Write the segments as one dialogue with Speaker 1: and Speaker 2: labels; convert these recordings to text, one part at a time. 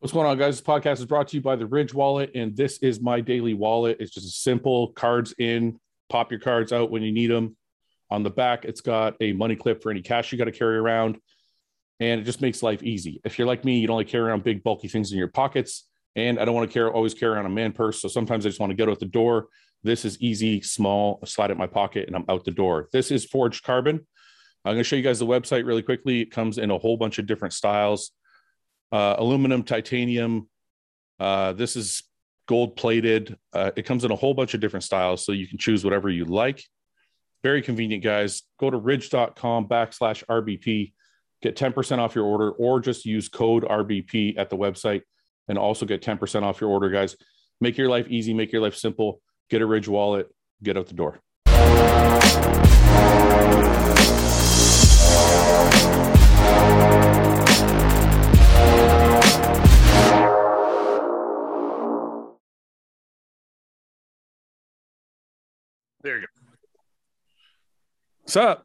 Speaker 1: What's going on, guys? This podcast is brought to you by the Ridge Wallet, and this is my daily wallet. It's just a simple cards in, pop your cards out when you need them. On the back, it's got a money clip for any cash you got to carry around, and it just makes life easy. If you're like me, you don't like carry around big, bulky things in your pockets, and I don't want to carry always carry around a man purse. So sometimes I just want to get out the door. This is easy, small, I slide it in my pocket, and I'm out the door. This is forged carbon. I'm going to show you guys the website really quickly. It comes in a whole bunch of different styles uh, aluminum, titanium. Uh, this is gold plated. Uh, it comes in a whole bunch of different styles, so you can choose whatever you like. Very convenient, guys. Go to ridge.com backslash RBP, get 10% off your order, or just use code RBP at the website and also get 10% off your order, guys. Make your life easy, make your life simple. Get a Ridge wallet, get out the door.
Speaker 2: There you go.
Speaker 1: What's up?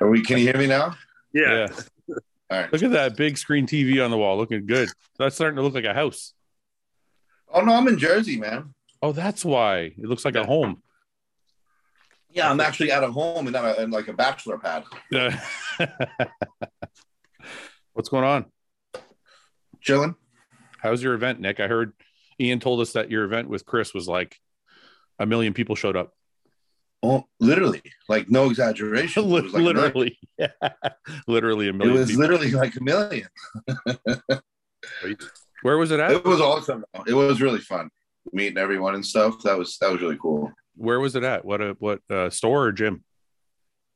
Speaker 3: Are we? Can you hear me now?
Speaker 2: Yeah.
Speaker 3: All right.
Speaker 1: Look at that big screen TV on the wall, looking good. That's starting to look like a house.
Speaker 3: Oh no, I'm in Jersey, man.
Speaker 1: Oh, that's why it looks like a
Speaker 2: Yeah.
Speaker 1: home.
Speaker 3: Yeah, I'm actually at a home and not a, in like a bachelor pad.
Speaker 1: Yeah. What's going on?
Speaker 3: Chilling.
Speaker 1: How's your event, Nick? I heard Ian told us that your event with Chris was like a million people showed up.
Speaker 3: Oh, literally, like no exaggeration. It was like a million-
Speaker 1: literally, literally a
Speaker 3: it
Speaker 1: million.
Speaker 3: was
Speaker 1: people.
Speaker 3: literally like a million.
Speaker 1: Where was it at?
Speaker 3: It was awesome. though. It was really fun meeting everyone and stuff. That was that was really cool.
Speaker 1: Where was it at? What a what uh, store or gym?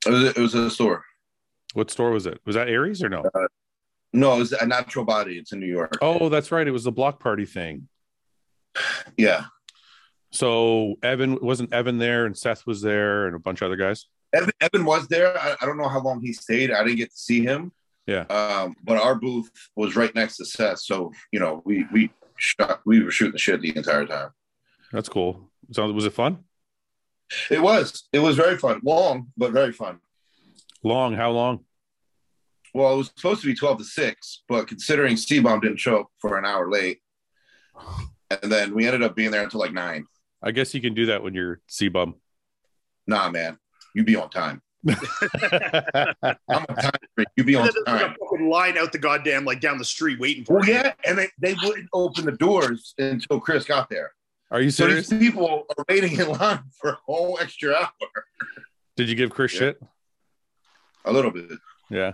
Speaker 3: It was it was a store.
Speaker 1: What store was it? Was that Aries or no?
Speaker 3: No, it was a natural body. It's in New York.
Speaker 1: Oh, that's right. It was the block party thing.
Speaker 3: yeah.
Speaker 1: So Evan wasn't Evan there, and Seth was there, and a bunch of other guys.
Speaker 3: Evan, Evan was there. I, I don't know how long he stayed. I didn't get to see him.
Speaker 1: Yeah.
Speaker 3: Um, but our booth was right next to Seth, so you know we we shot, we were shooting the shit the entire time.
Speaker 1: That's cool. So was it fun?
Speaker 3: It was it was very fun, long but very fun.
Speaker 1: Long? How long?
Speaker 3: Well, it was supposed to be twelve to six, but considering C bomb didn't show up for an hour late, and then we ended up being there until like nine.
Speaker 1: I guess you can do that when you're C bum.
Speaker 3: Nah, man, you be on time. I'm on time. freak. You be
Speaker 2: And
Speaker 3: on
Speaker 2: then there's like
Speaker 3: time.
Speaker 2: a fucking line out the goddamn like down the street waiting for
Speaker 3: Well,
Speaker 2: you.
Speaker 3: yeah, and they, they wouldn't open the doors until Chris got there.
Speaker 1: Are you
Speaker 3: So
Speaker 1: serious?
Speaker 3: these people are waiting in line for a whole extra hour.
Speaker 1: Did you give Chris
Speaker 3: Yeah.
Speaker 1: shit?
Speaker 3: A little bit.
Speaker 1: Yeah.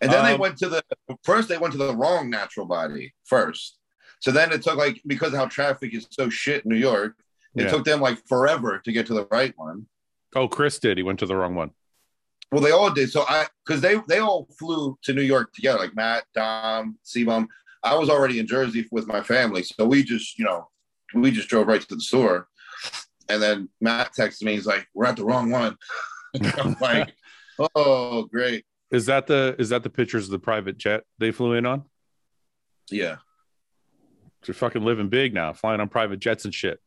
Speaker 3: And then they
Speaker 1: Um,
Speaker 3: went to the first they went to the wrong natural body first. So then it took like because how traffic is so shit in New York, it
Speaker 1: Yeah.
Speaker 3: took them like forever to get to the right one.
Speaker 1: Oh, Chris did. He went to the wrong one.
Speaker 3: Well, they all did. So I because they they all flew to New York together, like Matt, Dom, Sebum. I was already in Jersey with my family, so we just you know we just drove right to the store. And then Matt texted me. He's like, "We're at the wrong one." I'm like, "Oh, great,
Speaker 1: Is that the is that the pictures of the private jet they flew in on?
Speaker 3: yeah,
Speaker 1: They're fucking living big now, flying on private jets and shit.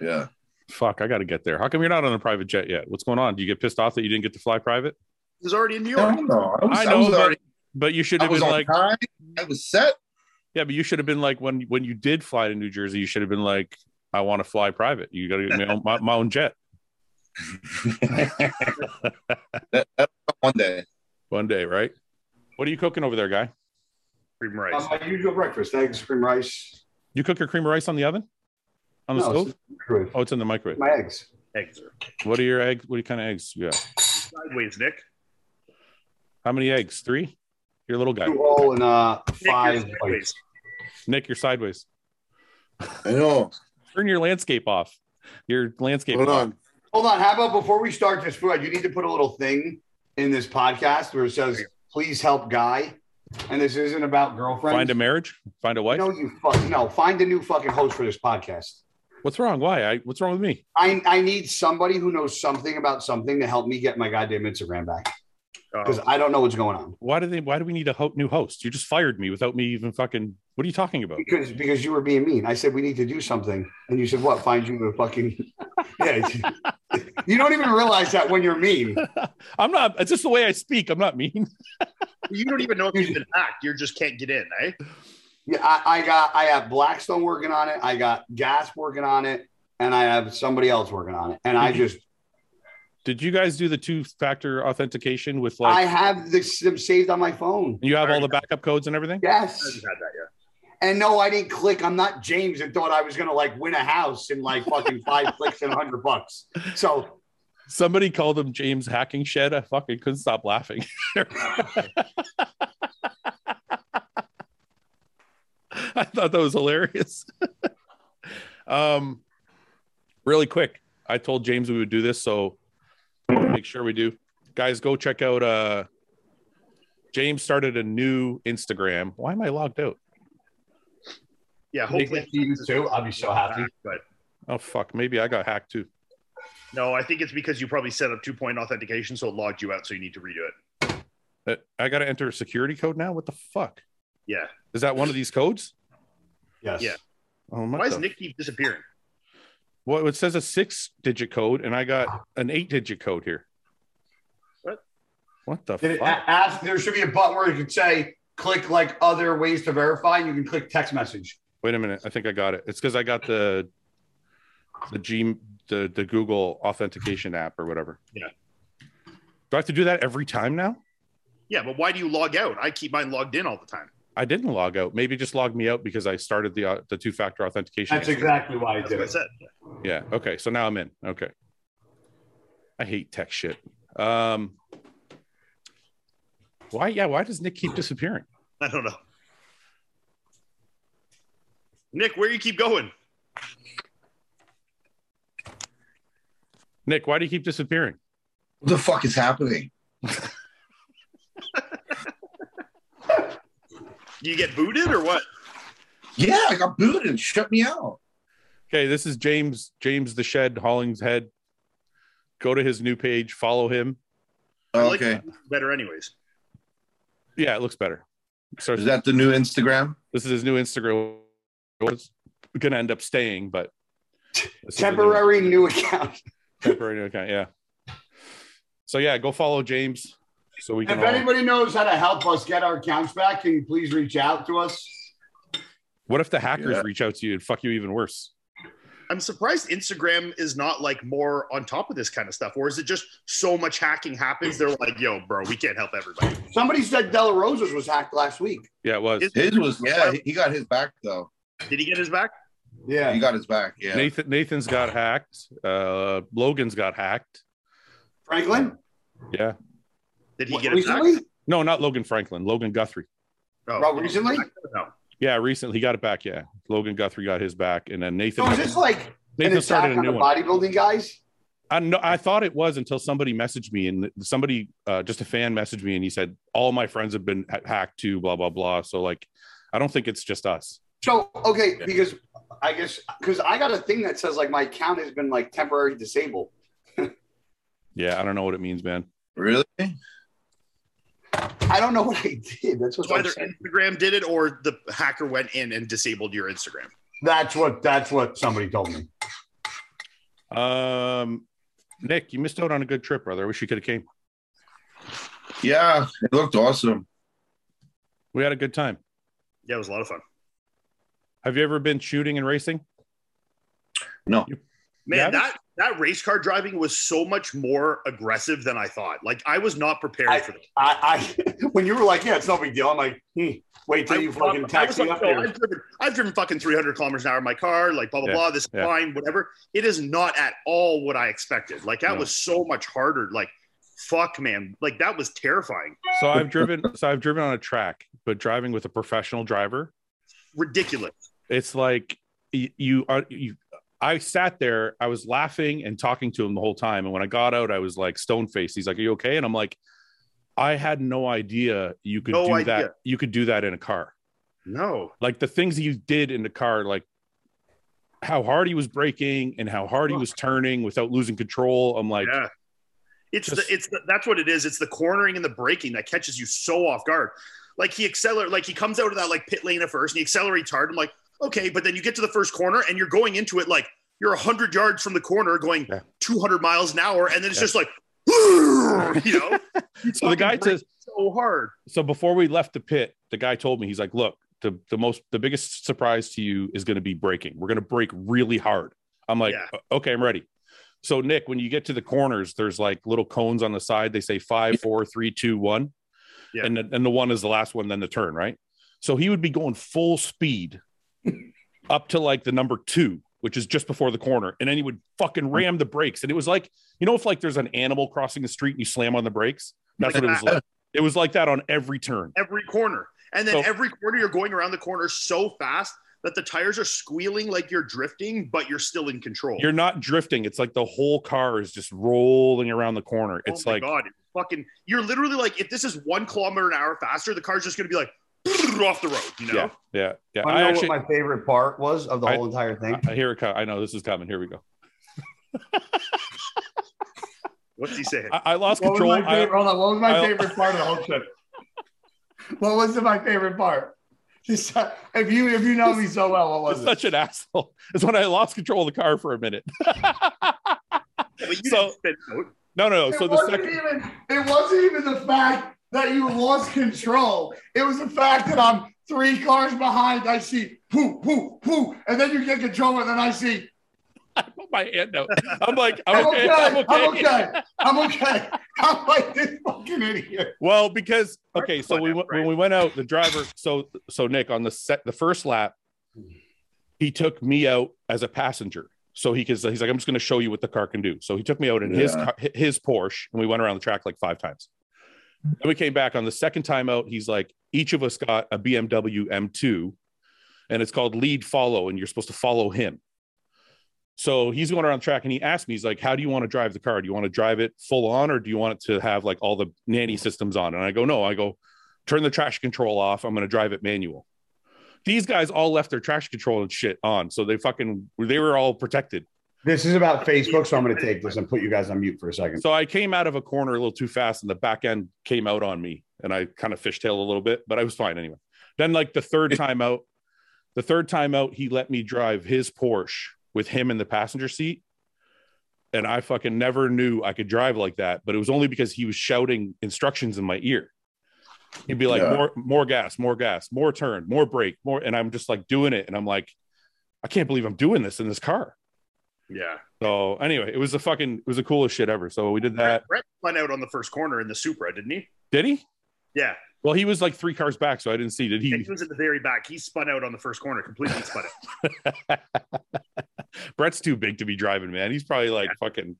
Speaker 3: yeah."
Speaker 1: Fuck, I gotta get there. How come you're not on a private jet yet? What's going on? Do you get pissed off that you didn't get to fly private?
Speaker 2: It was already in New
Speaker 3: No,
Speaker 2: York.
Speaker 3: no, I was,
Speaker 1: I
Speaker 3: I
Speaker 1: know,
Speaker 3: was
Speaker 1: but-
Speaker 3: already.
Speaker 1: But you should
Speaker 3: I
Speaker 1: have
Speaker 3: was
Speaker 1: been
Speaker 3: on
Speaker 1: like,
Speaker 3: time. I was set.
Speaker 1: yeah, but you should have been like when when you did fly to New Jersey, you should have been like, I want to fly private. You gotta get my, own- my, my own jet
Speaker 3: That, that one day.
Speaker 1: one day, right? What are you cooking over there, guy?
Speaker 2: Cream rice.
Speaker 4: Uh-huh.
Speaker 5: Uh, my usual breakfast: eggs, cream rice.
Speaker 1: You cook your cream of rice on the oven? On the
Speaker 5: No,
Speaker 1: stove?
Speaker 5: it's in the microwave.
Speaker 1: Oh, it's in the microwave.
Speaker 5: My eggs.
Speaker 2: Eggs are
Speaker 1: What are your eggs? What kind of eggs? Yeah.
Speaker 2: sideways, Nick.
Speaker 1: How many eggs? Three? You're a little guy.
Speaker 5: Two whole and uh,
Speaker 2: Nick, you're
Speaker 5: five. whites.
Speaker 2: sideways.
Speaker 1: Nick, you're sideways.
Speaker 3: I know.
Speaker 1: Turn your landscape off. Your landscape.
Speaker 3: Hold
Speaker 1: off.
Speaker 3: on.
Speaker 5: Hold on. How about before we start this food, you need to put a little thing in this podcast where it says, "Please help Guy," and this isn't about girlfriends.
Speaker 1: Find a marriage. Find a wife.
Speaker 5: No, you fuck. No, find a new fucking host for this podcast.
Speaker 1: What's wrong? Why? I, what's wrong with me?
Speaker 5: I, I need somebody who knows something about something to help me get my goddamn Instagram back because
Speaker 2: Oh,
Speaker 5: I don't know what's going on.
Speaker 1: Why do they? Why do we need a ho- new host? You just fired me without me even fucking. What are you talking about?
Speaker 5: Because because you were being mean. I said we need to do something, and you said what? Find you the fucking yeah. you don't even realize that when you're mean.
Speaker 1: I'm not. It's just the way I speak. I'm not mean.
Speaker 2: You don't even know if you've been hacked. You just can't get in, eh?
Speaker 4: Yeah, I, I got I have Blackstone working on it. I got Gas working on it, and I have somebody else working on it. And I just
Speaker 1: Did you guys do the two factor authentication with like,
Speaker 4: I have this them saved on my phone.
Speaker 1: you have all the backup codes and everything?
Speaker 2: I haven't
Speaker 4: Yes.
Speaker 2: had that yet.
Speaker 4: And no, I didn't click. I'm not James and thought I was gonna like win a house in like fucking five clicks and a hundred bucks. So
Speaker 1: Somebody called him James Hacking Shed. I fucking couldn't stop laughing. I thought that was hilarious. um, really quick, I told James we would do this, so make sure we do. Guys, go check out. Uh, James started a new Instagram. Why am I logged out?
Speaker 2: Yeah,
Speaker 4: Nick,
Speaker 2: hopefully.
Speaker 4: you too. I'll be so happy.
Speaker 2: But
Speaker 1: Oh fuck, maybe I got hacked too.
Speaker 2: no, I think it's because you probably set up two point authentication, so it logged you out, so you need to redo it.
Speaker 1: Uh, I got to enter a security code now. What the fuck?
Speaker 2: Yeah.
Speaker 1: Is that one of these codes?
Speaker 4: yes.
Speaker 2: Yeah.
Speaker 1: Oh my.
Speaker 2: Why is
Speaker 1: the-
Speaker 2: Nick keep disappearing?
Speaker 1: Well, it says a six-digit code, and I got an eight-digit code here.
Speaker 2: What?
Speaker 1: What the
Speaker 4: Did it a-
Speaker 1: fuck?
Speaker 4: ask, there should be a button where you could say click like other ways to verify. You can click text message.
Speaker 1: Wait a minute. I think I got it. It's because I got the the G the the Google authentication app or whatever.
Speaker 2: Yeah.
Speaker 1: Do I have to do that every time now?
Speaker 2: Yeah, but why do you log out? I keep mine logged in all the time.
Speaker 1: I didn't log out. Maybe it just logged me out because I started the uh, the two factor authentication.
Speaker 4: That's exactly why I
Speaker 2: That's
Speaker 4: did
Speaker 2: what I
Speaker 4: it.
Speaker 2: said.
Speaker 1: Yeah. Okay. So now I'm in. Okay. I hate tech shit. Um. Why? Yeah. Why does Nick keep disappearing?
Speaker 2: I don't know. Nick, where you keep going?
Speaker 1: Nick, why do you keep disappearing?
Speaker 3: What the fuck is happening?
Speaker 2: You get booted or what?
Speaker 3: Yeah, I got booted and shut me out.
Speaker 1: Okay, this is James James the Shed Hollingshead. Go to his new page, follow him.
Speaker 2: I like
Speaker 3: Oh, okay.
Speaker 2: it better, anyways.
Speaker 1: Yeah, it looks better. So
Speaker 3: Is that the new Instagram?
Speaker 1: this is his new Instagram. It's gonna end up staying, but this is the new-
Speaker 4: Temporary new account.
Speaker 1: temporary new account. Yeah. So yeah, go follow James. So we can.
Speaker 4: If
Speaker 1: all-
Speaker 4: anybody knows how to help us get our accounts back, can you please reach out to us?
Speaker 1: what if the hackers
Speaker 3: Yeah.
Speaker 1: reach out to you and fuck you even worse?
Speaker 2: I'm surprised Instagram is not like more on top of this kind of stuff, or is it just so much hacking happens? They're like, yo, bro, we can't help everybody.
Speaker 4: Somebody said Della Rosa's was hacked last week.
Speaker 1: Yeah, it was.
Speaker 2: Is-
Speaker 3: His was yeah. he- He got his back though.
Speaker 2: Did he get his back?
Speaker 4: Yeah.
Speaker 3: He got his back. Yeah.
Speaker 1: Nathan Nathan's got hacked. Uh, Logan's got hacked.
Speaker 4: Franklin?
Speaker 1: Yeah.
Speaker 2: Did he
Speaker 4: What,
Speaker 2: get his back?
Speaker 4: recently?
Speaker 1: No, not Logan Franklin. Logan Guthrie.
Speaker 2: Oh.
Speaker 4: Bro, recently?
Speaker 2: No.
Speaker 1: Yeah, recently he got it back. Yeah, Logan Guthrie got his back, and then Nathan.
Speaker 4: So Oh, is this like an
Speaker 1: Nathan
Speaker 4: attack
Speaker 1: started a
Speaker 4: on the
Speaker 1: new one.
Speaker 4: bodybuilding guys?
Speaker 1: I know. I thought it was until somebody messaged me, and somebody, uh, just a fan, messaged me, and he said, "All my friends have been ha- hacked too." Blah blah blah. So like, I don't think it's just us.
Speaker 4: So okay, because I guess because I got a thing that says like my account has been like temporarily disabled.
Speaker 1: Yeah, I don't know what it means, man.
Speaker 3: Really?
Speaker 4: I don't know what I did. That's what
Speaker 2: So
Speaker 4: I'm
Speaker 2: either
Speaker 4: saying.
Speaker 2: Instagram did it or the hacker went in and disabled your Instagram.
Speaker 4: That's what that's what somebody told me.
Speaker 1: Um, Nick, you missed out on a good trip, brother. I wish you could have came.
Speaker 3: Yeah. It looked awesome.
Speaker 1: We had a good time.
Speaker 2: Yeah, it was a lot of fun.
Speaker 1: Have you ever been shooting and racing?
Speaker 2: Man,
Speaker 1: Yeah, I
Speaker 2: that that race car driving was so much more aggressive than I thought. Like I was not prepared for this.
Speaker 4: I, I when you were like, yeah, it's no big deal. I'm like, hmm, wait till
Speaker 2: I
Speaker 4: you
Speaker 2: was
Speaker 4: fucking
Speaker 2: not- I was
Speaker 4: taxi
Speaker 2: like,
Speaker 4: up
Speaker 2: yo,
Speaker 4: there.
Speaker 2: I've, driven, I've driven fucking 300 kilometers an hour in my car, like blah, blah,
Speaker 1: Yeah,
Speaker 2: blah. This is
Speaker 1: yeah.
Speaker 2: fine, whatever. It is not at all what I expected. Like, that
Speaker 1: No.
Speaker 2: was so much harder. Like, fuck, man. Like, that was terrifying.
Speaker 1: So I've driven. So I've driven on a track, but driving with a professional driver,
Speaker 2: Ridiculous.
Speaker 1: it's like you, you are you I sat there, I was laughing and talking to him the whole time. And when I got out, I was like stone faced. He's like, Are you okay? And I'm like, I had no idea you could
Speaker 2: No
Speaker 1: do
Speaker 2: idea.
Speaker 1: that. You could do that in a car.
Speaker 2: No.
Speaker 1: Like the things you did in the car, like how hard he was braking and how hard he was turning without losing control. I'm like,
Speaker 2: yeah. It's
Speaker 1: just-
Speaker 2: the, it's the, that's what it is. It's the cornering and the braking that catches you so off guard. Like he accelerate, like he comes out of that like pit lane at first and he accelerates hard. I'm like, okay, but then you get to the first corner and you're going into it like you're hundred yards from the corner, going
Speaker 1: Yeah.
Speaker 2: 200 miles an hour, and then it's
Speaker 1: Yeah.
Speaker 2: just like, you know.
Speaker 1: so the guy says,
Speaker 2: so hard.
Speaker 1: so before we left the pit, the guy told me he's like, "Look, the the most the biggest surprise to you is going to be braking. We're going to brake really hard." I'm like,
Speaker 2: Yeah.
Speaker 1: "O- "Okay, I'm ready." So Nick, when you get to the corners, there's like little cones on the side. They say five, four, three, two, one,
Speaker 2: Yeah.
Speaker 1: and the, and the one is the last one, then the turn, right? So he would be going full speed up to like the number two, which is just before the corner, and then he would fucking ram the brakes. And it was like, you know, if like there's an animal crossing the street and you slam on the brakes, that's what it was like. It was like that on every turn.
Speaker 2: every corner. And then
Speaker 1: So-
Speaker 2: every corner, you're going around the corner so fast that the tires are squealing like you're drifting, but you're still in control.
Speaker 1: You're not drifting. It's like the whole car is just rolling around the corner.
Speaker 2: Oh
Speaker 1: It's
Speaker 2: my
Speaker 1: like
Speaker 2: God, it's fucking. You're literally like, if this is one kilometer an hour faster, the car's just gonna be like off the road. You know,
Speaker 1: yeah, yeah, yeah.
Speaker 5: I
Speaker 1: I
Speaker 5: know
Speaker 1: actually,
Speaker 5: what my favorite part was of the
Speaker 1: I-
Speaker 5: whole entire thing.
Speaker 1: I, here it comes. I know this is coming. Here we go.
Speaker 2: what's he saying?
Speaker 1: I, I lost
Speaker 6: What was
Speaker 1: control.
Speaker 6: my
Speaker 1: I,
Speaker 6: favorite, hold on. What was my
Speaker 1: I-
Speaker 6: favorite part of the whole trip? What was my favorite part? Just, uh, if you if you know me so well, what was
Speaker 1: was
Speaker 6: it?
Speaker 1: such an asshole. It's when I lost control of the car for a minute.
Speaker 2: But you
Speaker 1: so-
Speaker 2: didn't spin out.
Speaker 1: no, no.
Speaker 6: It
Speaker 1: So the
Speaker 6: wasn't
Speaker 1: second,
Speaker 6: even, it wasn't even the fact that you lost control. It was the fact that I'm three cars behind. I see whoo, whoo, whoo, and then you get control, and then I see
Speaker 1: I put my hand out. I'm like,
Speaker 6: I'm okay,
Speaker 1: I'm okay.
Speaker 6: I'm okay, I'm okay. I'm like this fucking idiot.
Speaker 1: Well, because
Speaker 2: Mark
Speaker 1: okay,
Speaker 2: was
Speaker 1: so
Speaker 2: on
Speaker 1: we
Speaker 2: that,
Speaker 1: went
Speaker 2: right?
Speaker 1: when we went out, the driver. So so Nick on the set, the first lap, he took me out as a passenger. So he could, he's like, I'm just going to show you what the car can do. So he took me out in his
Speaker 3: Yeah.
Speaker 1: car- his Porsche, and we went around the track like five times. Then we came back on the second time out. He's like, each of us got a BMW M2, and it's called lead follow, and you're supposed to follow him. So he's going around the track and he asked me, he's like, How do you want to drive the car? Do you want to drive it full on or do you want it to have like all the nanny systems on? And I go, No, I go, turn the traction control off. I'm going to drive it manual. These guys all left their traction control and shit on. So they fucking, they were all protected.
Speaker 5: This is about Facebook, so I'm going to take this and put you guys on mute for a second.
Speaker 1: So I came out of a corner a little too fast and the back end came out on me and I kind of fishtailed a little bit, but I was fine anyway. Then, like the third time out, the third time out, he let me drive his Porsche with him in the passenger seat. And I fucking never knew I could drive like that, but it was only because he was shouting instructions in my ear. He'd be like,
Speaker 3: Yeah.
Speaker 1: more, more gas, more gas, more turn, more brake, more. And I'm just like doing it. And I'm like, I can't believe I'm doing this in this car.
Speaker 2: Yeah,
Speaker 1: So anyway, it was a fucking, it was the coolest shit ever. So we did that.
Speaker 2: Brett, Brett spun out on the first corner in the Supra, didn't he?
Speaker 1: Did he?
Speaker 2: Yeah,
Speaker 1: Well, he was like three cars back, so I didn't see. Did
Speaker 2: and he
Speaker 1: he?
Speaker 2: was at the very back. He spun out on the first corner, completely spun out.
Speaker 1: Brett's too big to be driving, man. He's probably like fucking.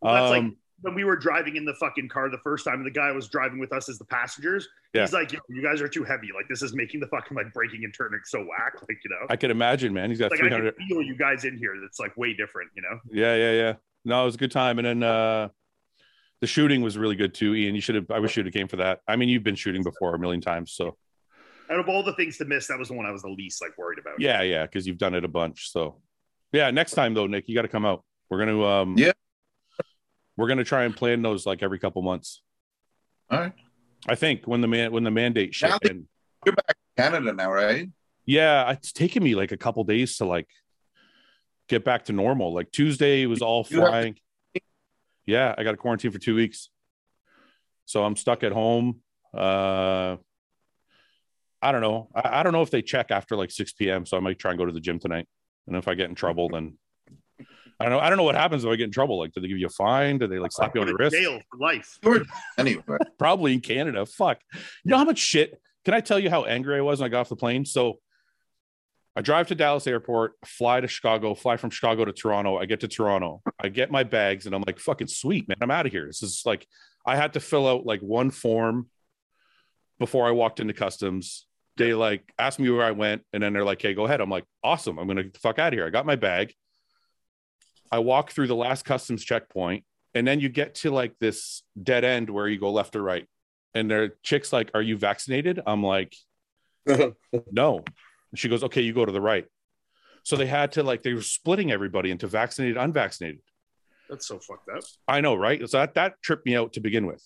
Speaker 2: Well, that's like-
Speaker 1: um,
Speaker 2: When we were driving in the fucking car the first time, the guy was driving with us as the passengers.
Speaker 1: Yeah.
Speaker 2: He's like, Yo, "You guys are too heavy. Like this is making the fucking like braking and turning so whack. Like you know."
Speaker 1: I can imagine, man. He's got
Speaker 2: like I
Speaker 1: three
Speaker 2: can
Speaker 1: hundred.
Speaker 2: feel you guys in here. That's like way different, you know.
Speaker 1: Yeah, yeah, yeah. No, it was a good time, and then uh the shooting was really good too, Ian. You should have. I wish you'd have came for that. I mean, you've been shooting before a million times, so
Speaker 2: Out of all the things to miss, that was the one I was the least like worried about.
Speaker 1: yeah, yeah, because you've done it a bunch. So yeah, next time though, Nick, you got to come out. We're gonna um
Speaker 3: Yeah.
Speaker 1: we're gonna try and plan those like every couple months.
Speaker 3: All right.
Speaker 1: I think when the man when the mandate shit
Speaker 3: Now that-
Speaker 1: and
Speaker 3: Canada now, right?
Speaker 1: yeah it's taken me like a couple days to like get back to normal like tuesday was all
Speaker 3: You have to-
Speaker 1: flying yeah i got to quarantine for two weeks so i'm stuck at home uh i don't know I, I don't know if they check after like 6 p.m so i might try and go to the gym tonight and if i get in trouble then i don't know i don't know what happens if i get in trouble like do they give you a fine do they like slap you
Speaker 2: Go
Speaker 1: on the
Speaker 2: to
Speaker 1: wrist
Speaker 2: jail for life.
Speaker 3: Anyway,
Speaker 1: probably in Canada. Fuck. You know how much shit? Can I tell you how angry I was when I got off the plane? So I drive to Dallas airport, fly to Chicago, fly from Chicago to Toronto. I get to Toronto. I get my bags and I'm like, fucking sweet, man. I'm out of here. This is like, I had to fill out like one form before I walked into customs. They like asked me where I went and then they're like, hey, go ahead. I'm like, awesome. I'm going to get the fuck out of here. I got my bag. I walk through the last customs checkpoint and then you get to like this dead end where you go left or right and their chicks like are you vaccinated i'm like no And she goes okay you go to the right so they had to like they were splitting everybody into vaccinated unvaccinated
Speaker 2: That's so fucked up.
Speaker 1: i know right so that, that tripped me out to begin with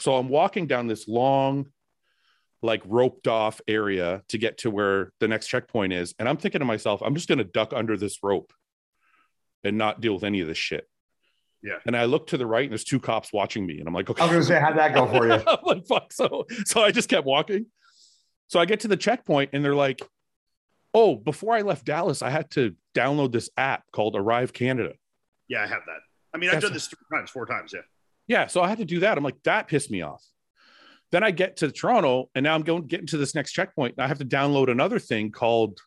Speaker 1: so i'm walking down this long like roped off area to get to where the next checkpoint is and i'm thinking to myself i'm just going to duck under this rope and not deal with any of this shit
Speaker 2: Yeah.
Speaker 1: And I look to the right and there's two cops watching me. And I'm like, okay.
Speaker 5: I was gonna say, how'd that go for you?
Speaker 1: I'm like, fuck. So, so I just kept walking. So I get to the checkpoint and they're like, oh, before I left Dallas, I had to download this app called Arrive Canada.
Speaker 2: Yeah, I have that. I mean, I've
Speaker 1: That's-
Speaker 2: done this three times, four times. Yeah.
Speaker 1: Yeah. So I had to do that. I'm like, that pissed me off. Then I get to Toronto and now I'm going getting to this next checkpoint. And I have to download another thing called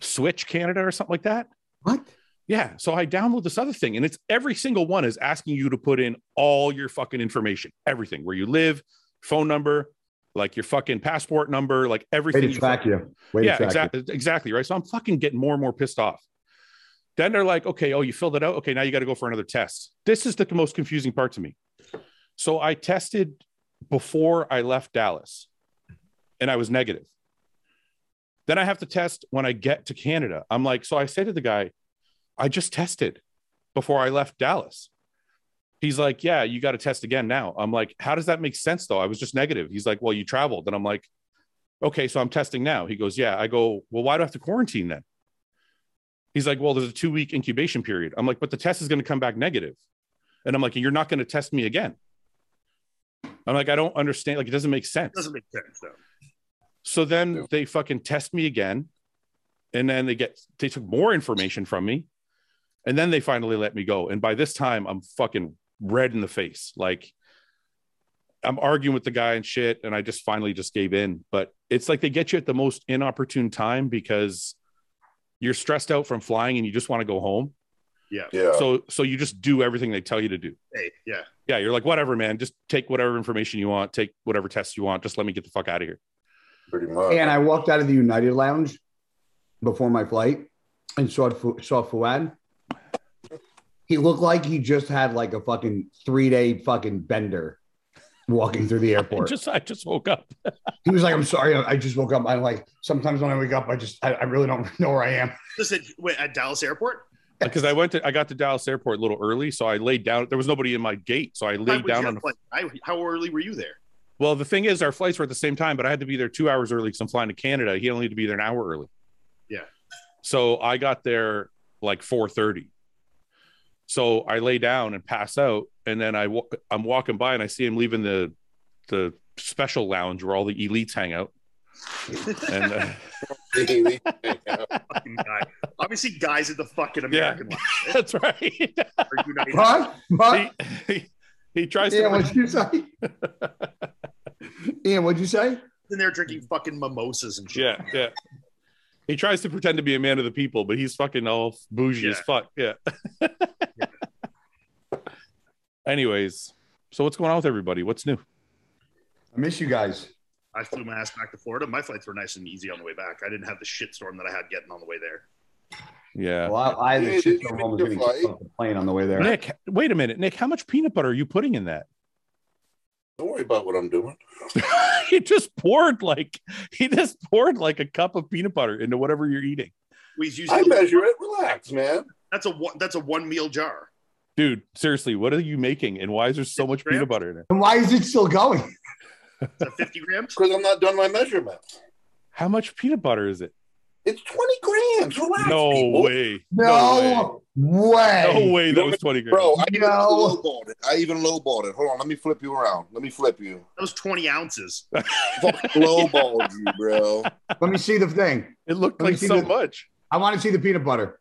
Speaker 1: Switch Canada or something like that.
Speaker 4: What?
Speaker 1: Yeah. So I download this other thing, and it's every single one is asking you to put in all your fucking information, everything where you live, phone number, like your fucking passport number, like
Speaker 4: Way
Speaker 1: everything.
Speaker 4: to
Speaker 1: you
Speaker 4: track
Speaker 1: fucking-
Speaker 4: you. Way to
Speaker 1: yeah,
Speaker 4: track
Speaker 1: exactly. Exactly. Right. So I'm fucking getting more and more pissed off. Then they're like, okay, oh, you filled it out. Okay. Now you got to go for another test. This is the most confusing part to me. So I tested before I left Dallas and I was negative. Then I have to test when I get to Canada. I'm like, so I say to the guy, I just tested before I left Dallas. He's like, yeah, you got to test again now. I'm like, how does that make sense though? I was just negative. He's like, well, you traveled. And I'm like, okay, so I'm testing now. He goes, yeah. I go, well, why do I have to quarantine then? He's like, well, there's a two week incubation period. I'm like, but the test is going to come back negative. And I'm like, you're not going to test me again. I'm like, I don't understand. Like, it doesn't make sense.
Speaker 2: Doesn't make sense though.
Speaker 1: So then
Speaker 3: Yeah.
Speaker 1: they fucking test me again. And then they get, they took more information from me. And then they finally let me go. And by this time, I'm fucking red in the face. Like, I'm arguing with the guy and shit. And I just finally just gave in. But it's like they get you at the most inopportune time because you're stressed out from flying and you just want to go home.
Speaker 3: Yeah.
Speaker 1: So, so you just do everything they tell you to do.
Speaker 2: Hey, yeah.
Speaker 1: Yeah. You're like, whatever, man. Just take whatever information you want, take whatever tests you want. Just let me get the fuck out of here.
Speaker 3: pretty much.
Speaker 4: And I walked out of the United Lounge before my flight and saw Fu- saw Fuad. He looked like he just had like a fucking three day fucking bender walking through the
Speaker 1: I
Speaker 4: airport.
Speaker 1: just, I just woke up.
Speaker 4: he was like, "I'm sorry, I I just woke up." I like sometimes when I wake up, I just I, I really don't know where I am.
Speaker 2: Listen, wait, at Dallas Airport?
Speaker 1: because I went to I got to Dallas Airport a little early, so I laid down. There was nobody in my gate, so I
Speaker 2: How
Speaker 1: laid
Speaker 2: was
Speaker 1: down
Speaker 2: your
Speaker 1: on. A,
Speaker 2: flight? I, how early were you there?
Speaker 1: well, the thing is, our flights were at the same time, but I had to be there two hours early because I'm flying to Canada. He only had to be there an hour early.
Speaker 2: Yeah.
Speaker 1: So I got there like 4:30. So I lay down and pass out, and then I wa- I'm walking by and I see him leaving the the special lounge where all the elites hang out. and uh,
Speaker 2: Fucking guy. Obviously, guys at the fucking American
Speaker 1: that's right.
Speaker 2: yeah. are united.
Speaker 4: What? What?
Speaker 1: he, he, he tries
Speaker 4: Ian,
Speaker 1: to
Speaker 4: what'd you say? Ian, what'd you say?
Speaker 2: in there drinking fucking mimosas and shit.
Speaker 1: Yeah, yeah. He tries to pretend to be a man of the people, but he's fucking all bougie as
Speaker 2: Yeah.
Speaker 1: fuck. Yeah. Anyways, so what's going on with everybody? What's new?
Speaker 5: I miss you guys.
Speaker 2: I flew my ass back to Florida. My flights were nice and easy on the way back. I didn't have the shitstorm that I had getting on the way there.
Speaker 1: Yeah.
Speaker 5: Well, I, I had
Speaker 3: Yeah,
Speaker 5: the
Speaker 3: did
Speaker 5: shit
Speaker 3: you
Speaker 5: from home
Speaker 3: miss
Speaker 5: was
Speaker 3: your
Speaker 5: getting kicked
Speaker 3: flight?
Speaker 5: off the plane on the way there.
Speaker 1: Nick, wait a minute. Nick, how much peanut butter are you putting in that?
Speaker 3: Don't worry about what I'm doing.
Speaker 1: he just poured like he just poured like a cup of peanut butter into whatever you're eating.
Speaker 2: We used
Speaker 3: I measure it. Relax, man.
Speaker 2: that's a one, that's a one meal jar.
Speaker 1: Dude, seriously, what are you making? And why is there so much
Speaker 2: Grams?
Speaker 1: peanut butter in it?
Speaker 4: And why is it still going?
Speaker 2: It's a fifty grams.
Speaker 3: Because I'm not done my measurement.
Speaker 1: How much peanut butter is it?
Speaker 3: It's 20 grams. Relax.
Speaker 1: No
Speaker 3: people.
Speaker 1: way.
Speaker 4: No, way.
Speaker 1: way. No way. That was 20 grams.
Speaker 3: Bro, I even
Speaker 4: No.
Speaker 3: lowballed it. I even lowballed it. Hold on, let me flip you around. Let me flip you.
Speaker 2: That was twenty ounces.
Speaker 3: Fucking lowballed you, bro.
Speaker 4: Let me see the thing.
Speaker 1: It looked
Speaker 4: Let me
Speaker 1: like
Speaker 4: see
Speaker 1: so
Speaker 4: the-
Speaker 1: much.
Speaker 4: I want to see the peanut butter.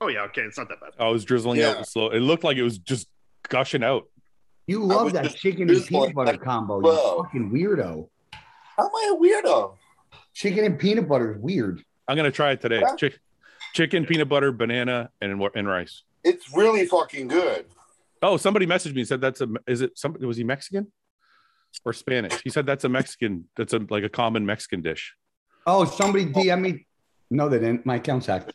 Speaker 2: Oh yeah, okay, it's not that bad.
Speaker 1: I was drizzling
Speaker 3: Yeah.
Speaker 1: out out slow. It looked like it was just gushing out.
Speaker 4: You
Speaker 3: I
Speaker 4: love
Speaker 3: was
Speaker 4: that
Speaker 3: just-
Speaker 4: chicken
Speaker 3: this
Speaker 4: and peanut
Speaker 3: one-
Speaker 4: butter combo.
Speaker 3: Bro.
Speaker 4: You fucking weirdo.
Speaker 3: How am I a weirdo?
Speaker 4: Chicken and peanut butter is weird.
Speaker 1: I'm gonna try it today.
Speaker 3: Yeah.
Speaker 1: Chick- chicken, peanut butter, banana, and wa- and rice.
Speaker 3: It's really fucking good.
Speaker 1: Oh, somebody messaged me and said that's a. Is it some? Was he Mexican or Spanish? He said that's a Mexican. That's a like a common Mexican dish.
Speaker 4: Oh, somebody DM me. No, they didn't. My account's hacked.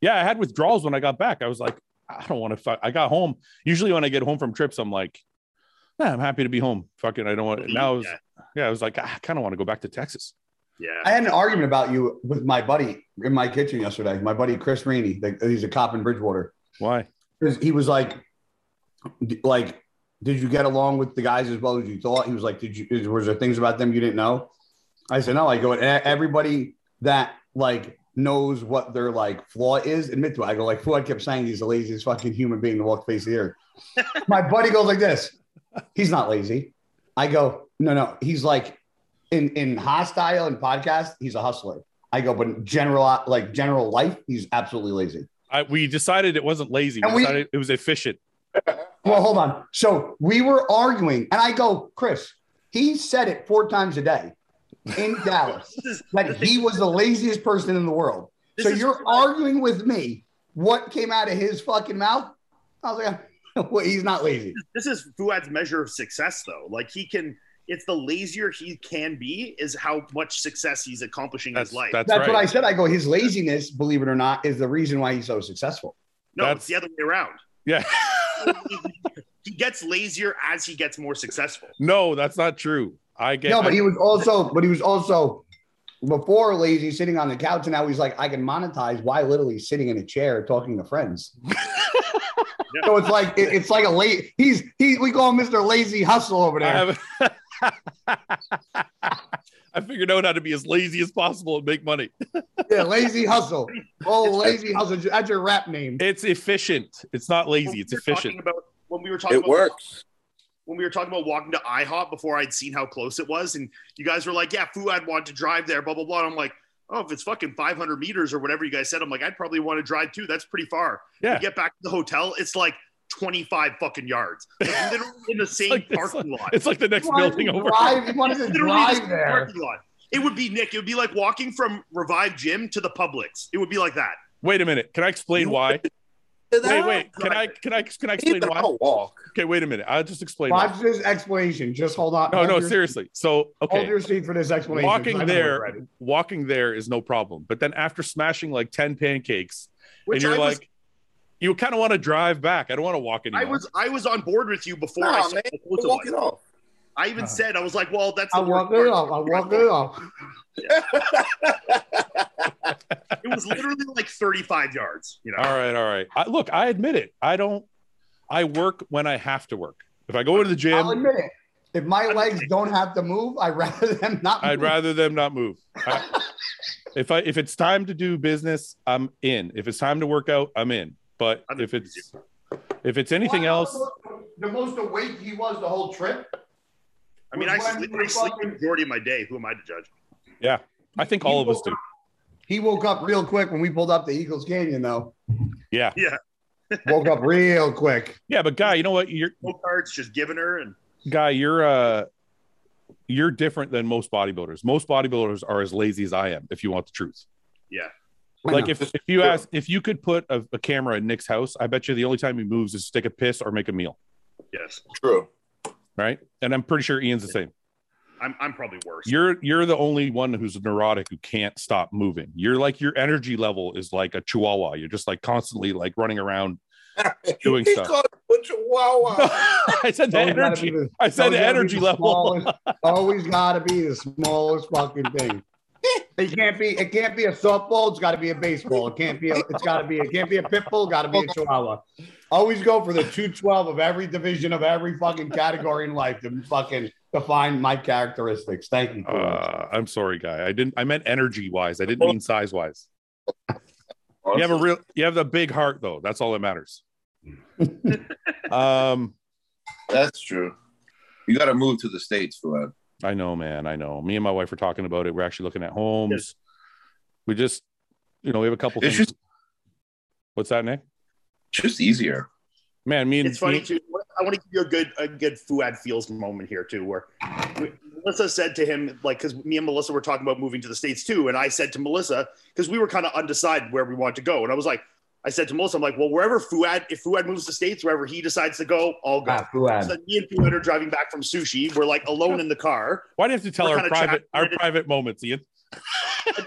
Speaker 1: Yeah, I had withdrawals when I got back. I was like, I don't want to. Fuck. I got home. Usually when I get home from trips, I'm like, nah, I'm happy to be home. Fucking, I don't want. Now, I was,
Speaker 2: yeah.
Speaker 1: yeah, I was like, ah, I kind of want to go back to Texas.
Speaker 2: yeah.
Speaker 4: I had an argument about you with my buddy in my kitchen yesterday. My buddy Chris Rainey, the, he's a cop in Bridgewater.
Speaker 1: Why?
Speaker 4: 'Cause He was like, d- like, did you get along with the guys as well as you thought? He was like, did you? is- Was there things about them you didn't know? I said no. I go, "E- everybody that like knows what their like flaw is. Admit to it. I go like Fuad kept saying he's the laziest fucking human being to walk the face of the earth. My buddy goes like this. He's not lazy. I go no no. He's like in in hostile and podcast. He's a hustler. I go but in general like general life. He's absolutely lazy.
Speaker 1: I, we decided it wasn't lazy.
Speaker 4: And
Speaker 1: we
Speaker 4: we-
Speaker 1: decided it was efficient.
Speaker 4: Well, hold on. So we were arguing, and I go, Chris, he said it four times a day in Dallas
Speaker 2: This is,
Speaker 4: that he was the laziest person in the world.
Speaker 2: this
Speaker 4: so
Speaker 2: is-
Speaker 4: you're arguing with me. What came out of his fucking mouth? I was like, well, he's not lazy.
Speaker 2: this is Fuad's measure of success, though. Like he can, it's the lazier he can be is how much success he's accomplishing in
Speaker 1: That's
Speaker 2: his life.
Speaker 1: that's,
Speaker 4: That's
Speaker 1: right.
Speaker 4: what I said. I go, his laziness, believe it or not, is the reason why he's so successful.
Speaker 2: no,
Speaker 1: that's-
Speaker 2: it's the other way around.
Speaker 1: yeah.
Speaker 2: he gets lazier as he gets more successful.
Speaker 1: No, that's not true. I get.
Speaker 4: no, but he was also, but he was also before lazy sitting on the couch, and now he's like, I can monetize why literally sitting in a chair talking to friends. so it's like it- it's like a late. He's he. We call him Mister Lazy Hustle over
Speaker 1: I,
Speaker 4: there.
Speaker 1: have- I figured out how to be as lazy as possible and make money.
Speaker 4: Yeah, Lazy Hustle. Oh, Lazy Hustle. That's your rap name.
Speaker 1: It's efficient. It's not
Speaker 2: When
Speaker 1: lazy. It's
Speaker 2: we were talking
Speaker 1: efficient.
Speaker 2: About, when we were talking
Speaker 3: It
Speaker 2: about
Speaker 3: works.
Speaker 2: when we were talking about walking to IHOP before I'd seen how close it was, and you guys were like, "Yeah, Fuad wanted to drive there," blah blah blah. And I'm like, "Oh, if it's fucking 500 meters or whatever you guys said, I'm like, I'd probably want to drive too. That's pretty far."
Speaker 1: Yeah.
Speaker 2: You get back to the hotel, it's like 25 fucking yards, like, literally in the same
Speaker 1: like- it's
Speaker 2: parking lot.
Speaker 1: It's like the next
Speaker 4: He wanted
Speaker 1: building
Speaker 4: to
Speaker 1: over.
Speaker 4: Drive, he wanted to
Speaker 2: literally the
Speaker 4: drive
Speaker 2: same
Speaker 4: there.
Speaker 2: parking lot. It would be Nick. It would be like walking from Revive Gym to the Publix. It would be like that.
Speaker 1: Wait a minute. Can I explain why? Wait, wait. Can I? Can I? Can I explain why?
Speaker 3: walk.
Speaker 1: Okay, wait a minute. I'll just explain. Why.
Speaker 4: Watch this explanation. Just hold on.
Speaker 1: No,
Speaker 4: Hold
Speaker 1: no,
Speaker 4: your-
Speaker 1: seriously. So,
Speaker 4: Hold
Speaker 1: okay,
Speaker 4: your seat for this explanation.
Speaker 1: walking
Speaker 4: I know
Speaker 1: there-
Speaker 4: we're ready.
Speaker 1: walking there is no problem. But then after smashing like ten pancakes, and
Speaker 2: Which
Speaker 1: you're
Speaker 2: I was
Speaker 1: like, you kind of want to drive back. I don't want to walk anymore.
Speaker 2: I was I was on board with you before
Speaker 3: Nah,
Speaker 2: I saw
Speaker 3: man,
Speaker 2: how close it
Speaker 3: Walk it
Speaker 2: was.
Speaker 3: off.
Speaker 2: I
Speaker 1: Uh-huh.
Speaker 2: even said I was like, well, that's
Speaker 4: I
Speaker 2: the worst
Speaker 4: walked
Speaker 2: part.
Speaker 4: it off. I walked it off.
Speaker 2: It was literally like 35 yards. You know,
Speaker 1: All right, all right. I, look, I admit it. I don't. I work when I have to work. If I go into the
Speaker 4: I'll
Speaker 1: gym,
Speaker 4: admit it. If my legs don't have to move, I'd rather them not.
Speaker 1: I'd
Speaker 4: move.
Speaker 1: rather them not move. I- if I if it's time to do business, I'm in. If it's time to work out, I'm in. But
Speaker 2: I'm
Speaker 1: if it's if it's anything else,
Speaker 6: The most awake he was the whole trip.
Speaker 2: I mean, I, sleep, I sleep the majority of my day. Who am I to judge?
Speaker 1: I think all of us do.
Speaker 4: He woke up real quick when we pulled up to Eagles Canyon, though.
Speaker 1: Yeah.
Speaker 2: Yeah.
Speaker 4: woke up real quick.
Speaker 1: Yeah, but guy, you know what? You're
Speaker 2: No cards, just giving her. And
Speaker 1: guy, you're uh you're different than most bodybuilders. Most bodybuilders are as lazy as I am, if you want the truth.
Speaker 4: I
Speaker 1: Like
Speaker 4: know.
Speaker 1: if, if you ask if you could put a, a camera in Nick's house, I bet you the only time he moves is to take a piss or make a meal,
Speaker 2: yes,
Speaker 3: True.
Speaker 1: right? And I'm pretty sure Ian's the same.
Speaker 2: I'm, I'm probably worse.
Speaker 1: You're you're the only one who's neurotic who can't stop moving. You're like your energy level is like a chihuahua. You're just like constantly like running around Doing
Speaker 3: he
Speaker 1: stuff.
Speaker 3: called it a chihuahua.
Speaker 4: Oh.
Speaker 1: I said the
Speaker 4: Always gotta be
Speaker 1: energy.
Speaker 4: the-
Speaker 1: I said
Speaker 4: always
Speaker 1: the
Speaker 4: gotta be
Speaker 1: energy
Speaker 4: the
Speaker 1: level.
Speaker 4: smallest- always got to be the smallest fucking thing. It can't be. It can't be a softball. It's got to be a baseball. It can't be. A, it's got to be. It can't be a pit bull. Got to be a chihuahua. Always go for the two twelve of every division of every fucking category in life to fucking define my characteristics. Thank you.
Speaker 1: Uh, I'm sorry, guy. I didn't. I meant energy wise. I didn't mean size wise. You have a real. You have the big heart though. That's all that matters. um,
Speaker 3: That's true. You got to move to the states, Fuad.
Speaker 1: I know, man. I know. Me and my wife were talking about it. We're actually looking at homes.
Speaker 2: Yes.
Speaker 1: We just, you know, we have a couple
Speaker 3: It's
Speaker 1: things.
Speaker 3: just-
Speaker 1: What's that, Nick?
Speaker 3: Just easier.
Speaker 1: Man, me and
Speaker 2: It's funny
Speaker 1: me-
Speaker 2: too. I want to give you a good a good Fuad feels moment here too, where we- Melissa said to him like because me and Melissa were talking about moving to the states too, and I said to Melissa because we were kind of undecided where we wanted to go, and I was like, I said to Melissa, I'm like, well, wherever Fuad if Fuad moves to states, wherever he decides to go, I'll go.
Speaker 4: Ah, Fuad.
Speaker 2: So me and Fuad are driving back from sushi. We're like alone in the car.
Speaker 1: Why do you have to tell
Speaker 2: We're
Speaker 1: our
Speaker 2: kinda
Speaker 1: private our
Speaker 2: chatting.
Speaker 1: private moments, Ian?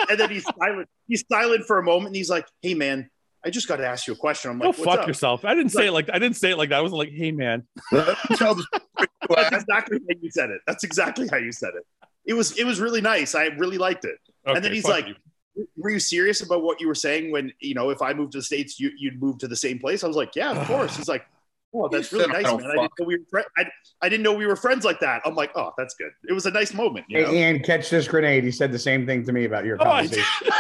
Speaker 2: and then he's silent. He's silent for a moment, and he's like, "Hey, man, I just got to ask you a question." I'm
Speaker 1: Go
Speaker 2: like,
Speaker 1: fuck
Speaker 2: "What's up?"
Speaker 1: yourself. I didn't say it like I didn't say it like that. I wasn't like, hey man.
Speaker 3: Let me tell the story,
Speaker 2: That's
Speaker 3: Fuad.
Speaker 2: exactly how you said it. That's exactly how you said it. It was it was really nice. I really liked it. and then
Speaker 1: Okay,
Speaker 2: he's
Speaker 1: fuck
Speaker 2: like,
Speaker 1: you.
Speaker 2: "Were you serious about what you were saying when you know if I moved to the states, you, you'd move to the same place?" I was like, "Yeah, of course." He's like, Oh, that's
Speaker 3: He
Speaker 2: really
Speaker 3: said, "I
Speaker 2: nice,
Speaker 3: don't
Speaker 2: man. I didn't, know we were fri- I, I didn't know we were friends like that. I'm like, oh, that's good. It was a nice moment. You know?
Speaker 4: Hey, Ian, catch this grenade. He said the same thing to me about your
Speaker 1: Oh, I
Speaker 4: conversation.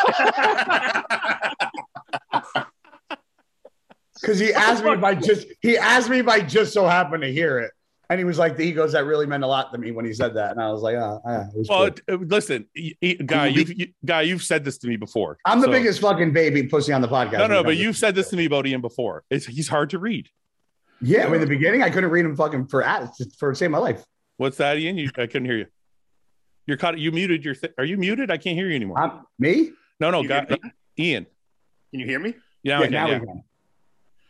Speaker 4: Because he asked me if I just he asked me if I just so happened to hear it. And he was like, he goes, that really meant a lot to me when he said that. And I was like, oh, yeah, it was
Speaker 1: Well,
Speaker 4: cool."
Speaker 1: it- it- listen, y- y- guy, you've you, guy, you've said this to me before.
Speaker 4: I'm the
Speaker 1: So-
Speaker 4: biggest fucking baby pussy on the podcast.
Speaker 1: No,
Speaker 4: when it
Speaker 1: no,
Speaker 4: comes
Speaker 1: but
Speaker 4: to-
Speaker 1: you've said this to me about Ian before. It's, he's hard to read.
Speaker 4: Yeah, in the beginning, I couldn't read him fucking for ads for save my life.
Speaker 1: What's that, Ian? You, I couldn't hear you. You're caught. You muted your. Th- are you muted? I can't hear you anymore.
Speaker 4: I'm, me?
Speaker 1: no, no,
Speaker 2: You
Speaker 1: guy, Ian.
Speaker 2: Can you hear me?
Speaker 1: Yeah, okay,
Speaker 4: now
Speaker 1: yeah.
Speaker 4: we can.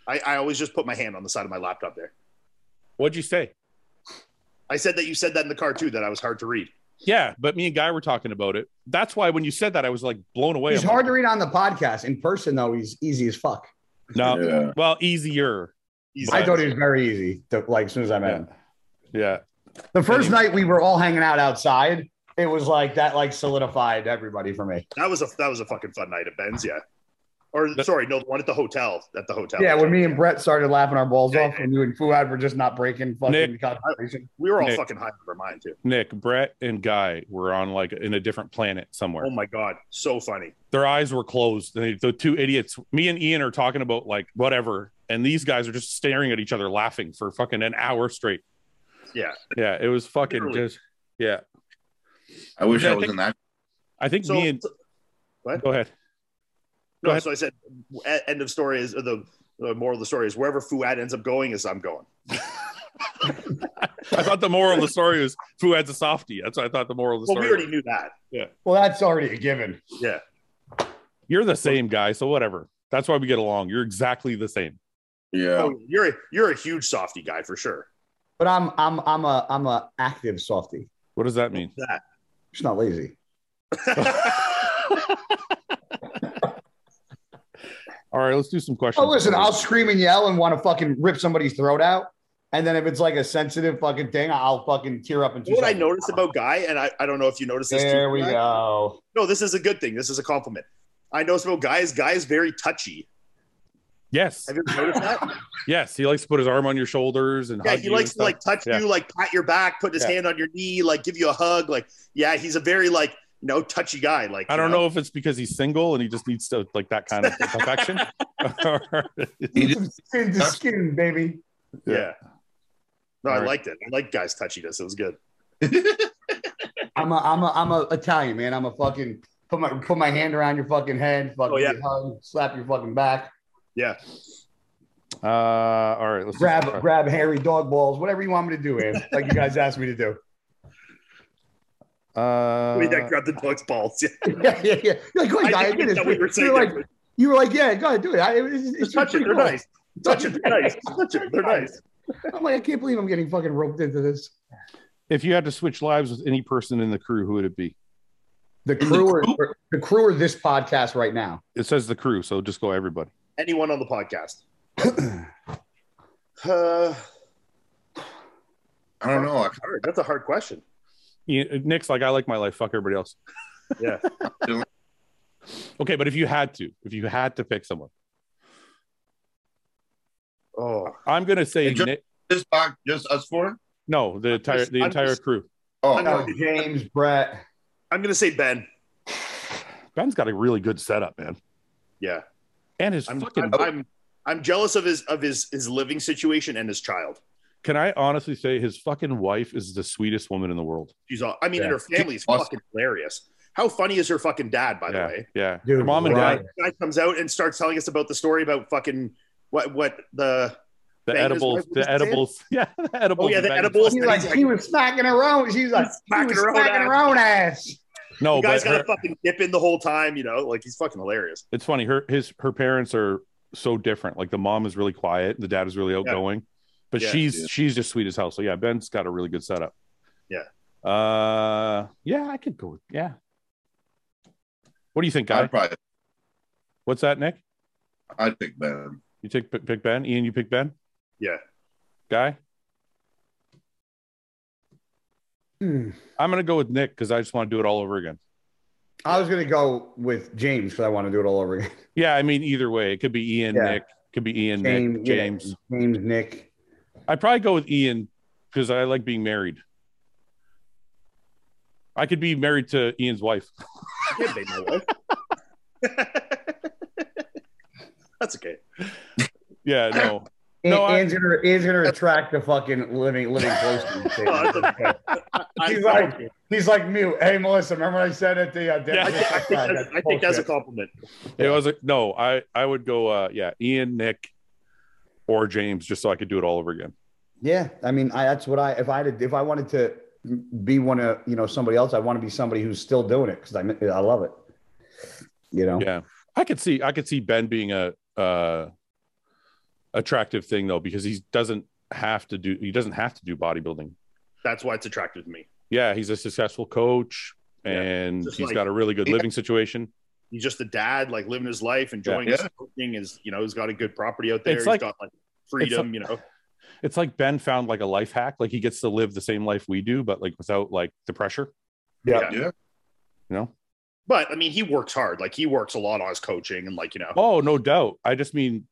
Speaker 2: I, I always just put my hand on the side of my laptop there.
Speaker 1: What'd you say?
Speaker 2: I said that you said that in the car too, that I was hard to read.
Speaker 1: Yeah, but me and Guy were talking about it. That's why when you said that, I was like blown away.
Speaker 4: He's
Speaker 1: I'm
Speaker 4: hard to
Speaker 1: like,
Speaker 4: read on the podcast. In person, though, he's easy as fuck.
Speaker 1: No,
Speaker 3: Yeah.
Speaker 1: well, easier.
Speaker 2: He's
Speaker 4: I thought he was very easy. To, like as soon as I met
Speaker 1: Yeah.
Speaker 4: him,
Speaker 1: Yeah,
Speaker 4: the first
Speaker 1: Anyway.
Speaker 4: night we were all hanging out outside. It was like that, like solidified everybody for me.
Speaker 2: That was a that was a fucking fun night at Ben's, yeah. Or
Speaker 1: But-
Speaker 2: sorry, no, the one at the hotel. At the hotel.
Speaker 4: Yeah, when me and
Speaker 2: Yeah.
Speaker 4: Brett started laughing our balls
Speaker 2: Yeah,
Speaker 4: off, and you and Fuad were just not breaking fucking
Speaker 1: Nick.
Speaker 4: concentration.
Speaker 2: we were all
Speaker 1: Nick.
Speaker 2: fucking high out of our mind too.
Speaker 1: Nick, Brett, and Guy were on like in a different planet somewhere.
Speaker 2: Oh my god, so funny.
Speaker 1: Their eyes were closed. They, the two idiots, me and Ian, are talking about like whatever, and these guys are just staring at each other, laughing for fucking an hour straight.
Speaker 2: Yeah.
Speaker 1: Yeah, it was fucking
Speaker 2: Literally.
Speaker 1: just. Yeah,
Speaker 3: I wish
Speaker 1: Yeah, I
Speaker 3: I was
Speaker 1: think-
Speaker 3: in that.
Speaker 1: I think
Speaker 2: So,
Speaker 1: me and go ahead. Go
Speaker 2: no,
Speaker 1: ahead.
Speaker 2: so I said e- end of story is the, the moral of the story is wherever Fuad ends up going is I'm going.
Speaker 1: I thought the moral of the story was Fuad's a softie. That's what I thought the moral of the
Speaker 2: Well,
Speaker 1: story.
Speaker 2: we already knew that.
Speaker 4: Well, that's already a given.
Speaker 1: was. You're the same guy, so whatever. That's why we get along. You're exactly the same.
Speaker 3: Yeah.
Speaker 2: Oh, you're a, you're a huge softy guy for sure.
Speaker 4: But I'm I'm I'm a I'm a active softy.
Speaker 1: What does that mean?
Speaker 2: That.
Speaker 4: Just not lazy. Oh,
Speaker 1: All right, let's do some questions.
Speaker 4: Oh, listen, I'll scream and yell and want to fucking rip somebody's throat out. And then if it's like a sensitive fucking thing, I'll fucking tear up and.
Speaker 2: You know what I noticed about Guy, and I, I don't know if you noticed this
Speaker 4: There
Speaker 2: too.
Speaker 4: we
Speaker 2: Guy?
Speaker 4: go.
Speaker 2: No, this is a good thing. This is a compliment. I noticed about Guy is Guy is very touchy.
Speaker 1: Yes,
Speaker 2: Have you ever noticed that?
Speaker 1: yes. He likes to put his arm on your shoulders and
Speaker 2: yeah,
Speaker 1: hug
Speaker 2: he
Speaker 1: you and
Speaker 2: likes to
Speaker 1: stuff.
Speaker 2: like touch
Speaker 1: Yeah.
Speaker 2: you, like pat your back, put his
Speaker 1: Yeah.
Speaker 2: hand on your knee, like give you a hug. Like, yeah, he's a very like you know touchy guy. Like
Speaker 1: I
Speaker 2: you
Speaker 1: don't know if it's because he's single and he just needs to like that kind of affection.
Speaker 3: He
Speaker 4: Put some skin to skin, baby.
Speaker 2: Yeah.
Speaker 1: Yeah.
Speaker 2: No, I
Speaker 1: Alright.
Speaker 2: liked it. I liked Guy's touchiness. It was good.
Speaker 4: I'm a I'm a I'm a Italian man. I'm a fucking put my put my hand around your fucking head. Fucking
Speaker 2: Oh, yeah.
Speaker 4: hug, slap your fucking back.
Speaker 1: uh, all right, let's do
Speaker 4: grab
Speaker 1: some questions.
Speaker 4: grab hairy dog balls, whatever you want me to do, man. Like you guys asked me to do.
Speaker 1: Uh,
Speaker 2: we did grab the dog's balls. Yeah.
Speaker 4: yeah, yeah, yeah. You're like, go
Speaker 2: I
Speaker 4: ahead, guy,
Speaker 2: didn't
Speaker 4: do
Speaker 2: get
Speaker 4: this.
Speaker 2: that we were saying
Speaker 4: You're like,
Speaker 2: that.
Speaker 4: you were like, yeah, go ahead, do it. I, it's, it's-
Speaker 2: Just
Speaker 4: it's
Speaker 2: touch it.
Speaker 4: pretty
Speaker 2: They're
Speaker 4: cool.
Speaker 2: nice. Touch it. They're nice. Touch it. They're nice.
Speaker 4: I'm like, I can't believe I'm getting fucking roped into this.
Speaker 1: if you had to switch lives with any person in the crew, who would it be?
Speaker 4: The
Speaker 3: the
Speaker 4: crew, or Or, the crew or this podcast right now.
Speaker 1: It says the crew, so just go everybody.
Speaker 2: Anyone on the podcast? Uh,
Speaker 3: I don't know. I
Speaker 2: hard. That's a hard question.
Speaker 1: Yeah, Nick's like, I like my life. Fuck everybody else.
Speaker 2: Yeah.
Speaker 1: okay, but if you had to, if you had to pick someone,
Speaker 2: Oh,
Speaker 1: I'm gonna say
Speaker 3: Hey, Joe-
Speaker 1: Nick.
Speaker 3: just talk, just us four.
Speaker 1: No, the entire the
Speaker 2: I'm
Speaker 1: entire
Speaker 2: just-
Speaker 1: crew.
Speaker 3: Oh,
Speaker 4: Oh, James, Brett.
Speaker 2: I'm gonna say Ben.
Speaker 1: Ben's got a really good setup, man,
Speaker 2: Yeah,
Speaker 1: and his
Speaker 2: I'm,
Speaker 1: fucking.
Speaker 2: I'm, I'm I'm jealous of his of his his living situation and his child.
Speaker 1: can I honestly say his fucking wife is the sweetest woman in the world?
Speaker 2: She's all. I mean, and
Speaker 1: Yeah.
Speaker 2: her family is
Speaker 3: Awesome.
Speaker 2: fucking hilarious. How funny is her fucking dad, by
Speaker 1: yeah,
Speaker 2: the way?
Speaker 1: yeah.
Speaker 4: Dude,
Speaker 1: Her mom and
Speaker 4: right.
Speaker 1: dad,
Speaker 2: Guy comes out and starts telling us about the story about fucking what what the
Speaker 1: the
Speaker 2: Bang his
Speaker 1: edibles,
Speaker 2: wife with his
Speaker 1: the edibles, yeah, the edibles.
Speaker 2: oh yeah
Speaker 1: and
Speaker 2: the
Speaker 1: bang his
Speaker 2: edibles.
Speaker 1: wife.
Speaker 4: He's like, he was smacking her own. She's like,
Speaker 2: Smacking
Speaker 4: he was
Speaker 2: her own
Speaker 4: smacking her own ass.
Speaker 1: No,
Speaker 2: the guy's
Speaker 1: Oh, but
Speaker 2: got
Speaker 1: her-
Speaker 2: to fucking dip in the whole time, you know. Like he's fucking hilarious.
Speaker 1: it's funny. Her his her parents are so different. Like the mom is really quiet, the dad is really outgoing, but
Speaker 2: Yeah.
Speaker 1: she's
Speaker 3: Yeah.
Speaker 1: she's just sweet as hell. So yeah, Ben's got a really good setup.
Speaker 2: Yeah.
Speaker 1: Uh, yeah, I could go. With, yeah. What do you think, guy?
Speaker 3: I'd probably
Speaker 1: What's that, Nick?
Speaker 3: I'd pick Ben.
Speaker 1: You take pick, pick Ben. Ian, you pick Ben.
Speaker 2: Yeah.
Speaker 1: Guy,
Speaker 4: Hmm.
Speaker 1: I'm gonna go with Nick because I just want to do it all over again.
Speaker 4: I was gonna go with James because I want to do it all over again.
Speaker 1: Yeah, I mean either way, it could be Ian,
Speaker 4: Yeah.
Speaker 1: Nick, could be Ian,
Speaker 4: James,
Speaker 1: Nick,
Speaker 4: yeah,
Speaker 1: James.
Speaker 4: James, Nick.
Speaker 1: I'd probably go with Ian because I like being married. I could be married to Ian's wife.
Speaker 2: Yeah, babe, my wife. That's okay.
Speaker 1: Yeah, no. No,
Speaker 4: No,
Speaker 1: I-
Speaker 4: Ian's, gonna, Ian's gonna attract the fucking living living close to you.
Speaker 2: I,
Speaker 4: He's
Speaker 2: I,
Speaker 4: like, he's like mute. Hey, Melissa, remember what I said at the uh, dinner?
Speaker 1: Yeah,
Speaker 2: I think, I think, that's, I think that's a compliment.
Speaker 1: It was like no, I I would go uh yeah, Ian, Nick, or James just so I could do it all over again.
Speaker 4: Yeah, I mean, I, that's what I if I had, if I wanted to be one of you know somebody else, I want to be somebody who's still doing it because I I love it. You know,
Speaker 1: Yeah. I could see I could see Ben being a uh attractive thing though because he doesn't have to do he doesn't have to do bodybuilding.
Speaker 2: That's why it's attractive to me.
Speaker 1: Yeah, he's a successful coach
Speaker 2: Yeah.
Speaker 1: and he's
Speaker 2: Just like-
Speaker 1: got a really good
Speaker 3: Yeah.
Speaker 1: living situation.
Speaker 2: He's just a dad, like living his life, enjoying
Speaker 3: Yeah.
Speaker 2: his thing. Is you know, he's got a good property out there.
Speaker 1: It's
Speaker 2: He's
Speaker 1: like-
Speaker 2: got like freedom. you know,
Speaker 1: It's like Ben found like a life hack. Like he gets to live the same life we do, but like without like the pressure.
Speaker 2: Yeah.
Speaker 3: Yeah.
Speaker 1: You know?
Speaker 2: but I mean, he works hard. Like he works a lot on his coaching and like you know,
Speaker 1: Oh, no doubt. I just mean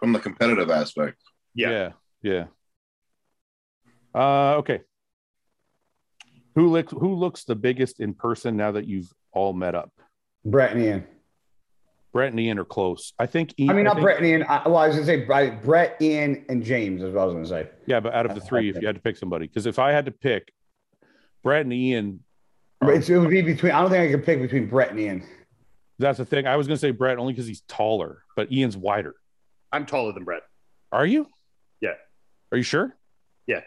Speaker 3: From the competitive aspect.
Speaker 2: yeah.
Speaker 1: Yeah. Yeah. Uh, okay. Who looks who looks the biggest in person now that you've all met up?
Speaker 4: Brett and Ian.
Speaker 1: Brett and Ian are close. I think Ian,
Speaker 4: I mean, not
Speaker 1: think-
Speaker 4: Brett and Ian. I, well, I was gonna say Bri- Brett, Ian, and James is what I was gonna say.
Speaker 1: Yeah, but out of the three, if you had to pick somebody, because if I had to pick Brett and Ian,
Speaker 4: But It's, it would be between. I don't think I could pick between Brett and Ian.
Speaker 1: that's the thing. I was gonna say Brett only because he's taller, but Ian's wider.
Speaker 2: I'm taller than Brett.
Speaker 1: Are you?
Speaker 2: Yeah.
Speaker 1: Are you sure?
Speaker 2: Yeah.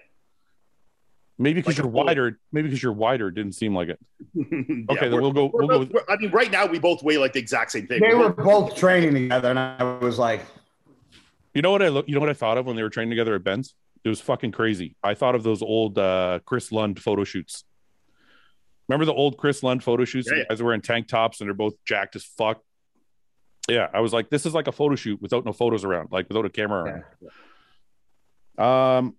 Speaker 1: Maybe because
Speaker 2: Like a
Speaker 1: you're
Speaker 2: foot.
Speaker 1: wider. Maybe because you're wider. it Didn't seem like it.
Speaker 2: Yeah,
Speaker 1: Okay, then
Speaker 2: we're-
Speaker 1: we'll go.
Speaker 2: we're
Speaker 1: We'll go.
Speaker 2: both-
Speaker 1: With,
Speaker 2: we're- I mean, right now we both weigh like the exact same thing.
Speaker 4: They
Speaker 2: We're
Speaker 4: were
Speaker 2: both-
Speaker 4: both training together, and I was like,
Speaker 1: You know what I look? You know what I thought of when they were training together at Ben's? It was fucking crazy. I thought of those old uh, Chris Lund photo shoots. Remember the old Chris Lund photo shoots?
Speaker 2: Yeah,
Speaker 1: The guys wearing tank tops and they're both jacked as fuck. Yeah, I was like, this is like a photo shoot without no photos around, like without a camera around. Um,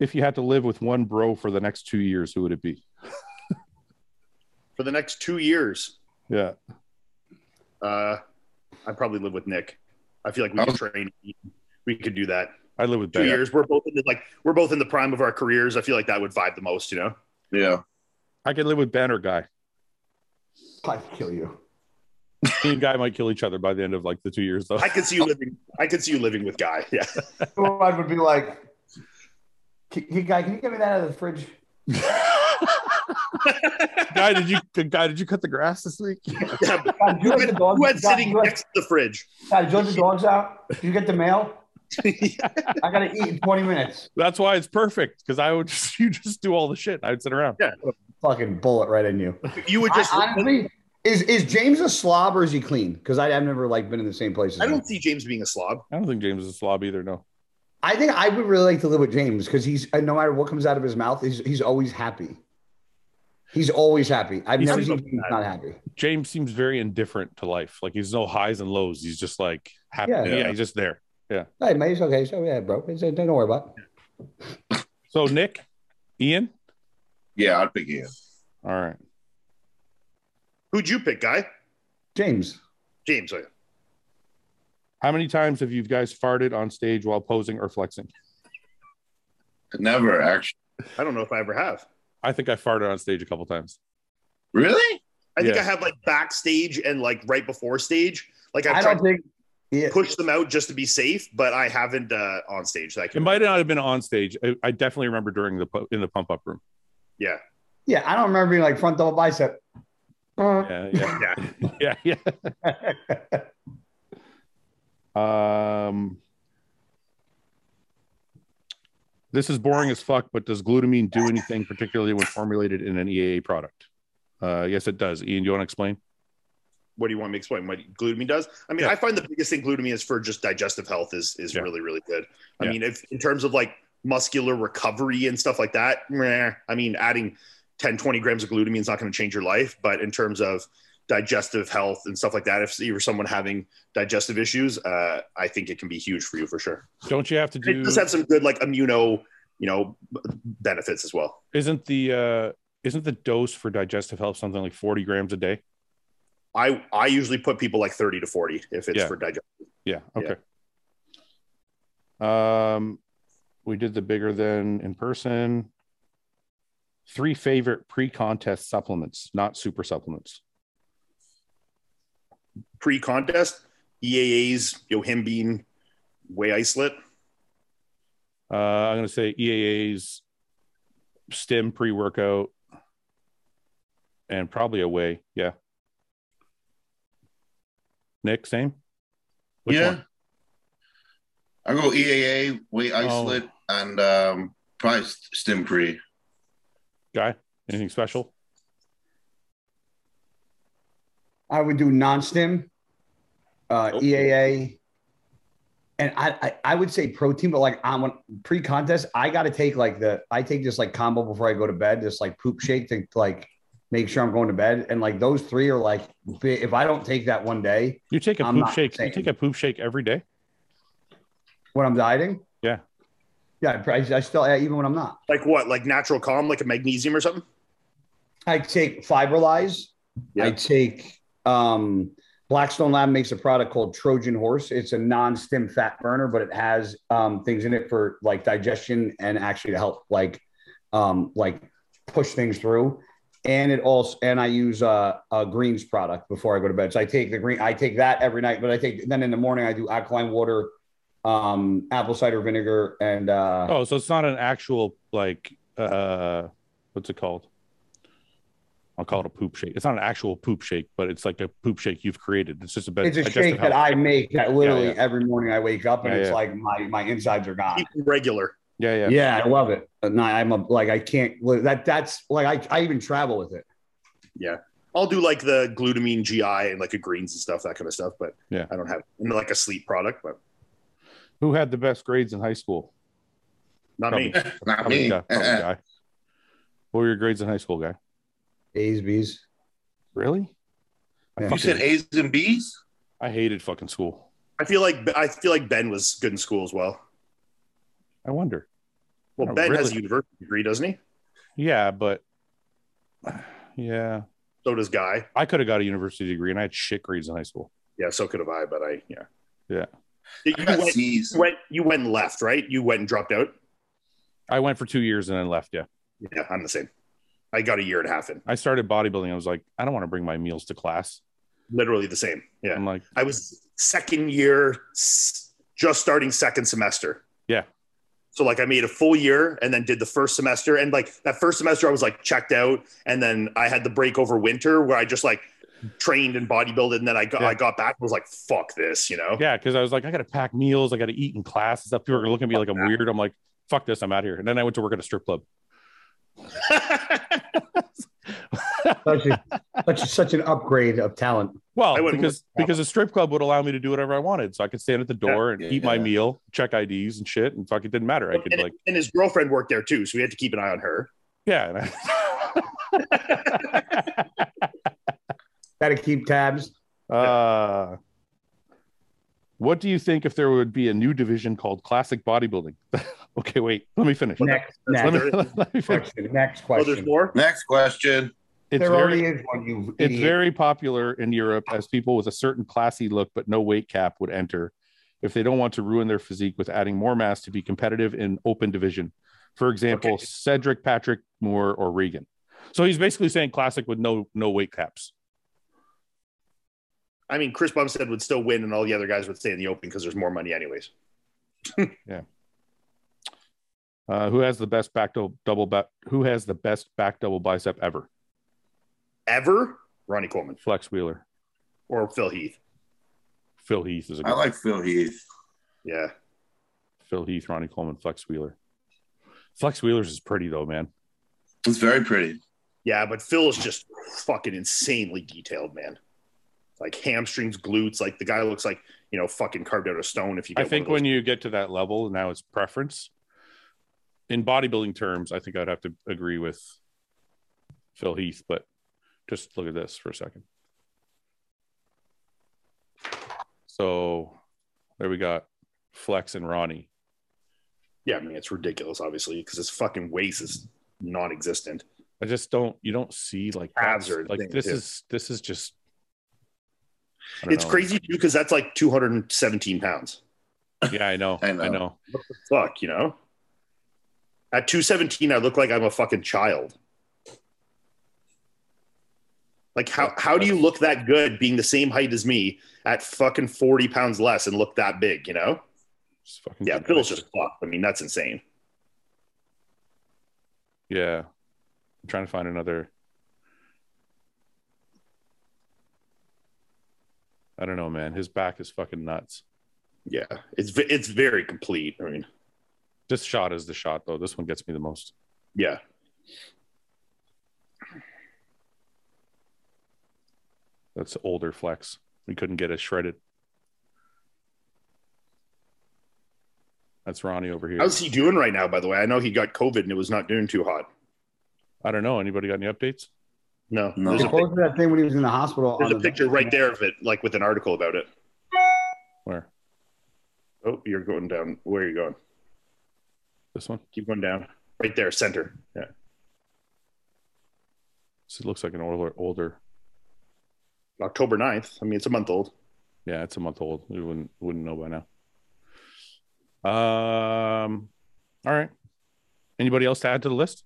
Speaker 1: if you had to live with one bro for the next two years, who would it be?
Speaker 2: for the next two years.
Speaker 1: Yeah,
Speaker 2: Uh, I probably live with Nick. I feel like we could train. We could do that.
Speaker 1: I live with
Speaker 2: Two
Speaker 1: Ben.
Speaker 2: years. We're both in the, like we're both in the prime of our careers. I feel like that would vibe the most. You know.
Speaker 3: Yeah.
Speaker 1: I could live with Ben or Guy.
Speaker 4: "I'd kill you."
Speaker 1: Me and Guy might kill each other by the end of like the two years, though.
Speaker 2: I could see you living. I could see you living with Guy. Yeah.
Speaker 4: I would be like, "Can- can- "Guy, can you get me that out of the fridge?"
Speaker 1: guy, did you guy did you cut the grass this week?
Speaker 2: yeah but
Speaker 4: God, do you
Speaker 2: who
Speaker 4: let
Speaker 2: had,
Speaker 4: the dogs-
Speaker 2: who had
Speaker 4: Oh God,
Speaker 2: sitting
Speaker 4: you let-
Speaker 2: next to the fridge?
Speaker 4: Guy, did you let the dogs out? Did you get the mail? I gotta eat in 20 minutes.
Speaker 1: That's why it's perfect because I would just you just do all the shit. I'd sit around.
Speaker 4: Fucking bullet right in you.
Speaker 2: You would just.
Speaker 4: I,
Speaker 2: I,
Speaker 4: honestly, is is James a slob or is he clean? Because I've never like been in the same place. As him.
Speaker 2: don't see James being a slob.
Speaker 1: I don't think James is a slob either. No,
Speaker 4: I think I would really like to live with James because he's uh, no matter what comes out of his mouth, he's he's always happy. He's always happy. I've
Speaker 1: He's
Speaker 4: never
Speaker 2: always
Speaker 4: seen James not happy.
Speaker 1: James seems very indifferent to life. Like he's no highs and lows. He's just like happy.
Speaker 4: Yeah.
Speaker 1: Yeah, he's just there.
Speaker 4: Hey, mate, it's okay. So yeah, bro, It's- don't worry about. it.
Speaker 1: So Nick, Ian.
Speaker 3: Yeah, I'd pick Ian.
Speaker 1: All right.
Speaker 2: Who'd you pick, Guy?
Speaker 4: James,
Speaker 2: James. I-
Speaker 1: How many times have you guys farted on stage while posing or flexing?
Speaker 3: Never actually.
Speaker 2: I don't know if I ever have.
Speaker 1: I think I farted on stage a couple times.
Speaker 3: Really?
Speaker 2: I think
Speaker 1: Yeah.
Speaker 2: I have like backstage and like right before stage. Like I've
Speaker 4: I
Speaker 2: tried
Speaker 4: don't think. Yeah,
Speaker 2: push them out just to be safe, but I haven't uh, on stage. That I
Speaker 1: It
Speaker 2: can,
Speaker 1: might not have been on stage. I, I definitely remember during the pu- in the pump up room.
Speaker 2: yeah,
Speaker 4: yeah, I don't remember being like front double bicep.
Speaker 1: Yeah, yeah, yeah, yeah. Um, this is boring as fuck, but does glutamine do anything, particularly when formulated in an EAA product? Uh, yes, it does. Ian, do you want to explain?
Speaker 2: What do you want me to explain? What glutamine does? I mean,
Speaker 1: Yeah.
Speaker 2: I find the biggest thing glutamine is for just digestive health is is
Speaker 1: Yeah.
Speaker 2: really really good. I
Speaker 1: Yeah.
Speaker 2: mean, if in terms of like muscular recovery and stuff like that, meh. I mean, adding 10, 20 grams of glutamine is not going to change your life, but in terms of digestive health and stuff like that, if you're someone having digestive issues, uh, I think it can be huge for you for sure.
Speaker 1: Don't you have to
Speaker 2: It
Speaker 1: do?
Speaker 2: does have some good like immuno, you know, b- benefits as well.
Speaker 1: Isn't the uh, isn't the dose for digestive health something like forty grams a day?
Speaker 2: I I usually put people like 30 to 40 if it's
Speaker 1: Yeah.
Speaker 2: for digestion.
Speaker 1: Yeah. Okay. Um, we did the bigger than in person. Three favorite pre-contest supplements, not super supplements.
Speaker 2: Pre-contest, E EAAs, Yohimbine, whey isolate.
Speaker 1: Uh, I'm going to say EAA's stem pre-workout and probably a whey. Yeah. Nick, same. Which
Speaker 3: yeah.
Speaker 1: one?
Speaker 3: I go E EAA, weight
Speaker 1: Oh.
Speaker 3: isolate, and um, probably stim pre.
Speaker 1: Guy, anything special?
Speaker 4: I would do non-stim, uh,
Speaker 2: Nope.
Speaker 4: EAA, and I, I I would say protein, but like I'm on pre-contest, I got to take like the I take this like combo before I go to bed, this like poop shake to like make sure I'm going to bed, and like those three are like bi- if I don't take that one day
Speaker 1: You take a
Speaker 4: I'm
Speaker 1: poop
Speaker 4: not
Speaker 1: shake.
Speaker 4: saying.
Speaker 1: You take a poop shake every day.
Speaker 4: when I'm dieting,
Speaker 1: Yeah.
Speaker 4: yeah, I, I still yeah, even when I'm not,
Speaker 2: Like what? Like natural calm, like a magnesium or something?
Speaker 4: I take Fiberlize,
Speaker 2: Yeah.
Speaker 4: I take um, Blackstone Lab makes a product called Trojan Horse. It's a non-stim fat burner, but it has um, things in it for like digestion and actually to help like um, like push things through. And it also and I use uh, a greens product before I go to bed. So I take the green, I take that every night, but I take then in the morning I do alkaline water, um, apple cider vinegar, and uh,
Speaker 1: Oh, so it's not an actual like uh what's it called? I'll call it a poop shake. It's not an actual poop shake, but it's like a poop shake you've created. It's just a bit
Speaker 4: it's a
Speaker 1: digestive
Speaker 4: shake that
Speaker 1: health.
Speaker 4: I make that literally
Speaker 1: yeah.
Speaker 4: every morning I wake up and
Speaker 1: Yeah,
Speaker 4: it's
Speaker 1: yeah.
Speaker 4: like my my insides are
Speaker 1: Ah.
Speaker 4: gone.
Speaker 2: Keep it regular.
Speaker 1: Yeah, yeah.
Speaker 4: Yeah, I love it. And I- I'm a, like I can't that that's like I, I even travel with it.
Speaker 2: I'll do like the glutamine GI and like a greens and stuff, that kind of stuff. But
Speaker 1: Yeah.
Speaker 2: I don't have and like a sleep product, but
Speaker 1: Who had the best grades in high school?
Speaker 2: not me.
Speaker 3: Not
Speaker 1: Probably
Speaker 3: me. Eh, Uh-uh.
Speaker 1: guy. Probably guy. What were your grades in high school, guy?
Speaker 4: A's, B's.
Speaker 1: Really? I,
Speaker 4: Yeah.
Speaker 3: you
Speaker 1: fucking-
Speaker 3: said A's and B's?
Speaker 1: I hated fucking school.
Speaker 2: I feel like I feel like Ben was good in school as well.
Speaker 1: I wonder.
Speaker 2: Well,
Speaker 1: Not
Speaker 2: Ben has a
Speaker 1: Oh, really.
Speaker 2: university degree, doesn't he?
Speaker 1: Yeah, but yeah,
Speaker 2: So does Guy.
Speaker 1: I could have got a university degree and I had shit grades in high school.
Speaker 2: Yeah, so could have I, but I yeah.
Speaker 1: Yeah.
Speaker 2: You
Speaker 3: I got
Speaker 2: went,
Speaker 3: C's.
Speaker 2: you went you went and left, right? You went and dropped out.
Speaker 1: I went for two years and then left. Yeah.
Speaker 2: Yeah, I'm the same. I got a year and a half in.
Speaker 1: I started bodybuilding. I was like, I don't want to bring my meals to class.
Speaker 2: Literally the same. Yeah.
Speaker 1: I'm like,
Speaker 2: I was second year, s- just starting second semester.
Speaker 1: Yeah.
Speaker 2: So like I made a full year and then did the first semester and like that first semester I was like checked out and then I had the break over winter where I just like trained and bodybuilded and then I got
Speaker 1: Yeah.
Speaker 2: I got back and was like fuck this you know
Speaker 1: yeah, because I was like, I got to pack meals. I got to eat in class and stuff. People are going to look at me like I'm weird. I'm like, fuck this. I'm out here. And then I went to work at a strip club.
Speaker 4: Such, a, such such an upgrade of talent.
Speaker 1: Well,
Speaker 2: I wouldn't
Speaker 1: because because a strip club would allow me to do whatever I wanted, so I could stand at the door and
Speaker 3: Yeah.
Speaker 1: eat my
Speaker 3: Yeah.
Speaker 1: meal, check IDs and shit, and fuck, it didn't matter. I could
Speaker 2: and,
Speaker 1: like,
Speaker 2: and his girlfriend worked there too so we had to keep an eye on her
Speaker 1: yeah, and I-
Speaker 4: Got to keep tabs.
Speaker 1: Uh, what do you think if there would be a new division called classic bodybuilding? okay, wait, let me finish.
Speaker 4: Next,
Speaker 1: Let
Speaker 4: next
Speaker 1: me, let me finish.
Speaker 4: question. Next
Speaker 2: oh there's
Speaker 4: question.
Speaker 2: more
Speaker 3: Next question.
Speaker 1: It's
Speaker 4: there
Speaker 1: very,
Speaker 4: already is one. You
Speaker 1: it's
Speaker 4: idiot.
Speaker 1: very popular in Europe as people with a certain classy look but no weight cap would enter if they don't want to ruin their physique with adding more mass to be competitive in open division. For example, Cedric, Patrick, Moore, or Regan. So he's basically saying classic with no no weight caps.
Speaker 2: I mean Chris Bumstead would still win and all the other guys would stay in the open because there's more money anyways
Speaker 1: Uh, who has the best back dou- double back? Who has the best back double bicep ever?
Speaker 2: ever Ronnie Coleman
Speaker 1: Flex Wheeler.
Speaker 2: or Phil Heath
Speaker 1: Phil Heath is a good
Speaker 3: I like Phil Heath.
Speaker 2: yeah
Speaker 1: Phil Heath, Ronnie Coleman, Flex Wheeler. Flex Wheeler's is pretty though, man.
Speaker 3: It's very pretty.
Speaker 2: Yeah, but Phil is just fucking insanely detailed, man. Like hamstrings, glutes. Like the guy looks like you know fucking carved out of stone. If you,
Speaker 1: I think when you get to that level, now it's preference. In bodybuilding terms, I think I'd have to agree with Phil Heath, but just look at this for a second. So there we got Flex and Ronnie.
Speaker 2: yeah, I mean it's ridiculous, obviously, because his fucking waist is non-existent.
Speaker 1: I just don't you don't see like
Speaker 2: Abs
Speaker 1: that's-
Speaker 2: are a
Speaker 1: like
Speaker 2: thing,
Speaker 1: this
Speaker 2: too.
Speaker 1: is this is just I don't
Speaker 2: It's
Speaker 1: know.
Speaker 2: crazy too, because that's like 217 pounds.
Speaker 1: Yeah, I know. I
Speaker 3: I
Speaker 1: know.
Speaker 3: know.
Speaker 1: I know.
Speaker 2: Fuck, you know. At 217, I look like I'm a fucking child. Like how how do you look that good being the same height as me at fucking 40 pounds less and look that big, you know?
Speaker 1: It's fucking
Speaker 2: Yeah,
Speaker 1: good.
Speaker 2: Phil's just fucked. I mean, that's insane.
Speaker 1: Yeah. I'm trying to find another. I don't know, man. His back is fucking nuts.
Speaker 2: Yeah. It's ve- it's very complete. I mean,
Speaker 1: This shot is the shot, though. This one gets me the most.
Speaker 2: yeah.
Speaker 1: That's older flex. We couldn't get it shredded. That's Ronnie over here.
Speaker 2: How's he doing right now, by the way? I know he got COVID and it was not doing too hot.
Speaker 1: I don't know. Anybody got any updates?
Speaker 2: No.
Speaker 3: No.
Speaker 2: There's,
Speaker 4: He
Speaker 2: a, pic-
Speaker 4: posted that thing when he was in the hospital.
Speaker 2: there's
Speaker 4: on
Speaker 2: a
Speaker 4: the-
Speaker 2: picture right there of it, like with an article about it.
Speaker 1: Where?
Speaker 2: Oh, you're going down. Where are you going?
Speaker 1: This one?
Speaker 2: Keep going down. Right there, center. Yeah.
Speaker 1: So it looks like an older, older.
Speaker 2: October 9th. I mean, it's a month old.
Speaker 1: Yeah, it's a month old. We wouldn't wouldn't know by now. Um. All right. Anybody else to add to the list?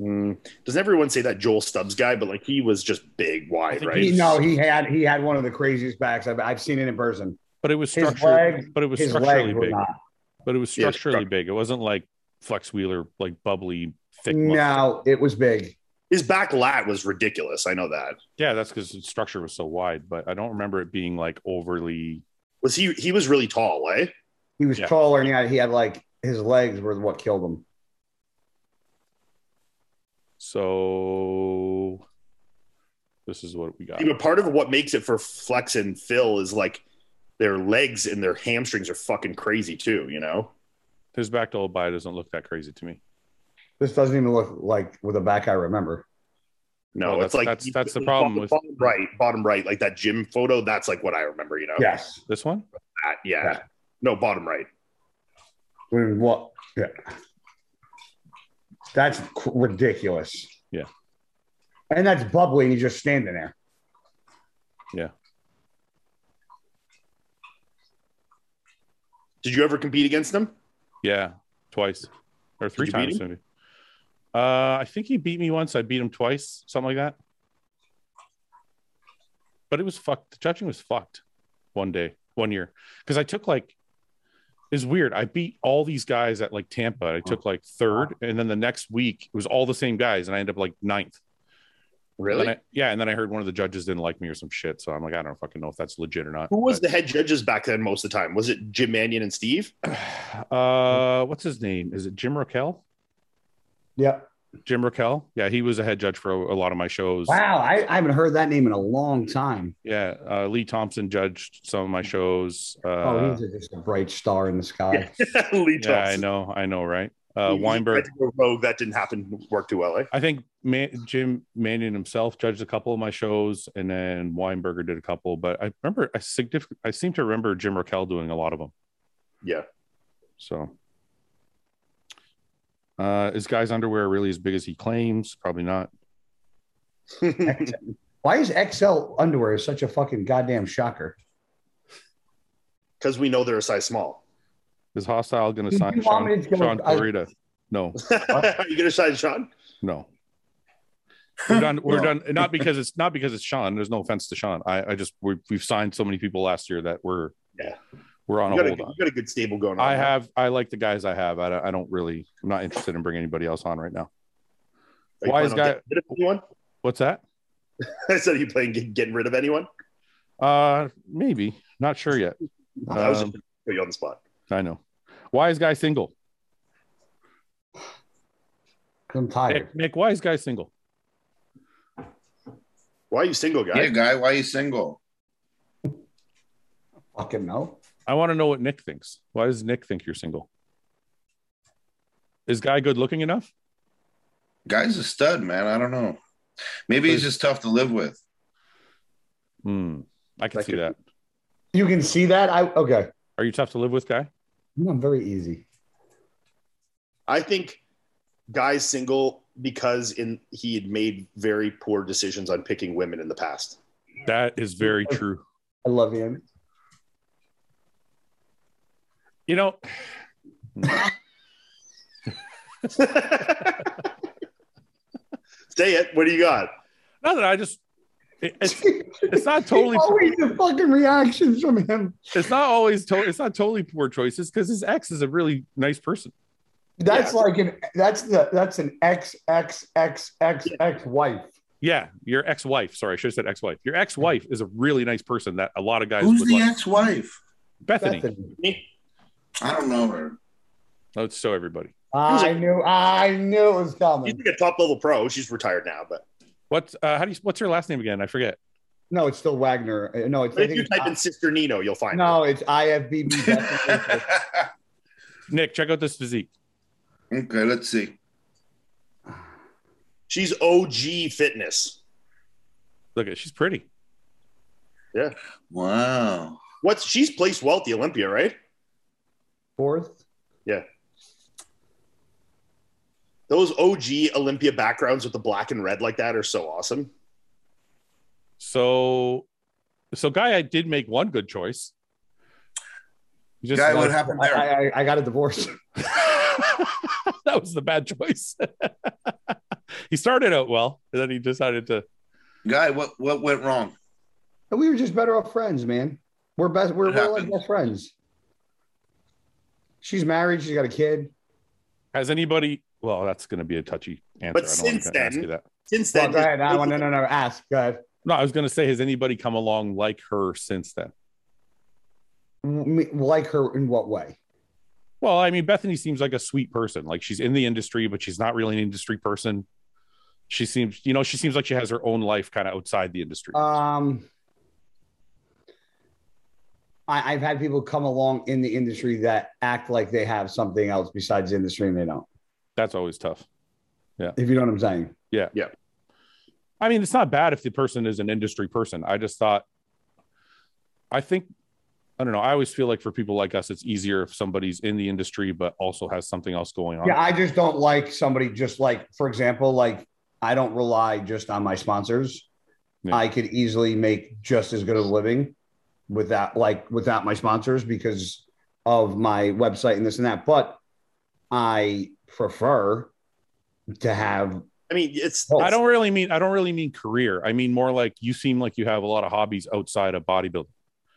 Speaker 2: Mm. Doesn't everyone say that Joel Stubbs guy? But like, he was just big, wide, right?
Speaker 4: He, no, he had he had one of the craziest backs I've, I've seen it in person.
Speaker 1: But it was
Speaker 4: His
Speaker 1: structurally,
Speaker 4: legs-
Speaker 1: but it was
Speaker 4: His
Speaker 1: structurally
Speaker 4: legs were
Speaker 1: big.
Speaker 4: not.
Speaker 1: But it was
Speaker 2: Yeah,
Speaker 1: structurally
Speaker 2: struct-
Speaker 1: big. It wasn't like Flex Wheeler, like bubbly, thick. muscle.
Speaker 4: No, it was big.
Speaker 2: His back lat was ridiculous. I know that.
Speaker 1: Yeah, that's because its structure was so wide. But I don't remember it being like overly.
Speaker 2: Was he? He was really tall, eh?
Speaker 4: He was
Speaker 1: Yeah.
Speaker 4: taller and he had, he had like his legs were what killed him.
Speaker 1: So. This is what we got.
Speaker 2: Yeah, but part of what makes it for Flex and Phil is like their legs and their hamstrings are fucking crazy too. You know?
Speaker 1: His back to old by doesn't look that crazy to me.
Speaker 4: This doesn't even look like with a back I remember.
Speaker 1: No,
Speaker 2: No,
Speaker 1: that's-
Speaker 2: it's like
Speaker 1: that's- that's the problem
Speaker 2: bottom,
Speaker 1: with-
Speaker 2: bottom right, bottom right, like that gym photo. That's like what I remember. You know?
Speaker 4: Yes.
Speaker 1: This one?
Speaker 2: That, yeah. No, bottom right.
Speaker 4: When what? Yeah. That's c- ridiculous.
Speaker 1: Yeah.
Speaker 4: And that's bubbly, and he's just standing there.
Speaker 2: Did you ever compete against him?
Speaker 1: Yeah, twice or three
Speaker 2: you beat
Speaker 1: times maybe. Uh, I think he beat me once. I beat him twice, something like that. But it was fucked. The judging was fucked. One day, one year, because I took like it's weird. I beat all these guys at like Tampa. I took like third, and then the next week it was all the same guys, and I ended up like ninth. And
Speaker 2: Really?
Speaker 1: then I- yeah, and then I heard one of the judges didn't like me or some shit. So I'm like, I don't fucking know if that's legit or not.
Speaker 2: Who was
Speaker 1: but-
Speaker 2: the head judges back then most of the time? Was it Jim Mannion and Steve?
Speaker 1: Uh, what's his name? Is it Jim Raquel?
Speaker 4: Yep.
Speaker 1: Jim Raquel. Yeah, he was a head judge for a, a lot of my shows.
Speaker 4: Wow. I, I haven't heard that name in a long time.
Speaker 1: Yeah, uh, Lee Thompson judged some of my shows. Uh,
Speaker 4: oh, he's a, just a bright star in the sky.
Speaker 2: Lee
Speaker 1: yeah, I
Speaker 2: Thompson.
Speaker 1: know, I know, right? Uh,
Speaker 2: He- he tried
Speaker 1: Weinberg.
Speaker 2: to go rogue. That didn't happen. Work too well. Eh?
Speaker 1: I think Man- Jim Mannion himself judged a couple of my shows, and then Weinberger did a couple. But I remember, I significant, I seem to remember Jim Raquel doing a lot of them.
Speaker 2: Yeah.
Speaker 1: So, uh, is guy's underwear really as big as he claims? Probably not.
Speaker 2: eh?
Speaker 4: Why is XL underwear such a fucking goddamn shocker?
Speaker 2: Because we know they're a size small.
Speaker 1: Is hostile going to
Speaker 4: Did
Speaker 1: sign
Speaker 4: you want
Speaker 1: Sean,
Speaker 4: me to go-
Speaker 1: Sean
Speaker 4: I-
Speaker 1: Clarita? No.
Speaker 2: Are you gonna size Sean?
Speaker 1: No. We're done. We're
Speaker 3: No.
Speaker 1: done. Not because it's not because it's Sean. There's no offense to Sean. I, I just we, we've signed so many people last year that we're
Speaker 2: Yeah.
Speaker 1: we're on
Speaker 2: You
Speaker 1: a
Speaker 2: got a,
Speaker 1: hold.
Speaker 2: good-
Speaker 1: On.
Speaker 2: you got a good stable going on.
Speaker 1: I
Speaker 2: there.
Speaker 1: have. I like the guys I have. I don't, I don't really. I'm not interested in bringing anybody else on right now.
Speaker 2: Are you
Speaker 1: why is
Speaker 2: planning on
Speaker 1: guy-
Speaker 2: getting rid of anyone?
Speaker 1: What's that?
Speaker 2: I said, are you playing get- getting rid of anyone?
Speaker 1: Uh, maybe not sure yet.
Speaker 2: I was just
Speaker 1: Um,
Speaker 2: gonna put you on the spot.
Speaker 1: I know. Why is guy single?
Speaker 4: I'm tired.
Speaker 1: Nick, Nick, why is guy single?
Speaker 2: Why are you single, guy?
Speaker 3: Yeah, guy, why you single?
Speaker 4: Fucking no.
Speaker 1: I want to know what Nick thinks. Why does Nick think you're single? Is guy good looking enough?
Speaker 3: Guy's a stud, man. I don't know. Maybe he's just tough to live with.
Speaker 1: Hmm. I can
Speaker 2: That
Speaker 1: see
Speaker 2: could-
Speaker 1: that.
Speaker 4: You can see that. I okay.
Speaker 1: Are you tough to live with, guy?
Speaker 4: I'm very easy.
Speaker 2: I think guys single because in he had made very poor decisions on picking women in the past.
Speaker 1: That is very true.
Speaker 4: I love you.
Speaker 1: You know,
Speaker 2: Say it. What do you got?
Speaker 1: now that I just, it- it's, it's not totally,
Speaker 4: Always the fucking reactions from him.
Speaker 1: it's not always, to, it's not totally poor choices because his ex is a really nice person.
Speaker 4: That's like an that's the that's an ex ex ex ex ex wife.
Speaker 1: Yeah, your ex-wife. Sorry, I should have said ex-wife. Your ex-wife is a really nice person that a lot of guys
Speaker 3: Who's
Speaker 1: would
Speaker 3: the
Speaker 1: like.
Speaker 3: ex-wife?
Speaker 1: Bethany.
Speaker 3: I don't know her.
Speaker 1: Let's show everybody.
Speaker 4: I knew I knew it was
Speaker 2: She's
Speaker 4: coming.
Speaker 2: like a top level pro. She's retired now, but
Speaker 1: What's uh, how do you? What's her last name again? I forget.
Speaker 4: No, it's still Wagner. Uh, No, it's,
Speaker 2: but
Speaker 4: I
Speaker 2: if
Speaker 4: think
Speaker 2: you
Speaker 4: it's
Speaker 2: type in Sister Nino, you'll find her.
Speaker 4: no, it's IFBB. Bethany.
Speaker 3: okay,
Speaker 1: Nick, check out this physique.
Speaker 3: let's see.
Speaker 2: She's OG fitness.
Speaker 1: Look at she's pretty.
Speaker 3: Wow.
Speaker 2: What's she's placed well at the Olympia, right?
Speaker 4: Fourth.
Speaker 2: Those OG Olympia backgrounds with the black and red like that are so awesome.
Speaker 1: So, so guy, I did make one good choice. You Just
Speaker 3: Guy,
Speaker 1: like-
Speaker 3: what happened
Speaker 4: I,
Speaker 3: there?
Speaker 4: I, I got a divorce.
Speaker 1: that was the bad choice. he started out well, and then he decided to.
Speaker 3: Guy, what what went wrong?
Speaker 4: And we were just better off friends, man. We're best. We're,
Speaker 3: It
Speaker 4: we're like
Speaker 3: happens.
Speaker 4: best friends. She's married. She's got a kid.
Speaker 1: Has anybody? Well, that's going to be a touchy answer.
Speaker 2: But
Speaker 1: I don't want
Speaker 2: since
Speaker 1: to ask
Speaker 2: then-
Speaker 1: you that.
Speaker 2: Since
Speaker 4: Well,
Speaker 2: then,
Speaker 4: go ahead. I want no, no, no. Ask. Go ahead.
Speaker 1: No, I was going to say, has anybody come along like her since then?
Speaker 4: M- Like her in what way?
Speaker 1: Well, I mean, Bethany seems like a sweet person. Like she's in the industry, but she's not really an industry person. She seems, you know, she seems like she has her own life kind of outside the industry.
Speaker 2: Uh,
Speaker 4: Um, I, I've had people come along in the industry that act like they have something else besides the industry, and they don't.
Speaker 1: That's always tough.
Speaker 4: If you know what I'm saying.
Speaker 1: I mean, it's not bad if the person is an industry person. I just thought, I think, I don't know. I always feel like for people like us, it's easier if somebody's in the industry but also has something else going on.
Speaker 4: Yeah, I just don't like somebody just like, for example, like I don't rely just on my sponsors.
Speaker 1: Yeah.
Speaker 4: I could easily make just as good a living without like without my sponsors because of my website and this and that. But I prefer to have
Speaker 2: I mean, it's
Speaker 4: both.
Speaker 1: I don't really mean I don't really mean career. I mean more like you seem like you have a lot of hobbies outside of bodybuilding.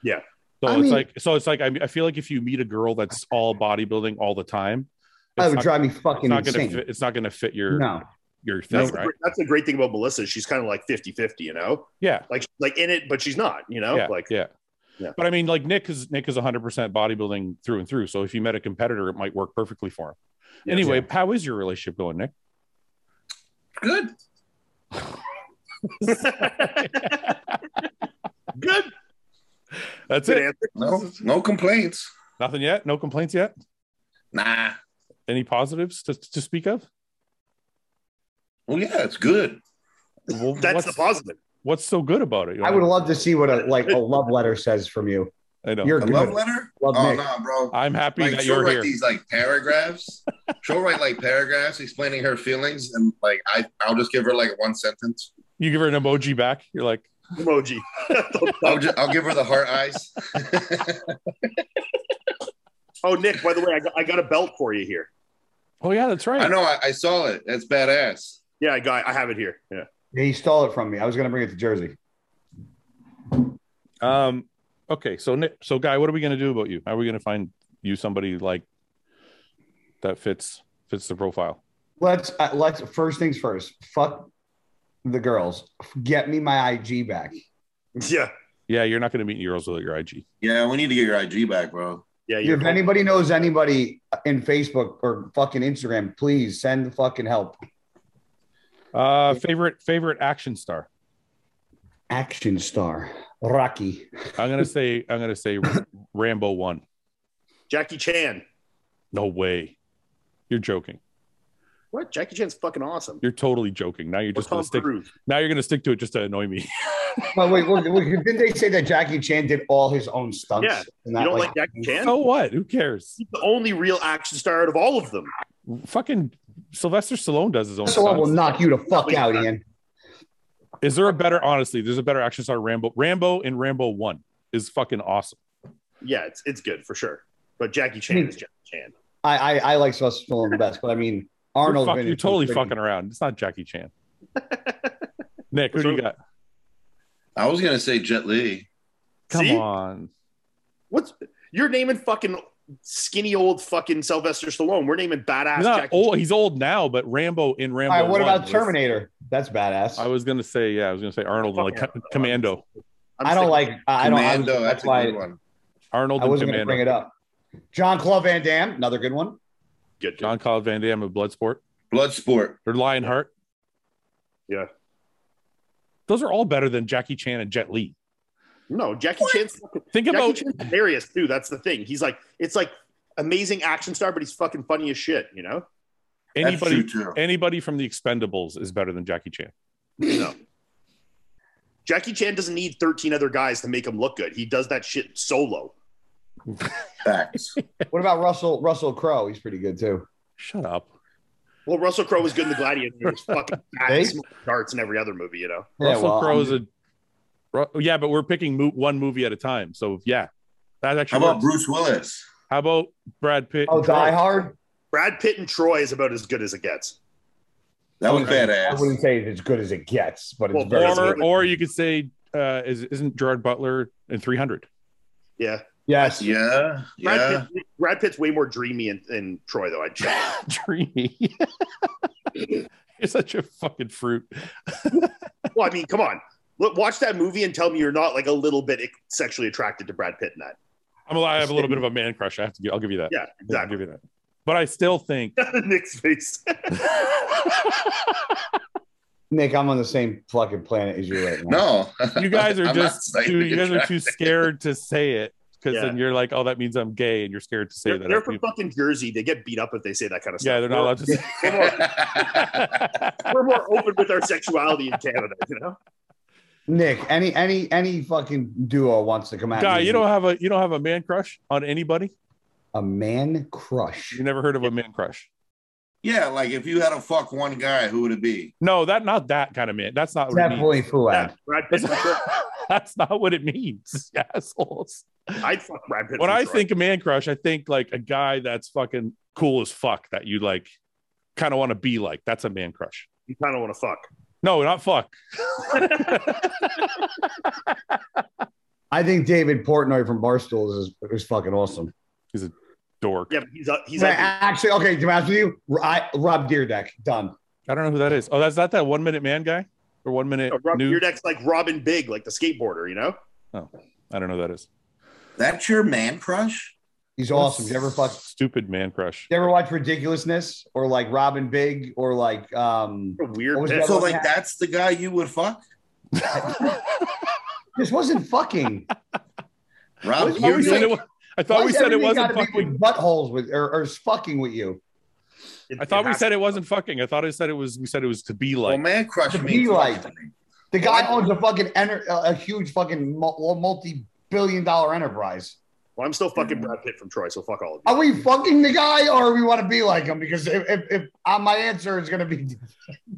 Speaker 2: Yeah.
Speaker 1: So
Speaker 4: I
Speaker 1: it's
Speaker 4: mean-
Speaker 1: like so it's like I, I feel like if you meet a girl that's all bodybuilding all the time,
Speaker 4: that
Speaker 1: it's
Speaker 4: would
Speaker 1: not,
Speaker 4: drive me
Speaker 1: it's
Speaker 4: fucking
Speaker 1: not gonna
Speaker 4: insane.
Speaker 1: fit, it's not gonna fit your
Speaker 4: No.
Speaker 1: your thing,
Speaker 2: that's, the,
Speaker 1: right?
Speaker 2: great- that's the great thing about Melissa. She's kind of like 50 50, you know?
Speaker 1: Yeah.
Speaker 2: Like, she's, like in it, but she's not, you know?
Speaker 1: yeah,
Speaker 2: like,
Speaker 1: yeah.
Speaker 2: Yeah.
Speaker 1: But I mean, like Nick is Nick is 100 percent bodybuilding through and through. So if you met a competitor, it might work perfectly for him.
Speaker 2: Yeah.
Speaker 1: anyway, how is your relationship going, Nick?
Speaker 3: Good.
Speaker 2: good.
Speaker 1: That's
Speaker 2: Good
Speaker 1: it.
Speaker 2: answer.
Speaker 3: No, no complaints.
Speaker 1: Nothing yet. No complaints yet.
Speaker 3: Nah.
Speaker 1: Any positives to, to speak of?
Speaker 3: Well, yeah, it's good.
Speaker 1: Well,
Speaker 2: That's
Speaker 1: what's,
Speaker 2: the positive.
Speaker 1: what's so good about it? You know
Speaker 4: I
Speaker 1: what
Speaker 4: would love to see what a like a love letter says from you.
Speaker 1: I know.
Speaker 4: You're
Speaker 3: A
Speaker 4: good.
Speaker 3: love letter?
Speaker 4: Love
Speaker 3: oh,
Speaker 4: Nick.
Speaker 3: nah, bro.
Speaker 1: I'm happy
Speaker 3: Like,
Speaker 1: that
Speaker 3: she'll
Speaker 1: you're
Speaker 3: write
Speaker 1: here.
Speaker 3: these like paragraphs. she'll write like paragraphs explaining her feelings, and like I, I'll just give her like one sentence.
Speaker 1: You give her an emoji back. You're like,
Speaker 2: Emoji.
Speaker 3: I'll, just, I'll give her the heart eyes.
Speaker 2: oh, Nick, by the way, I got, I got a belt for you here.
Speaker 1: oh yeah, that's right.
Speaker 3: I know. I, I saw it. That's badass.
Speaker 2: Yeah, I got I have it here. Yeah.
Speaker 4: He stole it from me. I was gonna bring it to Jersey.
Speaker 1: Um, okay, so Nick, so guy, what are we gonna do about you? How are we gonna find you somebody like that fits fits the profile?
Speaker 4: Let's uh, let's first things first. Fuck the girls. Get me my IG back.
Speaker 2: Yeah.
Speaker 1: Yeah, you're not gonna meet any girls with your IG.
Speaker 3: Yeah, we need to get your IG back, bro.
Speaker 2: Yeah.
Speaker 4: If anybody knows anybody in Facebook or fucking Instagram, please send fucking help.
Speaker 1: Uh, favorite favorite action star.
Speaker 4: Action star Rocky.
Speaker 1: I'm gonna say I'm gonna say Rambo one.
Speaker 2: Jackie Chan.
Speaker 1: No way. You're joking.
Speaker 2: What? Jackie Chan's fucking awesome.
Speaker 1: You're totally joking. Now you're
Speaker 2: Or
Speaker 1: just gonna
Speaker 2: Tom
Speaker 1: stick.
Speaker 2: Cruise.
Speaker 1: Now you're gonna stick to it just to annoy me.
Speaker 4: But wait, wait, wait, didn't they say that Jackie Chan did all his own stunts?
Speaker 2: Yeah.
Speaker 4: And
Speaker 2: You
Speaker 4: that,
Speaker 2: don't like Jackie Chan?
Speaker 1: so Oh, what? Who cares?
Speaker 2: He's the only real action star out of all of them.
Speaker 1: Fucking Sylvester Stallone does his own.
Speaker 4: so I will
Speaker 1: stunts.
Speaker 4: knock you the fuck
Speaker 2: Like-
Speaker 4: out, Ian.
Speaker 1: Is there a better? Honestly, there's a better action star. Rambo, Rambo, and Rambo One is fucking awesome.
Speaker 2: Yeah, it's it's good for sure. But Jackie Chan
Speaker 1: Hmm.
Speaker 2: is Jackie Chan.
Speaker 4: I, I, I like Sylvester Stallone the best, but I mean
Speaker 1: You're,
Speaker 4: Arnold.
Speaker 1: fuck- you're totally fucking around. It's not Jackie Chan. Nick, who do you got?
Speaker 3: I was gonna say Jet Li.
Speaker 1: Come
Speaker 2: See?
Speaker 1: on.
Speaker 2: What's you're naming fucking skinny old fucking Sylvester Stallone? We're naming badass
Speaker 1: He's not
Speaker 2: Jackie.
Speaker 1: old. He's old now, but Rambo in Rambo.
Speaker 4: All right,
Speaker 1: 1
Speaker 4: what about
Speaker 1: was-
Speaker 4: Terminator? That's badass.
Speaker 1: I was gonna say, yeah, I was gonna say Arnold and like
Speaker 2: Fucking
Speaker 1: Co- Commando.
Speaker 2: I'm
Speaker 4: I don't
Speaker 2: thinking-
Speaker 4: like. I don't. I was-
Speaker 3: Commando, that's
Speaker 4: that's
Speaker 3: a
Speaker 4: why
Speaker 3: good one.
Speaker 1: Arnold
Speaker 4: I
Speaker 1: and
Speaker 4: wasn't going to bring
Speaker 1: Commando.
Speaker 4: it up. John Claude Van Damme, another good one.
Speaker 2: good. good.
Speaker 1: John Claude Van Damme of Bloodsport
Speaker 3: Bloodsport.
Speaker 1: or Lionheart.
Speaker 2: Yeah.
Speaker 1: Those are all better than Jackie Chan and Jet Li.
Speaker 2: No, Jackie Chan's fucking-
Speaker 1: Think
Speaker 2: Jackie
Speaker 1: about
Speaker 2: Chan's hilarious too. That's the thing. He's like it's like amazing action star, but he's fucking funny as shit. You know?
Speaker 1: anybody
Speaker 3: That's true, too.
Speaker 1: anybody from the Expendables is better than Jackie Chan.
Speaker 2: No. Jackie Chan doesn't need 13 other guys to make him look good. He does that shit solo.
Speaker 3: Facts.
Speaker 4: What about Russell Russell Crowe? He's pretty good too.
Speaker 1: Shut up.
Speaker 2: Well, Russell Crowe was good in The Gladiator. He was fucking fat
Speaker 4: Hey.
Speaker 2: and smoked darts in every other movie, you know?
Speaker 1: Russell
Speaker 4: well,
Speaker 1: Crowe's a Ru- yeah, but we're picking mo- one movie at a time. So yeah, that
Speaker 3: How
Speaker 1: actually.
Speaker 3: about
Speaker 1: works.
Speaker 3: Bruce Willis?
Speaker 1: How about Brad Pitt?
Speaker 4: Oh,
Speaker 1: and Troy?
Speaker 4: Die Hard.
Speaker 2: Brad Pitt and Troy is about as good as it gets.
Speaker 3: That was
Speaker 4: I
Speaker 3: badass.
Speaker 4: wouldn't say it's as good as it gets, but it's
Speaker 2: Well,
Speaker 4: very.
Speaker 2: Warner-
Speaker 1: Or or you could say uh, is, isn't Gerard Butler in 300?
Speaker 2: Yeah.
Speaker 4: Yes.
Speaker 3: Yeah,
Speaker 2: Brad,
Speaker 3: yeah.
Speaker 2: Pitt, Brad Pitt's way more dreamy in, in Troy, though. I'd say.
Speaker 1: Dreamy. You're such a fucking fruit.
Speaker 2: well, I mean, come on. Look, watch that movie and tell me you're not like a little bit sexually attracted to Brad Pitt in that.
Speaker 1: I'm a, I have a little bit of a man crush. I have to. gi- I'll give you that.
Speaker 2: Yeah,
Speaker 1: I'll
Speaker 2: exactly.
Speaker 1: give you that. But I still think
Speaker 2: Nick's face.
Speaker 4: Nick, I'm on the same fucking planet as you right
Speaker 3: No,
Speaker 4: now.
Speaker 1: you guys are
Speaker 3: I'm not
Speaker 1: just too,
Speaker 3: slightly
Speaker 1: you guys are
Speaker 3: attracted.
Speaker 1: too scared to say it because
Speaker 2: Yeah.
Speaker 1: then you're like, oh, that means I'm gay, and you're scared to say
Speaker 2: They're,
Speaker 1: that.
Speaker 2: they're
Speaker 1: I
Speaker 2: from
Speaker 1: mean-
Speaker 2: fucking Jersey. They get beat up if they say that kind of stuff.
Speaker 1: yeah, they're not allowed to. Say
Speaker 2: We're more open with our sexuality in Canada, you know?
Speaker 4: Nick, any any any fucking duo wants to come out.
Speaker 1: Guy, you don't have a you don't have a man crush on anybody.
Speaker 4: a man crush.
Speaker 1: You never heard of a man crush?
Speaker 3: yeah, like if you had to fuck one guy, who would it be?
Speaker 1: No, that not that kind of man. That's not what it means.
Speaker 4: Definitely Fuad.
Speaker 2: Yeah, Brad Pitt. and Troy.
Speaker 1: That's, that's not what it means, you assholes.
Speaker 2: I'd fuck Brad Pitt.
Speaker 1: When
Speaker 2: and
Speaker 1: I
Speaker 2: Troy.
Speaker 1: think a man crush, I think like a guy that's fucking cool as fuck that you like, kind of want to be like. That's a man crush.
Speaker 2: you kind of want to fuck.
Speaker 1: No, not fuck.
Speaker 4: I think David Portnoy from Barstool is is fucking awesome.
Speaker 1: Dork.
Speaker 2: Yeah, but he's uh, he's
Speaker 4: Right,
Speaker 2: ugly.
Speaker 4: actually okay. To be honest with you, I, Rob Deerdeck done.
Speaker 1: I don't know who that is. Oh, that's not that one minute man guy or one minute
Speaker 2: Uh, Rob,
Speaker 1: new.
Speaker 2: your neck's like Robin Big, like the skateboarder, you know?
Speaker 1: I don't know who that is.
Speaker 3: That's your man crush?
Speaker 4: He's awesome. You ever fuck?
Speaker 1: Stupid man crush.
Speaker 4: You ever watch Ridiculousness or like Robin Big or like um?
Speaker 2: A weird
Speaker 4: What was
Speaker 2: pick.
Speaker 4: Yeah,
Speaker 3: so
Speaker 4: well,
Speaker 3: like
Speaker 4: yeah.
Speaker 3: that's the guy you would fuck?
Speaker 4: This wasn't fucking.
Speaker 3: Rob
Speaker 4: Why is- why
Speaker 1: I thought we
Speaker 4: was
Speaker 1: said it wa- I thought we said
Speaker 3: Deerdick?
Speaker 1: it wasn't
Speaker 4: got
Speaker 1: fucking.
Speaker 4: with buttholes with or, or is fucking with you.
Speaker 2: It-
Speaker 1: I thought we
Speaker 2: has-
Speaker 1: said it wasn't fucking. I thought I said it was. We said it was to be
Speaker 3: well,
Speaker 1: like.
Speaker 3: man crush
Speaker 4: To
Speaker 3: means
Speaker 4: be like-
Speaker 3: fuck to me.
Speaker 4: The guy owns a fucking ener- a a huge fucking mul- multi-billion-dollar enterprise.
Speaker 2: Well, I'm still fucking Brad Pitt from Troy, so fuck all of you.
Speaker 4: Are we fucking the guy, or we want to be like him? Because if, if, if uh, my answer is going to be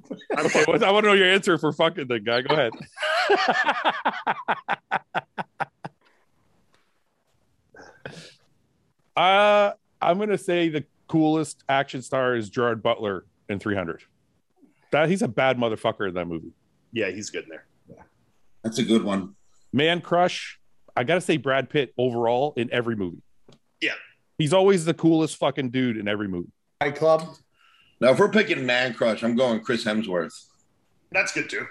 Speaker 1: Okay, well, I want to know your answer for fucking the guy. Go ahead. uh, I'm gonna say the coolest action star is Gerard Butler in 300. That he's a bad motherfucker in that movie.
Speaker 2: Yeah, he's good in there.
Speaker 3: That's a good one.
Speaker 1: Man crush. I gotta say Brad Pitt overall in every movie.
Speaker 2: Yeah.
Speaker 1: he's always the coolest fucking dude in every movie.
Speaker 4: Fight Club.
Speaker 3: Now, if we're picking man crush, I'm going Chris Hemsworth.
Speaker 2: That's good too.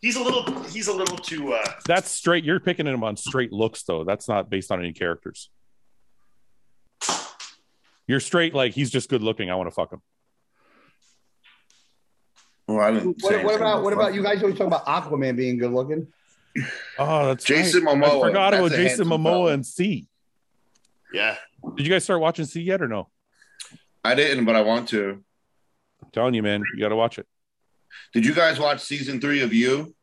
Speaker 2: He's a little he's a little too uh
Speaker 1: That's straight. You're picking him on straight looks, though. That's not based on any characters. You're straight like he's just good looking. I want to fuck him.
Speaker 3: Well, Oh, I didn't say
Speaker 4: What, what
Speaker 3: anything
Speaker 4: about what
Speaker 3: fuck.
Speaker 4: about you guys? Always talk about Aquaman being good looking.
Speaker 1: Oh, that's
Speaker 3: Jason
Speaker 1: right.
Speaker 3: Momoa.
Speaker 1: I forgot about
Speaker 3: That's a
Speaker 1: Jason
Speaker 3: handsome
Speaker 1: Momoa
Speaker 3: fella.
Speaker 1: and C.
Speaker 2: yeah.
Speaker 1: Did you guys start watching C yet or no?
Speaker 3: I didn't, but I want to.
Speaker 1: I'm telling you, man, you got to watch it.
Speaker 3: Did you guys watch season three of You?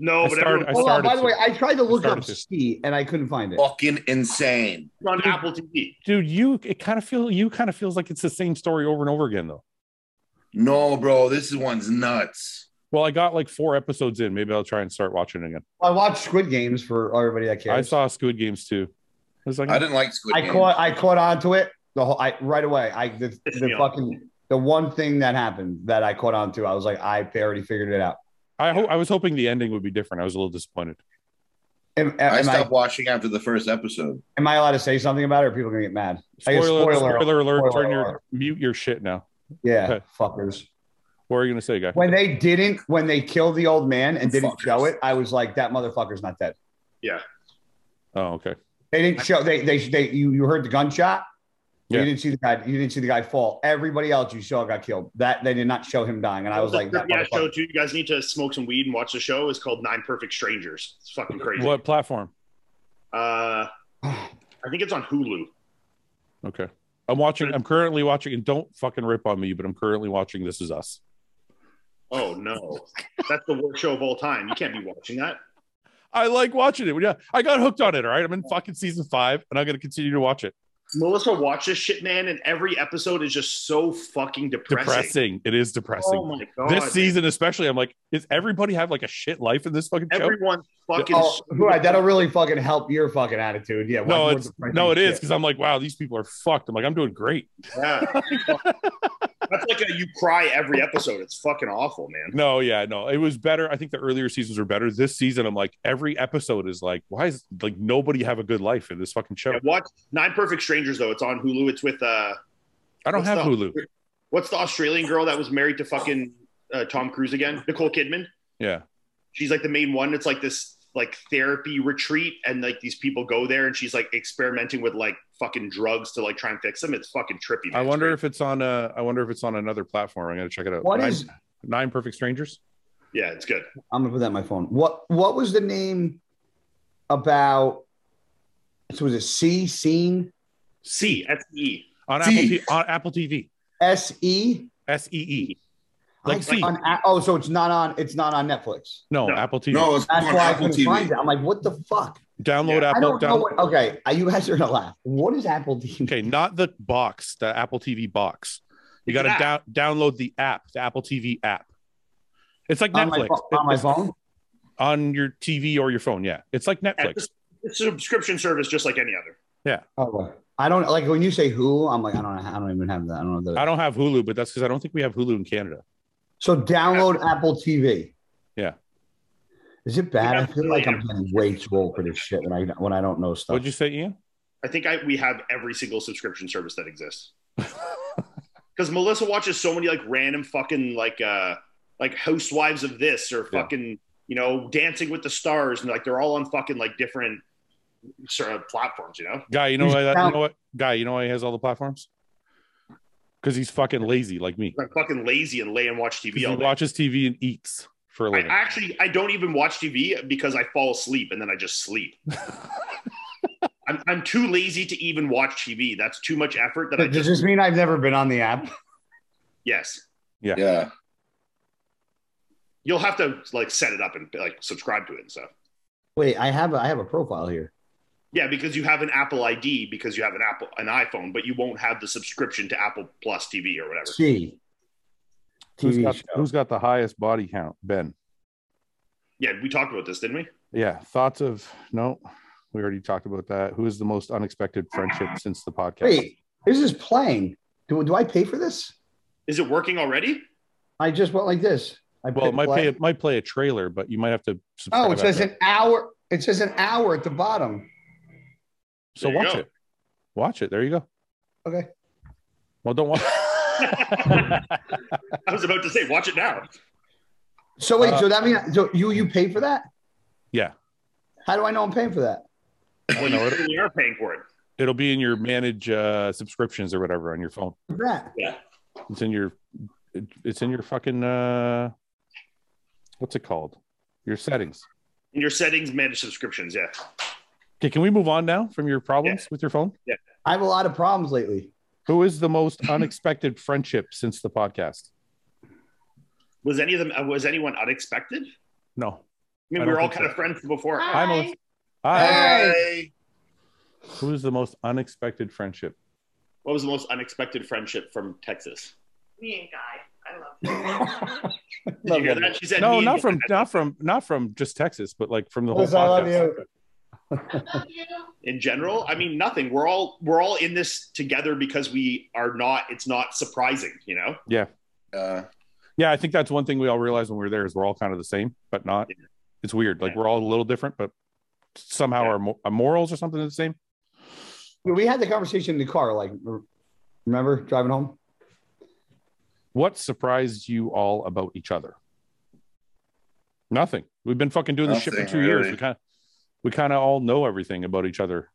Speaker 2: No,
Speaker 1: I started.
Speaker 2: but everyone's
Speaker 1: I
Speaker 4: Hold on,
Speaker 1: started.
Speaker 4: by the way,
Speaker 1: to.
Speaker 4: I tried to look
Speaker 1: started
Speaker 4: up
Speaker 1: to.
Speaker 4: Ski and I couldn't find it.
Speaker 3: Fucking insane.
Speaker 2: on Apple TV.
Speaker 1: Dude, you it kind of feel you kind of feels like it's the same story over and over again though.
Speaker 3: No, bro, this one's nuts.
Speaker 1: Well, I got like four episodes in. Maybe I'll try and start watching it again.
Speaker 4: I watched Squid Games for everybody that cares.
Speaker 1: I saw Squid Games too. was like,
Speaker 3: I didn't like Squid
Speaker 4: I
Speaker 3: Game.
Speaker 4: caught I caught onto it the whole I right away. I the,
Speaker 2: Pissed
Speaker 4: the
Speaker 2: me off.
Speaker 4: fucking the one thing that happened that I caught onto, I was like, I already figured it out.
Speaker 1: I, ho- I was hoping the ending would be different. I was a little disappointed.
Speaker 4: Am, am
Speaker 3: I
Speaker 4: I,
Speaker 3: stopped watching after the first episode.
Speaker 4: am I allowed to say something about it or are people gonna get mad? I guess
Speaker 1: Spoiler, spoiler,
Speaker 4: spoiler-
Speaker 1: alert!
Speaker 4: spoiler
Speaker 1: turn your
Speaker 4: alert.
Speaker 1: mute your shit now.
Speaker 4: Yeah,
Speaker 1: Okay.
Speaker 4: fuckers.
Speaker 1: What are you gonna say, guy?
Speaker 4: When they didn't when they killed the old man and didn't
Speaker 3: Fuckers.
Speaker 4: show it, I was like, that motherfucker's not dead.
Speaker 1: Oh, okay.
Speaker 4: They didn't show they they they you, you heard the gunshot. but
Speaker 1: Yeah.
Speaker 4: You didn't see the guy. You didn't see the guy fall. Everybody else you saw got killed. That they did not show him dying, and I was like,
Speaker 2: yeah,
Speaker 4: that
Speaker 2: show
Speaker 4: motherfucker.
Speaker 2: too. You guys need to smoke some weed and watch the show. It's called Nine Perfect Strangers. It's fucking crazy.
Speaker 1: What platform?
Speaker 2: Uh, I think it's on Hulu.
Speaker 1: Okay. I'm watching. I'm currently watching, and don't fucking rip on me, but I'm currently watching This Is Us.
Speaker 2: Oh no, that's the worst show of all time. You can't be watching that.
Speaker 1: I like watching it. Yeah, I got hooked on it. All right, I'm in fucking season five, and I'm gonna continue to watch it.
Speaker 2: Melissa watches shit, man, and every episode is just so fucking depressing.
Speaker 1: Depressing. It is
Speaker 2: Oh
Speaker 1: depressing.
Speaker 2: my god,
Speaker 1: this season, especially, I'm like, is everybody have like a shit life in this fucking show?
Speaker 2: everyone fucking.
Speaker 4: Oh, right, that'll really fucking help your fucking attitude. Yeah.
Speaker 1: No,
Speaker 4: one-
Speaker 1: it's
Speaker 4: one-
Speaker 1: no, it is
Speaker 4: shit.
Speaker 1: because I'm like, wow, these people are fucked. I'm like, I'm doing great.
Speaker 2: Yeah. that's like a, you cry every episode. It's fucking awful, man.
Speaker 1: No, yeah, no, it was better. I think the earlier seasons were better. This season, I'm like, every episode is like, why is like nobody have a good life in this fucking show?
Speaker 2: Yeah, watch Nine Perfect Strangers though. It's on Hulu. It's with uh,
Speaker 1: I don't
Speaker 2: what's
Speaker 1: have
Speaker 2: the-
Speaker 1: Hulu.
Speaker 2: what's the Australian girl that was married to fucking uh, Tom Cruise again? Nicole Kidman.
Speaker 1: Yeah,
Speaker 2: she's like the main one. It's like this like therapy retreat, and like these people go there, and she's like experimenting with like fucking drugs to like try and fix them. It's fucking trippy.
Speaker 1: I
Speaker 2: man.
Speaker 1: wonder if it's on. Uh, I wonder if it's on another platform. I'm gonna check it out.
Speaker 4: What
Speaker 1: Nine-
Speaker 4: is-
Speaker 1: Nine Perfect Strangers?
Speaker 2: yeah, it's good.
Speaker 4: I'm gonna put that in my phone. What What was the name about? So was it C scene
Speaker 2: C S E.
Speaker 1: on
Speaker 3: See.
Speaker 1: Apple T- on Apple TV.
Speaker 4: S E?
Speaker 1: S E E. Like
Speaker 4: I-
Speaker 1: C.
Speaker 4: on A- oh, so it's not on. It's not on Netflix.
Speaker 1: No,
Speaker 2: No.
Speaker 1: Apple TV.
Speaker 3: No, it's
Speaker 4: That's
Speaker 3: on
Speaker 4: why I
Speaker 3: Apple
Speaker 4: couldn't find
Speaker 3: TV.
Speaker 4: it. I'm like, what the fuck?
Speaker 1: Download
Speaker 2: Yeah.
Speaker 4: I
Speaker 1: Apple.
Speaker 4: don't know.
Speaker 1: Down-
Speaker 4: What, okay, uh, you guys are gonna laugh. What is Apple TV?
Speaker 1: okay, not the box, the Apple TV box. You
Speaker 2: It's
Speaker 1: got to
Speaker 2: an
Speaker 1: down- download the app, the Apple TV app. It's like
Speaker 4: on my,
Speaker 1: Netflix
Speaker 4: pho- on my phone.
Speaker 1: on your TV or your phone. Yeah, it's like Netflix.
Speaker 2: It's, it's a subscription service just like any other.
Speaker 4: Oh, I don't like when you say Hulu. I'm like, I don't. I don't even have that. I don't know that.
Speaker 1: I don't have Hulu, but that's because I don't think we have Hulu in Canada.
Speaker 4: So download Apple TV.
Speaker 1: Yeah.
Speaker 4: Is it bad? I
Speaker 2: Yeah.
Speaker 4: feel like I'm getting way too old for this shit when I when I don't know stuff.
Speaker 1: What'd you say, Ian?
Speaker 2: I think I we have every single subscription service that exists. Because Melissa watches so many like random fucking like uh like Housewives of this or
Speaker 1: Yeah.
Speaker 2: fucking you know Dancing with the Stars and like they're all on fucking like different sort of platforms. You know.
Speaker 1: Guy, you know
Speaker 4: He's
Speaker 1: why that, you
Speaker 4: down-
Speaker 1: know what? Guy, you know why he has all the platforms? Because he's fucking lazy like me.
Speaker 2: I'm fucking lazy and lay and watch
Speaker 1: 'Cause
Speaker 2: TV
Speaker 1: He
Speaker 2: all day.
Speaker 1: watches TV and eats for a
Speaker 2: I
Speaker 1: living.
Speaker 2: actually I don't even watch TV because I fall asleep and then I just sleep. I'm, I'm too lazy to even watch TV. That's too much effort that I
Speaker 4: Does
Speaker 2: just
Speaker 4: this mean I've never been on the app?
Speaker 2: yes.
Speaker 3: Yeah.
Speaker 2: You'll have to like set it up and like subscribe to it and stuff.
Speaker 4: Wait, I have a, I have a profile here.
Speaker 2: Yeah, because you have an Apple ID because you have an Apple an iPhone, but you won't have the subscription to Apple Plus TV or whatever.
Speaker 4: C.
Speaker 1: Who's
Speaker 4: TV
Speaker 1: got-
Speaker 4: show.
Speaker 1: who's got the highest body count? Ben.
Speaker 2: Yeah, we talked about this, didn't we?
Speaker 1: Yeah. Thoughts of no, we already talked about that. Who is the most unexpected friendship since the podcast?
Speaker 4: Wait, this is playing. Do, do I pay for this?
Speaker 2: Is it working already?
Speaker 4: I just went like this. I
Speaker 1: well, it
Speaker 4: picked
Speaker 1: might
Speaker 4: play.
Speaker 1: play it might play a trailer, but you might have to subscribe.
Speaker 4: Oh, it says
Speaker 1: after.
Speaker 4: an hour. It says an hour at the bottom.
Speaker 1: So
Speaker 2: There you
Speaker 1: watch
Speaker 2: go.
Speaker 1: it. Watch it. There you go.
Speaker 4: Okay.
Speaker 1: Well, don't watch.
Speaker 2: I was about to say, watch it now.
Speaker 4: So wait,
Speaker 1: Uh,
Speaker 4: so that means so you you pay for that?
Speaker 1: Yeah.
Speaker 4: How do I know I'm paying for that?
Speaker 2: Well,
Speaker 1: know,
Speaker 2: you really are paying for it.
Speaker 1: It'll be in your manage uh, subscriptions or whatever on your phone.
Speaker 4: That
Speaker 1: It's in your it, it's in your fucking uh, what's it called? Your settings.
Speaker 2: In your settings, manage subscriptions. Yeah.
Speaker 1: Okay, can we move on now from your problems with your phone?
Speaker 4: I have a lot of problems lately.
Speaker 1: Who is the most unexpected friendship since the podcast?
Speaker 2: Was any of them? uh, Was anyone unexpected? I
Speaker 1: No.
Speaker 2: mean,
Speaker 1: I
Speaker 2: we
Speaker 1: don't
Speaker 2: were all
Speaker 1: think
Speaker 2: kind of friends before.
Speaker 1: I'm a-
Speaker 7: Hi.
Speaker 2: Uh,
Speaker 1: I,
Speaker 3: Hey.
Speaker 1: who is the most unexpected friendship?
Speaker 2: What was the most unexpected friendship from Texas?
Speaker 7: Me and Guy. I love you.
Speaker 2: Did you hear that? She said,
Speaker 1: No,
Speaker 2: me and
Speaker 1: not
Speaker 2: Guy.
Speaker 1: from not from not from just Texas, but like from the whole
Speaker 4: Liz, I love
Speaker 1: podcast.
Speaker 4: you.
Speaker 7: love you.
Speaker 2: in general i mean nothing we're all we're all in this together because we are not it's not surprising you know
Speaker 3: Uh,
Speaker 1: Yeah, I think that's one thing we all realized when we were there is we're all kind of the same, but not. It's weird. Like
Speaker 2: Yeah.
Speaker 1: we're all a little different, but somehow
Speaker 2: Yeah.
Speaker 1: our, mo- our morals or something are the same.
Speaker 4: We had the conversation in the car, like r- remember driving home?
Speaker 1: What surprised you all about each other? Nothing. We've been fucking doing this shit for
Speaker 3: Nothing,
Speaker 1: two years.
Speaker 3: really.
Speaker 1: We kind of we kind of all know everything about each other.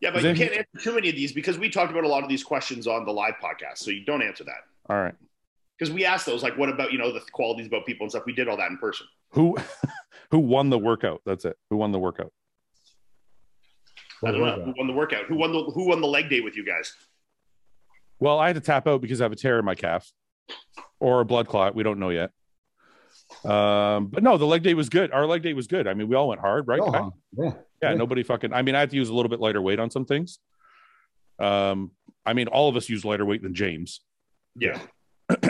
Speaker 2: yeah but
Speaker 1: Is
Speaker 2: you
Speaker 1: it-
Speaker 2: can't answer too many of these because we talked about a lot of these questions on the live podcast so you don't answer that
Speaker 1: All right.
Speaker 2: because we asked those like what about you know the qualities about people and stuff we did all that in person
Speaker 1: Who who won the workout? That's it. Who won the workout?
Speaker 2: i don't know who won the workout who won the who won the leg day with you guys
Speaker 1: Well, I had to tap out because I have a tear in my calf or a blood clot. We don't know yet. Um, but no, the leg day was good. Our leg day was good. I mean, we all went hard, right?
Speaker 4: Oh,
Speaker 1: Pat?
Speaker 4: huh. yeah.
Speaker 1: yeah,
Speaker 4: Yeah.
Speaker 1: nobody fucking. I mean, I had to use a little bit lighter weight on some things. Um, I mean, all of us use lighter weight than James.
Speaker 2: yeah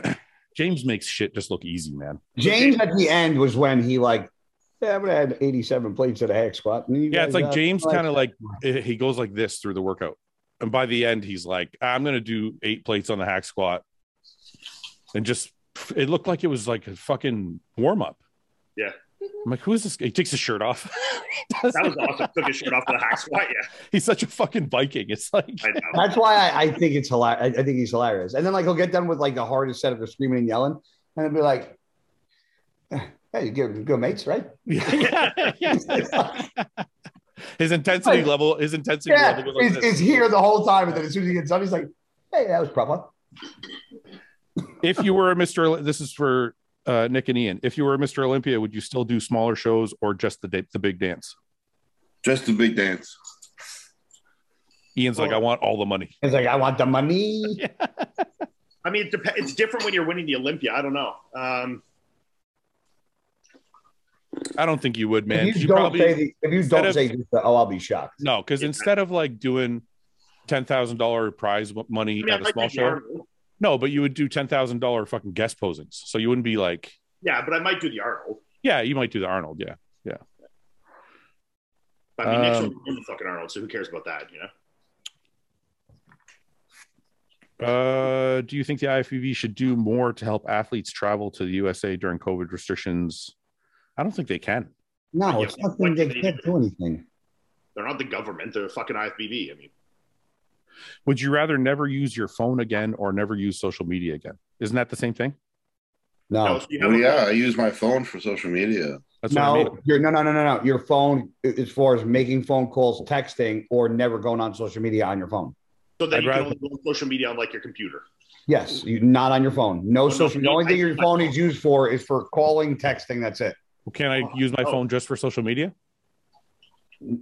Speaker 1: James makes shit just look easy, man.
Speaker 4: James at the end was when he like, yeah, I'm gonna add 87 plates at a hack squat. And you
Speaker 1: Yeah, it's
Speaker 4: guys
Speaker 1: like
Speaker 4: got,
Speaker 1: James kind of like eh, he goes like this through the workout, and by the end, he's like, "I'm gonna do eight plates on the hack squat," and just it looked like it was like a fucking warm up.
Speaker 2: Yeah.
Speaker 1: I'm like, who is this? guy? He takes his shirt off.
Speaker 2: that was awesome took his shirt off to the hack squat yeah
Speaker 1: he's such a fucking Viking. It's like
Speaker 2: i know
Speaker 4: That's why I, I think it's hilarious. I, I think he's hilarious. And then like he'll get done with like the hardest set of the screaming and yelling, and it'll be like, "Eh, "Hey, you good, good mates, right?"
Speaker 1: yeah, yeah. his intensity
Speaker 4: Like-
Speaker 1: level, his intensity
Speaker 4: Yeah,
Speaker 1: level was like
Speaker 4: is,
Speaker 1: this.
Speaker 4: is here the whole time, and then as soon as he gets done, he's like, "Hey, that was proper."
Speaker 1: if you were a Mr. Oli- this is for uh, Nick and Ian. If you were a Mr. Olympia, would you still do smaller shows or just the da- the big dance?
Speaker 3: just the big dance.
Speaker 1: Ian's like, I want all the money.
Speaker 4: He's like, "I want the money."
Speaker 2: i mean it dep- it's different when you're winning the olympia i don't know um
Speaker 1: I don't think you would, man.
Speaker 4: if
Speaker 1: 'cause You
Speaker 4: you, don't
Speaker 1: probably
Speaker 4: say, the, if you
Speaker 1: instead
Speaker 4: don't
Speaker 1: of-
Speaker 4: say, this, oh, I'll be shocked.
Speaker 1: no, because instead of like doing ten thousand dollar prize w- money
Speaker 2: I mean, I
Speaker 1: at a
Speaker 2: might
Speaker 1: small
Speaker 2: do the
Speaker 1: show,
Speaker 2: Arnold.
Speaker 1: no, but you would do ten thousand dollar fucking guest posings. So you wouldn't be like,
Speaker 2: yeah but i might do the arnold
Speaker 1: yeah, you might do the Arnold, yeah.
Speaker 2: I mean, next
Speaker 1: Um,
Speaker 2: year we'll win the fucking Arnold, so who cares about that, you know?
Speaker 1: Uh, do you think the IFBB should do more to help athletes travel to the USA during COVID restrictions? I don't think they can.
Speaker 4: No, it's
Speaker 2: Yeah,
Speaker 4: nothing.
Speaker 2: like,
Speaker 4: they
Speaker 2: they-
Speaker 4: can't do anything.
Speaker 2: They're not the government; they're fucking IFBB. I mean,
Speaker 1: Would you rather never use your phone again or never use social media again? Isn't that the same thing? Oh,
Speaker 4: No,
Speaker 2: no, so you have
Speaker 3: Well,
Speaker 2: a-
Speaker 3: yeah, I use my phone for social media.
Speaker 1: That's what I mean.
Speaker 4: no, you're, no, no, no, no, no. Your phone, as far as making phone calls, texting, or never going on social media on your phone.
Speaker 2: so that
Speaker 1: I'd
Speaker 2: you
Speaker 1: rather-
Speaker 2: can only go on social media on like your computer.
Speaker 4: Yes, you, not on your phone. No
Speaker 2: no,
Speaker 4: social. The
Speaker 2: no,
Speaker 4: only thing
Speaker 2: I-
Speaker 4: your phone is used for is for calling, texting. That's it.
Speaker 1: Well, Can I use
Speaker 4: Oh.
Speaker 1: my phone just for social media?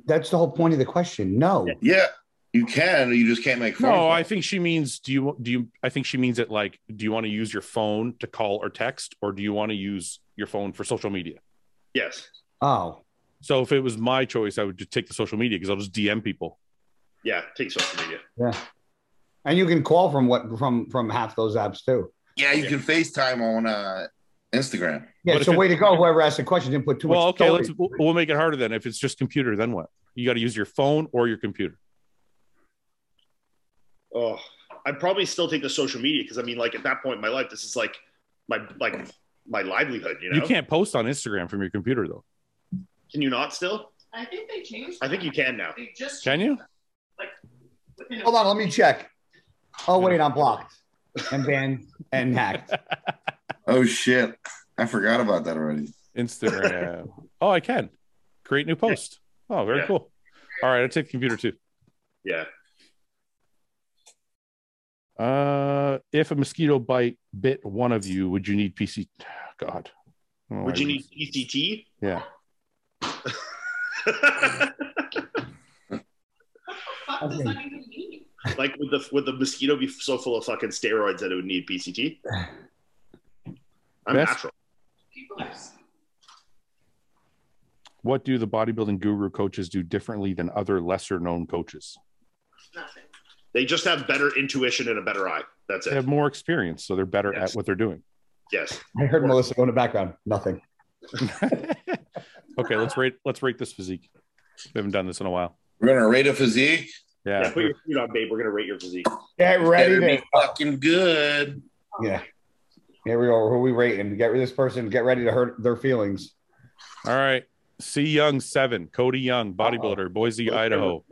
Speaker 4: That's the whole point of the question. No,
Speaker 3: Yeah, you can. You just can't make phone.
Speaker 1: No,
Speaker 3: calls.
Speaker 1: I think she means do you do you I think she means it like do you want to use your phone to call or text or do you want to use your phone for social media?
Speaker 2: Yes,
Speaker 4: oh,
Speaker 1: So if it was my choice, I would just take the social media because I'll just DM people.
Speaker 2: yeah, take social media.
Speaker 4: and you can call from what from from half those apps too.
Speaker 3: Yeah, you can FaceTime on uh, Instagram.
Speaker 4: Yeah,
Speaker 1: But
Speaker 4: so
Speaker 1: if it-
Speaker 4: way to go. Whoever asked the question didn't put too
Speaker 1: Well,
Speaker 4: much.
Speaker 1: okay,
Speaker 4: thought
Speaker 1: let's
Speaker 4: in.
Speaker 1: we'll we'll make it harder then. If it's just computer, then what? You got to use your phone or your computer.
Speaker 2: Oh, I'd probably still take the social media because I mean, like at that point in my life, this is like my like my livelihood. You
Speaker 1: You,
Speaker 2: know,
Speaker 1: can't post on Instagram from your computer though.
Speaker 2: Can you not still?
Speaker 7: I think they changed.
Speaker 2: I think you can now.
Speaker 7: that. They just
Speaker 1: Can you?
Speaker 7: within a-
Speaker 4: Hold on, let me check. Oh wait, I'm blocked and banned and hacked.
Speaker 3: Oh shit, I forgot about that already.
Speaker 1: Instagram. oh, I can create new post. Oh, very
Speaker 2: Yeah.
Speaker 1: cool. All right, I take the computer too.
Speaker 2: Yeah,
Speaker 1: Uh, if a mosquito bite bit one of you, would you need PC? God, I don't know why
Speaker 2: would you
Speaker 1: Oh, I-
Speaker 2: need PCT?
Speaker 1: Yeah,
Speaker 7: What the fuck does that even mean?
Speaker 2: like would the would the mosquito be so full of fucking steroids that it would need PCT? I'm
Speaker 1: Best-
Speaker 2: natural.
Speaker 7: People are s-
Speaker 1: what do the bodybuilding guru coaches do differently than other lesser known coaches?
Speaker 7: nothing.
Speaker 2: They just have better intuition and a better eye. That's
Speaker 1: They
Speaker 2: it.
Speaker 1: have more experience, so they're better
Speaker 2: Yes.
Speaker 1: at what they're doing.
Speaker 2: Yes.
Speaker 4: I heard Melissa go in the background. Nothing.
Speaker 1: okay, let's rate let's rate this physique. We haven't done this in a while.
Speaker 3: We're gonna rate a physique.
Speaker 1: Yeah.
Speaker 8: Yeah, put your feet on, babe. We're gonna rate your physique.
Speaker 4: Get ready
Speaker 3: Better
Speaker 4: to
Speaker 3: be fucking good.
Speaker 9: Yeah.
Speaker 4: Here we are. Who are we rating? Get rid of this person. Get ready to hurt their feelings.
Speaker 1: All right. C Young seven, Cody Young, bodybuilder, Boise, Idaho.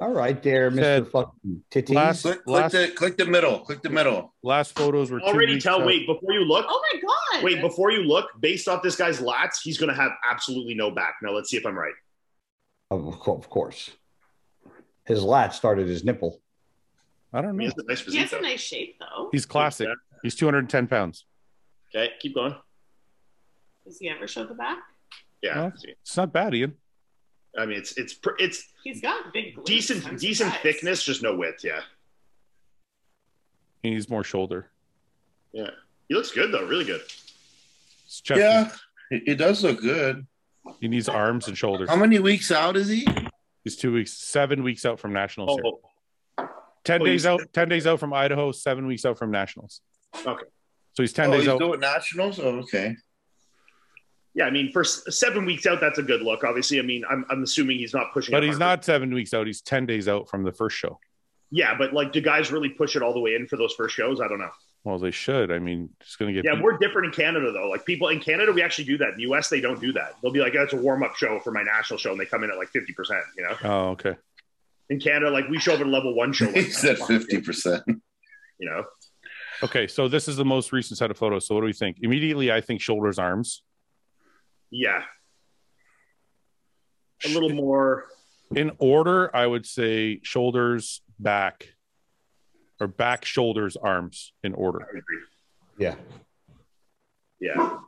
Speaker 9: All right, there, Mister
Speaker 1: Said-
Speaker 9: Fucking Titty.
Speaker 1: Last,
Speaker 3: Click, click
Speaker 1: last,
Speaker 3: the click the middle. Click the middle.
Speaker 1: last photos were two
Speaker 2: Already
Speaker 1: weeks uh,
Speaker 2: tell.
Speaker 1: out.
Speaker 2: Wait, before you look,
Speaker 7: Oh my god.
Speaker 2: wait, before you look, based off this guy's lats, he's going to have absolutely no back. Now let's see if I'm right.
Speaker 9: Of co- of course. His lat started his nipple.
Speaker 1: I don't
Speaker 2: I mean,
Speaker 1: know.
Speaker 2: it's a nice
Speaker 7: he
Speaker 2: physique.
Speaker 7: has a
Speaker 2: though.
Speaker 7: nice shape though.
Speaker 1: He's classic. He's 210 pounds.
Speaker 2: Okay, keep going.
Speaker 7: Does he ever show the back?
Speaker 2: Yeah,
Speaker 1: It's not bad, Ian.
Speaker 2: I mean, it's it's pr- it's
Speaker 7: He's got big. glutes.
Speaker 2: decent
Speaker 7: I'm
Speaker 2: decent
Speaker 7: surprised.
Speaker 2: thickness, just no width. Yeah,
Speaker 1: He needs more shoulder.
Speaker 2: yeah. He looks good though, really good.
Speaker 1: His chest
Speaker 3: Yeah, it, it does look good.
Speaker 1: is- he needs arms and shoulders.
Speaker 3: How many weeks out is he?
Speaker 1: He's two weeks, seven weeks out from nationals. here.
Speaker 2: Oh,
Speaker 1: Ten
Speaker 2: oh,
Speaker 1: days
Speaker 2: you-
Speaker 1: out. Ten days out from Idaho. Seven weeks out from nationals.
Speaker 2: Okay.
Speaker 1: So he's 10
Speaker 3: oh,
Speaker 1: days
Speaker 3: he's
Speaker 1: out.
Speaker 3: doing nationals. Oh, okay.
Speaker 2: yeah. I mean, for s- seven weeks out, that's a good look. Obviously, I mean, I'm I'm assuming he's not pushing.
Speaker 1: but
Speaker 2: it
Speaker 1: he's
Speaker 2: hard.
Speaker 1: not seven weeks out. He's ten days out from the first show.
Speaker 2: Yeah, but like, do guys really push it all the way in for those first shows? I don't know.
Speaker 1: Well, they should. I mean, it's going to get.
Speaker 2: Yeah,
Speaker 1: beat-
Speaker 2: we're different in Canada though. Like people in Canada, we actually do that. In the US, they don't do that. They'll be like, "That's a warm up show for my national show," and they come in at like fifty percent. You know,
Speaker 1: oh, okay.
Speaker 2: in Canada, like we show up at a level one show. Like,
Speaker 3: He said fifty percent.
Speaker 2: You know,
Speaker 1: Okay. So this is the most recent set of photos. So what do we think? Immediately, I think shoulders, arms.
Speaker 2: yeah, a little more.
Speaker 1: In order, I would say shoulders, back, or back, shoulders, arms. In order.
Speaker 9: Yeah.
Speaker 2: Yeah,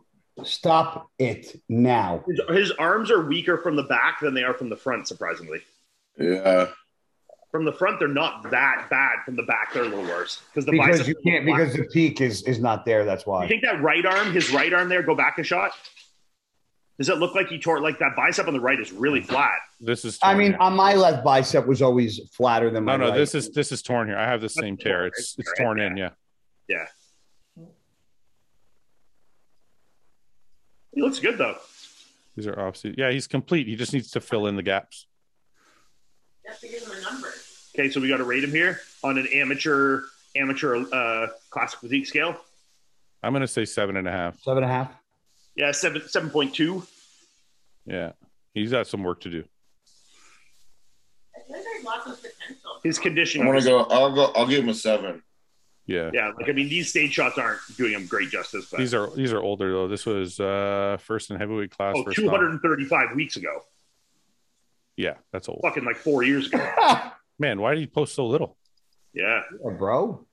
Speaker 9: Stop it now.
Speaker 2: his, his arms are weaker from the back than they are from the front. Surprisingly,
Speaker 3: Yeah.
Speaker 2: from the front they're not that bad. From the back, they're a little worse because the
Speaker 4: Because
Speaker 2: biceps
Speaker 4: you
Speaker 2: are
Speaker 4: can't.
Speaker 2: flat.
Speaker 4: Because the peak is is not there. That's
Speaker 2: You
Speaker 4: why.
Speaker 2: think that right arm, his right arm there, go back a shot? Does it look like he tore like that bicep on the right is really flat?
Speaker 1: This is.
Speaker 4: I
Speaker 1: torn
Speaker 4: mean,
Speaker 1: here.
Speaker 4: on my left bicep was always flatter than
Speaker 1: no,
Speaker 4: my
Speaker 1: no.
Speaker 4: right.
Speaker 1: This is this is torn here. I have the same
Speaker 2: torn,
Speaker 1: tear.
Speaker 2: right?
Speaker 1: It's it's
Speaker 2: Right,
Speaker 1: torn in. Yeah.
Speaker 2: He looks good though.
Speaker 1: These are obviously. Yeah, he's complete. He just needs to fill in the gaps.
Speaker 7: You have to give him a number.
Speaker 2: Okay, so we got to rate him here on an amateur amateur uh, classic physique scale.
Speaker 1: I'm going to say seven and a half.
Speaker 9: Seven and a half.
Speaker 2: Yeah, seven seven point two.
Speaker 1: Yeah. He's got some work to do.
Speaker 7: I feel like there's lots of potential.
Speaker 2: His condition.
Speaker 3: I'm gonna go. I'll go. I'll give him a seven.
Speaker 1: Yeah.
Speaker 2: Yeah, like I mean, these stage shots aren't doing him great justice. But
Speaker 1: These are these are older though. This was uh first in heavyweight class.
Speaker 2: oh,
Speaker 1: first
Speaker 2: 235 weeks ago,
Speaker 1: Yeah, that's old.
Speaker 2: fucking like four years ago.
Speaker 1: Man, why did he post so little?
Speaker 2: Yeah,
Speaker 9: Oh, bro.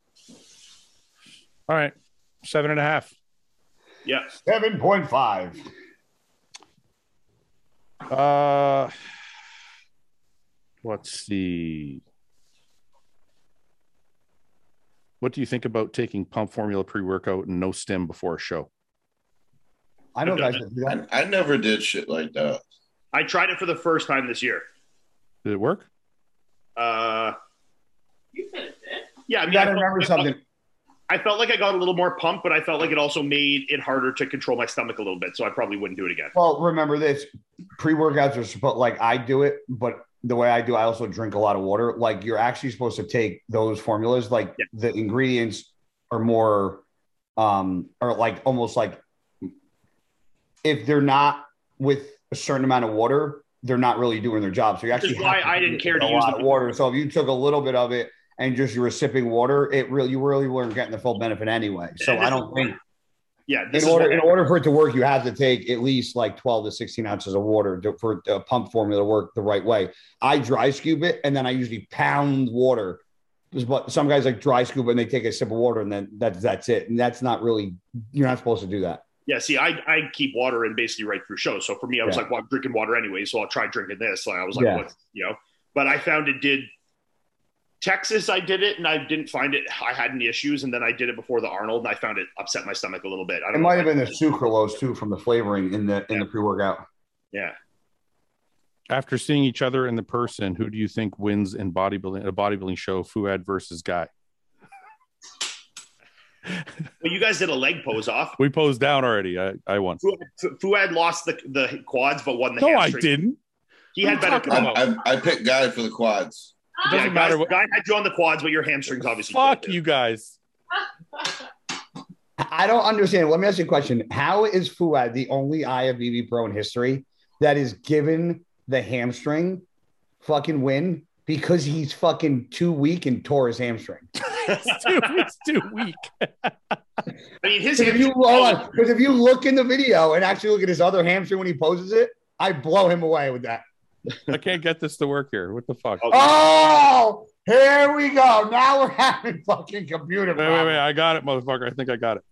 Speaker 1: All right, seven and a half.
Speaker 2: yeah.
Speaker 4: Seven point five.
Speaker 1: Uh, let's see. What do you think about taking pump formula pre workout and no stim before a show?
Speaker 9: I know guys that do that.
Speaker 3: I, I never did shit like that.
Speaker 2: I tried it for the first time this year.
Speaker 1: Did it work?
Speaker 2: Uh,
Speaker 7: You said it did.
Speaker 2: yeah, I
Speaker 4: You
Speaker 2: mean,
Speaker 4: got to
Speaker 2: I-
Speaker 4: remember something.
Speaker 2: I felt like I got a little more pumped, but I felt like it also made it harder to control my stomach a little bit. So I probably wouldn't do it again.
Speaker 4: Well, remember this: pre-workouts are supposed like I do it, but the way I do, I also drink a lot of water. Like you're actually supposed to take those formulas. Like
Speaker 2: Yeah.
Speaker 4: the ingredients are more, um, are like almost like if they're not with a certain amount of water, they're not really doing their job. So you
Speaker 2: Which
Speaker 4: actually
Speaker 2: is why
Speaker 4: have
Speaker 2: I didn't care to
Speaker 4: a
Speaker 2: use
Speaker 4: lot
Speaker 2: the
Speaker 4: of water. So if you took a little bit of it and just you were sipping water, it really you really weren't getting the full benefit anyway. So
Speaker 2: And this
Speaker 4: I don't think
Speaker 2: Yeah, this
Speaker 4: in
Speaker 2: is
Speaker 4: order
Speaker 2: what-
Speaker 4: in order for it to work, you have to take at least like twelve to sixteen ounces of water to, for a pump formula to work the right way. I dry scoop it, and then I usually pound water. But some guys like dry scoop and they take a sip of water, and then that's that's it. And that's not really you're not supposed to do that.
Speaker 2: yeah. See, I I keep water in basically right through shows. So for me, I was
Speaker 4: Yeah.
Speaker 2: like, well, I'm drinking water anyway, so I'll try drinking this. Like I was like,
Speaker 4: Yeah.
Speaker 2: what's you know? But I found it did. Texas, I did it, and I didn't find it. I had any issues, and then I did it before the Arnold, and I found it upset my stomach a little bit. I
Speaker 4: It
Speaker 2: don't
Speaker 4: might
Speaker 2: know.
Speaker 4: have been the sucralose too from the flavoring in the in the pre workout.
Speaker 2: Yeah,
Speaker 1: After seeing each other in the person, who do you think wins in bodybuilding a bodybuilding show? Fuad versus Guy.
Speaker 2: but you guys did a leg pose off.
Speaker 1: We posed down already. I, I won.
Speaker 2: Fuad, Fuad lost the the quads, but won the
Speaker 1: No, I
Speaker 2: hamstring.
Speaker 1: didn't.
Speaker 2: He had
Speaker 1: What are
Speaker 2: better.
Speaker 1: you talking
Speaker 2: combo.
Speaker 1: about?
Speaker 3: I, I picked guy for the quads.
Speaker 1: It
Speaker 7: Um,
Speaker 1: doesn't
Speaker 2: yeah,
Speaker 1: matter
Speaker 2: guy,
Speaker 1: what-
Speaker 2: guy had you on the quads, but your hamstrings obviously.
Speaker 1: Fuck
Speaker 2: failed.
Speaker 1: you guys.
Speaker 4: I don't understand. Let me ask you a question. How is Fuad the only IFBB pro in history that is given the hamstring fucking win because he's fucking too weak and tore his hamstring?
Speaker 1: It's too, it's too weak.
Speaker 2: I mean, his
Speaker 4: If you,
Speaker 2: hamstring.
Speaker 4: hold on, because if you look in the video and actually look at his other hamstring when he poses it, I blow him away with that.
Speaker 1: I can't get this to work here. What the fuck?
Speaker 10: Oh,
Speaker 4: Oh, here we go. Now we're having fucking computer
Speaker 1: Wait, wait, wait.
Speaker 4: problems.
Speaker 1: I got it, motherfucker. I think I got it.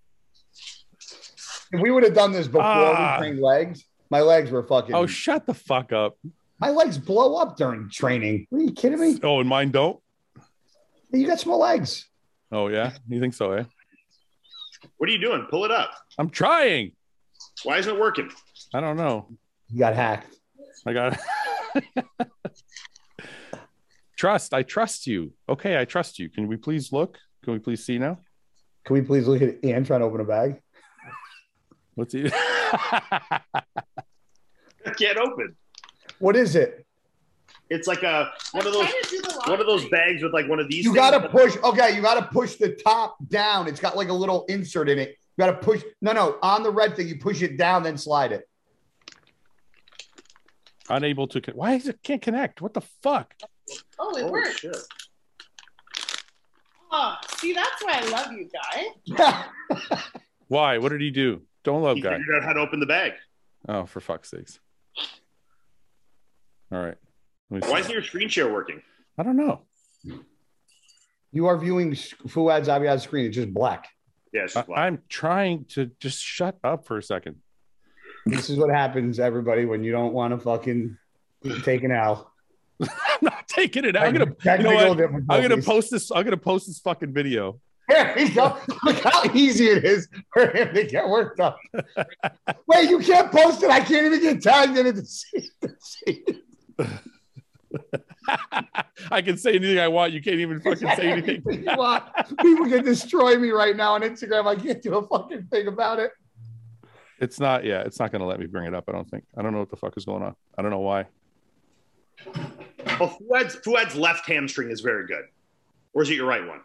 Speaker 4: If we would have done this before
Speaker 1: Ah.
Speaker 4: we trained legs, my legs were fucking.
Speaker 1: Oh, shut the fuck up.
Speaker 4: my legs blow up during training. Are you kidding me?
Speaker 1: Oh, and mine don't?
Speaker 4: You got small legs.
Speaker 1: Oh, yeah? You think so, eh?
Speaker 2: What are you doing? Pull it up.
Speaker 1: I'm trying.
Speaker 2: Why isn't it working?
Speaker 1: I don't know.
Speaker 4: You got hacked.
Speaker 1: I got Trust. I trust you. Okay, I trust you. Can we please look? Can we please see now?
Speaker 4: Can we please look at Ian trying to open a bag?
Speaker 1: What's he?
Speaker 2: It can't open.
Speaker 4: What is it?
Speaker 2: It's like a one of those one of those bags with like one of these.
Speaker 4: You
Speaker 2: things.
Speaker 4: got to push. Okay, you got to push the top down. It's got like a little insert in it. You got to push. No, no, on the red thing, you push it down, then slide it.
Speaker 1: Unable to. Con- Why is it can't connect? What the fuck?
Speaker 7: Oh, it
Speaker 2: Holy
Speaker 7: worked.
Speaker 2: shit.
Speaker 7: Oh, see, that's why I love you, guy.
Speaker 1: Why? What did he do? Don't love
Speaker 2: He
Speaker 1: guy.
Speaker 2: figured out how to open the bag.
Speaker 1: Oh, for fuck's sakes! All right. Let me see.
Speaker 2: Why isn't your screen share working?
Speaker 1: I don't know.
Speaker 4: you are viewing S- Fuad Zabiad's screen. It's just black.
Speaker 2: Yeah, it's
Speaker 1: Uh, I-
Speaker 2: just black.
Speaker 1: I'm trying to just shut up for a second.
Speaker 4: This is what happens, everybody, when you don't want to fucking take an L.
Speaker 1: I'm not taking it out. I'm gonna. You know
Speaker 4: Technical
Speaker 1: what? I'm gonna
Speaker 4: difficulties.
Speaker 1: post this. I'm gonna post this fucking video.
Speaker 4: There you go. Look how easy it is for him to get worked up. Wait, you can't post it. I can't even get tagged in it to see. To see.
Speaker 1: I can say anything I want. You can't even fucking say anything.
Speaker 4: You want- People can destroy me right now on Instagram. I can't do a fucking thing about it.
Speaker 1: It's not. Yeah, it's not gonna let me bring it up. I don't think. I don't know what the fuck is going on. I don't know why.
Speaker 2: Well, Fuad's, Fuad's left hamstring is very good. Or is it your right one?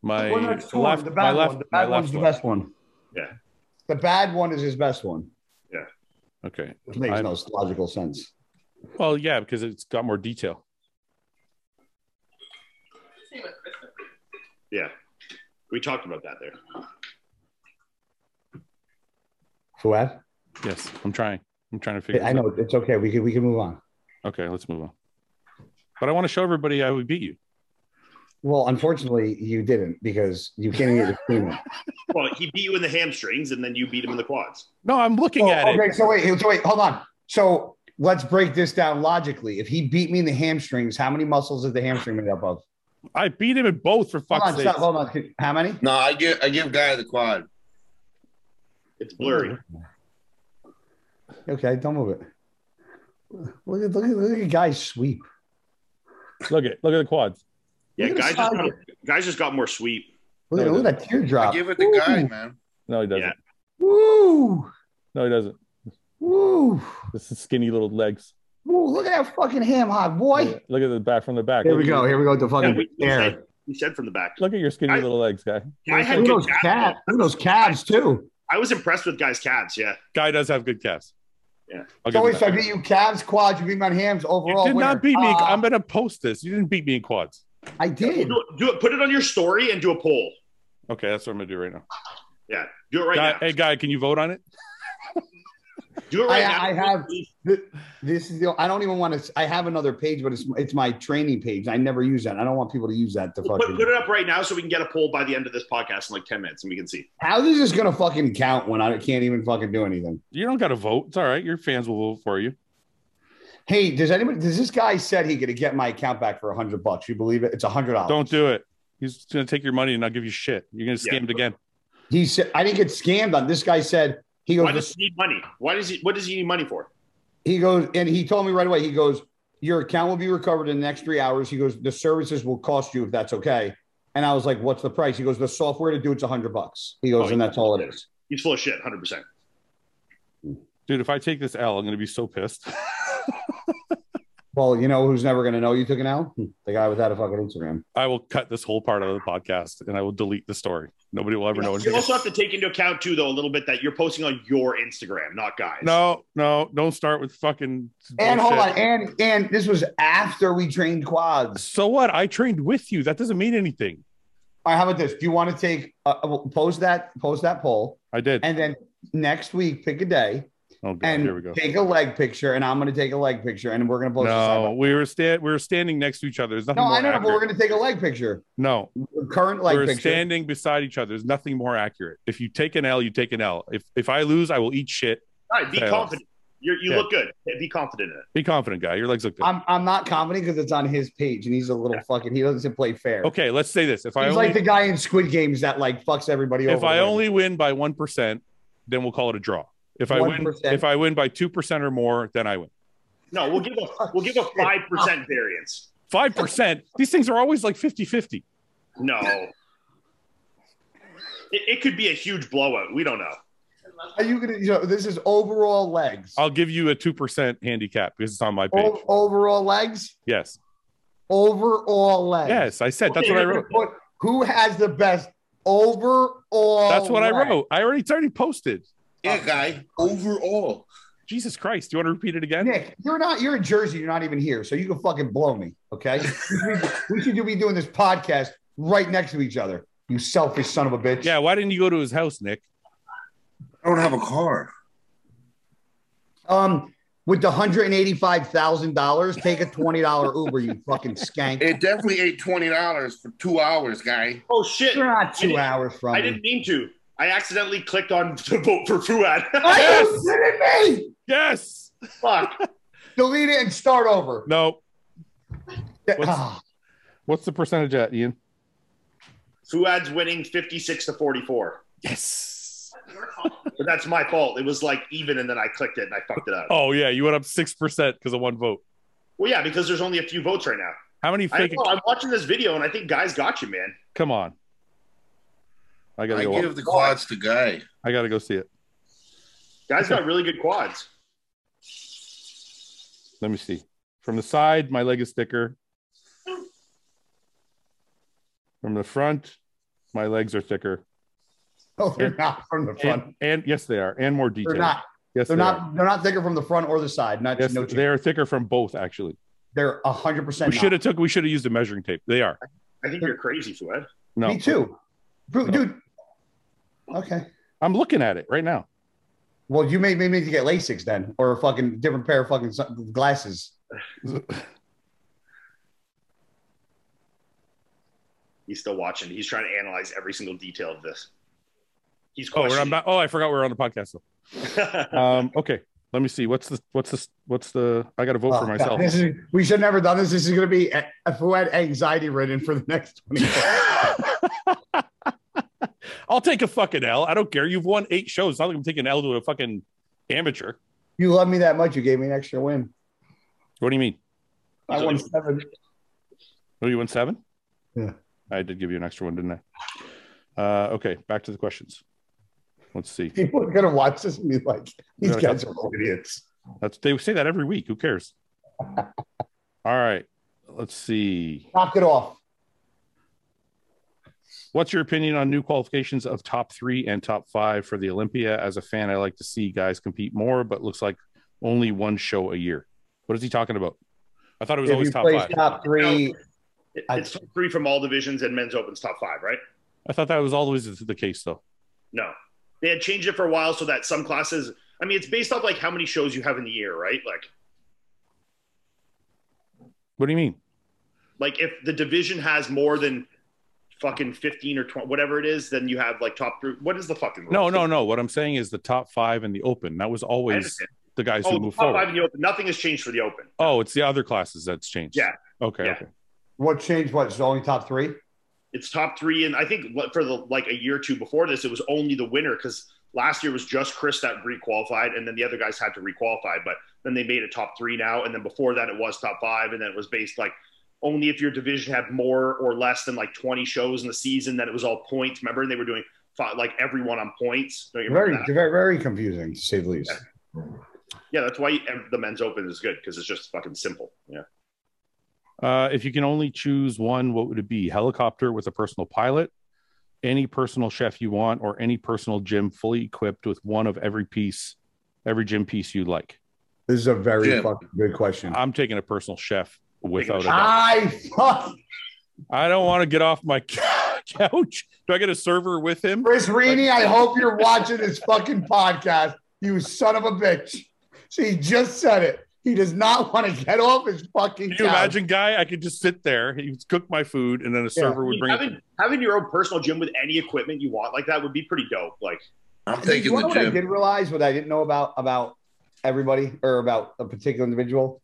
Speaker 1: My
Speaker 11: Well, that's torn.
Speaker 1: left.
Speaker 11: The
Speaker 1: My
Speaker 11: bad
Speaker 1: left.
Speaker 11: one. The
Speaker 1: My
Speaker 11: bad
Speaker 1: left.
Speaker 11: one's the
Speaker 1: leg.
Speaker 11: best one.
Speaker 4: The bad one is his best one,
Speaker 1: Okay.
Speaker 4: which makes
Speaker 1: I'm-
Speaker 4: no logical sense.
Speaker 1: Well, yeah, because it's got more detail.
Speaker 2: Yeah. We talked about that there.
Speaker 4: Fuad,
Speaker 1: Yes, I'm trying. I'm trying to figure.
Speaker 4: I
Speaker 1: this
Speaker 4: know it's okay. We can we can move on.
Speaker 1: out. Okay, let's move on. But I want to show everybody I would beat you.
Speaker 4: Well, unfortunately, you didn't because you can't even get the screen. up.
Speaker 2: Well, he beat you in the hamstrings and then you beat him in the quads.
Speaker 1: No, I'm looking
Speaker 4: Oh,
Speaker 1: at it.
Speaker 4: okay, so wait, so wait, hold on. So let's break this down logically. If he beat me in the hamstrings, how many muscles is the hamstring made up of?
Speaker 1: I beat him in both for
Speaker 4: Hold
Speaker 1: fuck's
Speaker 4: on,
Speaker 1: sake.
Speaker 4: stop, hold on. How many?
Speaker 3: No, I give I give guy the quad.
Speaker 2: It's blurry.
Speaker 4: Mm-hmm. Okay, don't move it. Look at look at look at guys sweep.
Speaker 1: Look at look at the quads.
Speaker 2: Yeah,
Speaker 4: Look
Speaker 2: guys
Speaker 4: at his
Speaker 2: just, got, guys just got more sweep.
Speaker 4: Look, at
Speaker 1: No,
Speaker 4: look at that
Speaker 3: I
Speaker 4: teardrop.
Speaker 3: give it to guy,
Speaker 4: Ooh.
Speaker 3: man.
Speaker 1: No, he doesn't.
Speaker 2: Yeah.
Speaker 4: Woo!
Speaker 1: No, he doesn't.
Speaker 4: Woo!
Speaker 1: This is skinny little legs.
Speaker 4: Woo! Look at that fucking ham hot boy.
Speaker 1: Look at the back from the back.
Speaker 11: Here
Speaker 1: Look
Speaker 11: we
Speaker 1: at
Speaker 11: go.
Speaker 1: your-
Speaker 11: Here we go with the
Speaker 2: Yeah,
Speaker 11: fucking
Speaker 2: we, we
Speaker 11: air.
Speaker 2: said, we said from the back.
Speaker 1: Look at your skinny
Speaker 2: I-
Speaker 1: little legs, guy.
Speaker 2: Guy had
Speaker 11: Look at
Speaker 2: good
Speaker 11: those
Speaker 2: calves.
Speaker 11: calves. Look at those calves too.
Speaker 2: I was impressed with guys' calves. Yeah.
Speaker 1: Guy does have good calves.
Speaker 2: Yeah.
Speaker 1: I'll
Speaker 4: So
Speaker 1: give
Speaker 4: wait,
Speaker 1: him
Speaker 4: so I
Speaker 1: that.
Speaker 4: beat you calves, quads, you beat me on hams
Speaker 1: You
Speaker 4: overall.
Speaker 1: did not
Speaker 4: winner.
Speaker 1: beat me.
Speaker 4: Ah,
Speaker 1: I'm gonna post this. You didn't beat me in quads.
Speaker 4: I did.
Speaker 2: Do, do it. Put it on your story and do a poll.
Speaker 1: Okay, that's what I'm gonna do right now.
Speaker 2: Yeah. Do it right
Speaker 1: Guy-
Speaker 2: now.
Speaker 1: hey, guy, can you vote on it?
Speaker 2: do it right
Speaker 4: I-
Speaker 2: now.
Speaker 4: I have- Th- This is the. I don't even want to. I have another page, but it's it's my training page. I never use that. I don't want people to use that to
Speaker 2: Put,
Speaker 4: fucking.
Speaker 2: put it up right now so we can get a poll by the end of this podcast in like 10 minutes and we can see.
Speaker 4: How is this gonna fucking count when I can't even fucking do anything?
Speaker 1: You don't gotta vote. It's all right. Your fans will vote for you.
Speaker 4: Hey, does anybody? Does this guy said he could get my account back for a hundred bucks? You believe it? It's a hundred dollars.
Speaker 1: Don't do it. He's gonna take your money and not give you shit. You're gonna
Speaker 2: Yeah.
Speaker 1: scam it again.
Speaker 4: He said I didn't get scammed on. This guy said he
Speaker 2: Why
Speaker 4: goes.
Speaker 2: does he need money? Why does he? What does he need money for?
Speaker 4: he goes and he told me right away he goes your account will be recovered in the next three hours he goes the services will cost you if that's okay and i was like what's the price he goes the software to do it's 100 bucks he goes
Speaker 2: Oh,
Speaker 4: and
Speaker 2: yeah.
Speaker 4: that's all it is
Speaker 2: He's full of shit, hundred percent.
Speaker 1: Dude, if I take this L, I'm gonna be so pissed.
Speaker 4: Well, you know who's never going to know you took an L?
Speaker 1: Hmm.
Speaker 4: The guy without a fucking Instagram.
Speaker 1: I will cut this whole part out of the podcast and I will delete the story. Nobody will ever know.
Speaker 2: You
Speaker 1: anything.
Speaker 2: also have to take into account too, though, a little bit that you're posting on your Instagram, not guys.
Speaker 1: No, no, don't start with fucking.
Speaker 4: And hold on,
Speaker 1: bullshit.
Speaker 4: and and this was after we trained quads.
Speaker 1: So what? I trained with you. That doesn't mean anything.
Speaker 4: All right, how about this? Do you want to take uh, post that post that poll,
Speaker 1: I did.
Speaker 4: and then next week pick a day
Speaker 1: oh god,
Speaker 4: and
Speaker 1: here we go.
Speaker 4: take a leg picture, and I'm going to take a leg picture, and we're going to post. this
Speaker 1: No,
Speaker 4: side
Speaker 1: we were stand we were standing next to each other. There's
Speaker 4: by-
Speaker 1: nothing
Speaker 4: no,
Speaker 1: more
Speaker 4: I don't know, but we're
Speaker 1: accurate.
Speaker 4: going to take a leg picture,
Speaker 1: No,
Speaker 4: current leg
Speaker 1: we're
Speaker 4: picture.
Speaker 1: standing beside each other. There's nothing more accurate. If you take an L, you take an L. If if I lose, I will eat shit.
Speaker 2: All right, be
Speaker 1: Fails.
Speaker 2: confident. You're, you
Speaker 1: Yeah.
Speaker 2: look good. Be confident in it.
Speaker 1: Be confident, guy. Your legs look good.
Speaker 4: I'm I'm not commenting because it's on his page, and he's a little fucking. He doesn't play fair.
Speaker 1: okay, let's say this. If
Speaker 4: He's
Speaker 1: I only
Speaker 4: like the guy in Squid Games that like fucks everybody over.
Speaker 1: if I
Speaker 4: with.
Speaker 1: only win by one percent, then we'll call it a draw. If I win
Speaker 4: 1%.
Speaker 1: if I win by two percent or more, then I win.
Speaker 2: No, we'll give a we'll give a five percent variance.
Speaker 1: Five percent. These things are always like 50-50.
Speaker 2: No, it, it could be a huge blowout. We don't know.
Speaker 4: are you gonna? You know, this is overall legs.
Speaker 1: I'll give you a two percent handicap because it's on my page.
Speaker 4: O- overall legs.
Speaker 1: Yes.
Speaker 4: Overall legs.
Speaker 1: Yes, I said that's what I wrote.
Speaker 4: Put who has the best overall?
Speaker 1: That's what I
Speaker 4: leg?
Speaker 1: wrote. I already it's already posted.
Speaker 3: Yeah, guy. Overall,
Speaker 1: Jesus Christ. Do you want to repeat it again?
Speaker 4: Nick, you're not. You're in Jersey. You're not even here, so you can fucking blow me. Okay. we should be doing this podcast right next to each other. You selfish son of a bitch.
Speaker 1: Yeah, why didn't you go to his house, Nick?
Speaker 3: I don't have a car.
Speaker 4: Um, with the hundred and eighty-five thousand dollars, take a twenty dollar Uber. You fucking skank.
Speaker 3: It definitely ate twenty dollars for two hours, guy.
Speaker 2: Oh shit!
Speaker 4: You're not two
Speaker 2: didn't-
Speaker 4: hours from
Speaker 2: I
Speaker 4: me.
Speaker 2: didn't mean to. I accidentally clicked on to vote for Fuad.
Speaker 4: Are
Speaker 1: Yes!
Speaker 4: you kidding me?
Speaker 1: Yes.
Speaker 2: Fuck.
Speaker 4: Delete it and start over.
Speaker 1: No. What's-
Speaker 4: Ah,
Speaker 1: What's the percentage at, Ian?
Speaker 2: Fuad's winning fifty six to forty four.
Speaker 1: Yes.
Speaker 2: But that's my fault. It was like even, and then I clicked it and I fucked it up.
Speaker 1: Oh yeah, you went up six percent because of one vote.
Speaker 2: Well, yeah, because there's only a few votes right now.
Speaker 1: How many
Speaker 2: I
Speaker 1: fake?
Speaker 2: don't know. I'm watching this video, and I think guys got you, man.
Speaker 1: Come on. I gotta
Speaker 3: I
Speaker 1: go.
Speaker 3: give the quads to guy.
Speaker 1: I gotta go see it.
Speaker 2: Guys got really good quads.
Speaker 1: Let me see. From the side, my leg is thicker. From the front, my legs are thicker.
Speaker 4: no, they're not from the front.
Speaker 1: And, and- yes, they are, and more detailed.
Speaker 4: They're not.
Speaker 1: Yes,
Speaker 4: They're
Speaker 1: they
Speaker 4: not.
Speaker 1: are.
Speaker 4: They're not thicker from the front or the side. Not
Speaker 1: Yes,
Speaker 4: no.
Speaker 1: they are thicker from both. Actually,
Speaker 4: They're hundred percent.
Speaker 1: we should have took. We should have used a measuring tape. They are.
Speaker 2: I think you're crazy, Fuad.
Speaker 1: No,
Speaker 4: Me too. Bru- Dude. Okay.
Speaker 1: I'm looking at it right now.
Speaker 4: Well, you may, may need to get LASIKs then, or a fucking different pair of fucking sun- glasses.
Speaker 2: He's still watching. He's trying to analyze every single detail of this. He's
Speaker 1: Oh, we're
Speaker 2: questioning.
Speaker 1: on, ba- oh, I forgot we were on the podcast. Though. Um, okay, let me see. What's the what's the what's the? I got to vote
Speaker 4: Oh,
Speaker 1: for
Speaker 4: God,
Speaker 1: myself.
Speaker 4: This is, we should have never done this. This is going to be a, a Fuad anxiety ridden for the next 24
Speaker 1: I'll take a fucking L. I don't care. You've won eight shows. It's not like I'm taking an L to a fucking amateur.
Speaker 4: You love me that much. You gave me an extra win.
Speaker 1: What do you mean?
Speaker 4: I won seven.
Speaker 1: Oh, you won seven?
Speaker 4: Yeah.
Speaker 1: I did give you an extra one, didn't I? Uh, okay, back to the questions. Let's see.
Speaker 4: People are going to watch this and be like, these
Speaker 1: Yeah.
Speaker 4: guys are all idiots.
Speaker 1: That's they say that every week. Who cares? All right. Let's see.
Speaker 4: Knock it off.
Speaker 1: What's your opinion on new qualifications of top three and top five for the Olympia? As a fan, I like to see guys compete more, but looks like only one show a year. What is he talking about? I thought it was
Speaker 4: If
Speaker 1: always
Speaker 4: you
Speaker 1: top
Speaker 4: place
Speaker 1: five.
Speaker 4: top three,
Speaker 2: It-
Speaker 4: I-
Speaker 2: it's top three from all divisions and men's opens top five, right?
Speaker 1: I thought that was always the case, though.
Speaker 2: No. They had changed it for a while so that some classes, I mean, it's based off like how many shows you have in the year, right? Like,
Speaker 1: What do you mean?
Speaker 2: like if the division has more than fucking 15 or 20, whatever it is, then you have like top three. What is the fucking rule?
Speaker 1: No, no, no. What I'm saying is the top five and the open. That was
Speaker 2: I
Speaker 1: always
Speaker 2: understand.
Speaker 1: the guys
Speaker 2: Oh,
Speaker 1: who
Speaker 2: the
Speaker 1: move
Speaker 2: top
Speaker 1: forward.
Speaker 2: five in the open. Nothing has changed for the open.
Speaker 1: Oh, it's the other classes that's changed.
Speaker 2: Yeah.
Speaker 1: Okay.
Speaker 2: Yeah.
Speaker 1: Okay.
Speaker 4: what changed? What? It's only top three?
Speaker 2: It's top three. And I think what- for the like a year or two before this, it was only the winner because last year was just Chris that requalified and then the other guys had to requalify. But then they made it top three now. And then before that, it was top five. And then it was based like only if your division had more or less than like 20 shows in the season, then it was all points. Remember, they were doing fi- like everyone on points. Don't you remember
Speaker 4: Very,
Speaker 2: that?
Speaker 4: very, very confusing to say the least.
Speaker 2: Yeah, that's why ev- the men's open is good because it's just fucking simple. Yeah.
Speaker 1: Uh, if you can only choose one, what would it be? Helicopter with a personal pilot, any personal chef you want, or any personal gym fully equipped with one of every piece, every gym piece you like.
Speaker 4: This is a very
Speaker 3: Jim.
Speaker 4: fucking good question.
Speaker 1: I'm taking a personal chef without a doubt.
Speaker 4: I fuck
Speaker 1: I don't want to get off my couch. Do I get a server with him?
Speaker 12: Chris Reedy, I hope you're watching this fucking podcast. You son of a bitch. She just said it. He does not want to get off his fucking.
Speaker 1: Can you
Speaker 12: couch.
Speaker 1: imagine, guy? I could just sit there. He would cook my food, and then a server would bring.
Speaker 2: having, having your own personal gym with any equipment you want like that would be pretty dope. Like,
Speaker 3: I'm
Speaker 4: You
Speaker 3: taking
Speaker 4: know
Speaker 3: the
Speaker 4: what I
Speaker 3: gym.
Speaker 4: did realize what I didn't know about about everybody or about a particular individual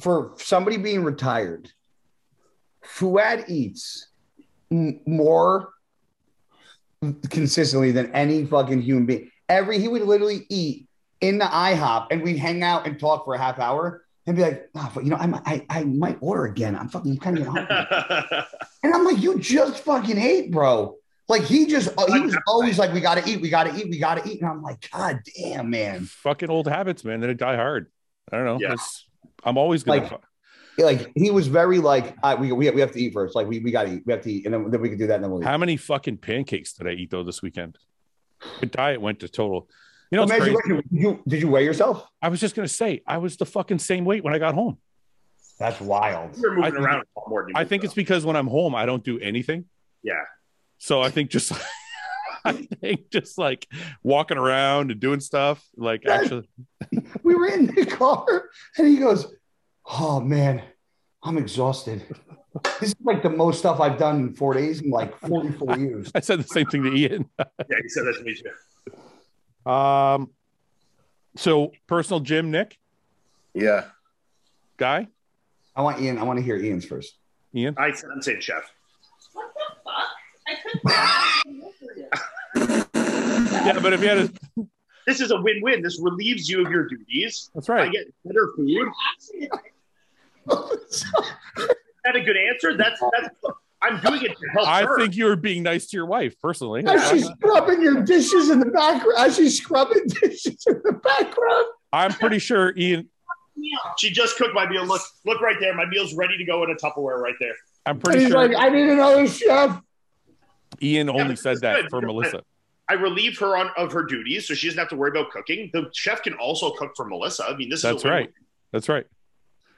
Speaker 4: for somebody being retired. Fuad eats m- more consistently than any fucking human being. Every he would literally eat in the IHOP, and we'd hang out and talk for a half hour, and be like, "Ah, but you know, I, might- I I might order again. I'm fucking kind of hungry." And I'm like, you just fucking ate, bro. Like he just uh, he was always like, we gotta eat, we gotta eat, we gotta eat. And I'm like, God damn, man.
Speaker 1: Fucking old habits, man. They die hard. I don't know.
Speaker 2: Yeah.
Speaker 1: It's- I'm always gonna.
Speaker 4: Like- Like he was very like, I we, we we have to eat first. Like we, we gotta eat, we have to eat, and then, then we can do that. And then we'll eat.
Speaker 1: How many fucking pancakes did I eat though this weekend? My diet went to total. You know, it's
Speaker 4: Imagine
Speaker 1: crazy.
Speaker 4: what you, you did you weigh yourself?
Speaker 1: I was just gonna say I was the fucking same weight when I got home.
Speaker 4: That's wild.
Speaker 2: you're
Speaker 1: I
Speaker 2: moving
Speaker 1: think-
Speaker 2: around a lot more than you
Speaker 1: I
Speaker 2: move
Speaker 1: think
Speaker 2: around.
Speaker 1: it's because when I'm home, I don't do anything.
Speaker 2: Yeah.
Speaker 1: So I think just, I think just like walking around and doing stuff, like
Speaker 4: Right.
Speaker 1: actually,
Speaker 4: We were in the car and he goes, Oh man, I'm exhausted. This is like the most stuff I've done in four days in like 44 years.
Speaker 1: I said the same thing to Ian.
Speaker 2: Yeah, you said that to me too.
Speaker 1: Um, so personal gym, Nick,
Speaker 3: Yeah.
Speaker 1: guy,
Speaker 4: I want Ian, I want to hear Ian's first.
Speaker 1: Ian.
Speaker 2: I, I'm saying chef.
Speaker 7: What the fuck? I couldn't.
Speaker 1: Yeah, but if you had a,
Speaker 2: This is a win-win. This relieves you of your duties.
Speaker 1: that's
Speaker 2: I
Speaker 1: right.
Speaker 2: get better food.
Speaker 7: Actually,
Speaker 2: Is that a good answer? That's that's. I'm doing it to help
Speaker 1: I
Speaker 2: her.
Speaker 1: think you were being nice to your wife personally.
Speaker 12: As she's scrubbing your dishes in the background, as she's scrubbing dishes in the background.
Speaker 1: I'm pretty sure Ian.
Speaker 7: meal.
Speaker 2: she just cooked my meal. Look, look right there. My meal's ready to go in a Tupperware right there.
Speaker 1: I'm
Speaker 12: And
Speaker 1: pretty
Speaker 12: he's
Speaker 1: sure
Speaker 12: like, I need another chef.
Speaker 1: Ian
Speaker 2: but
Speaker 1: only
Speaker 2: it's
Speaker 1: said that
Speaker 2: good.
Speaker 1: for
Speaker 2: You're
Speaker 1: Melissa.
Speaker 2: I relieve her on of her duties, so she doesn't have to worry about cooking. The chef can also cook for Melissa. I mean, this is
Speaker 1: That's
Speaker 2: a win-win.
Speaker 1: right. That's right.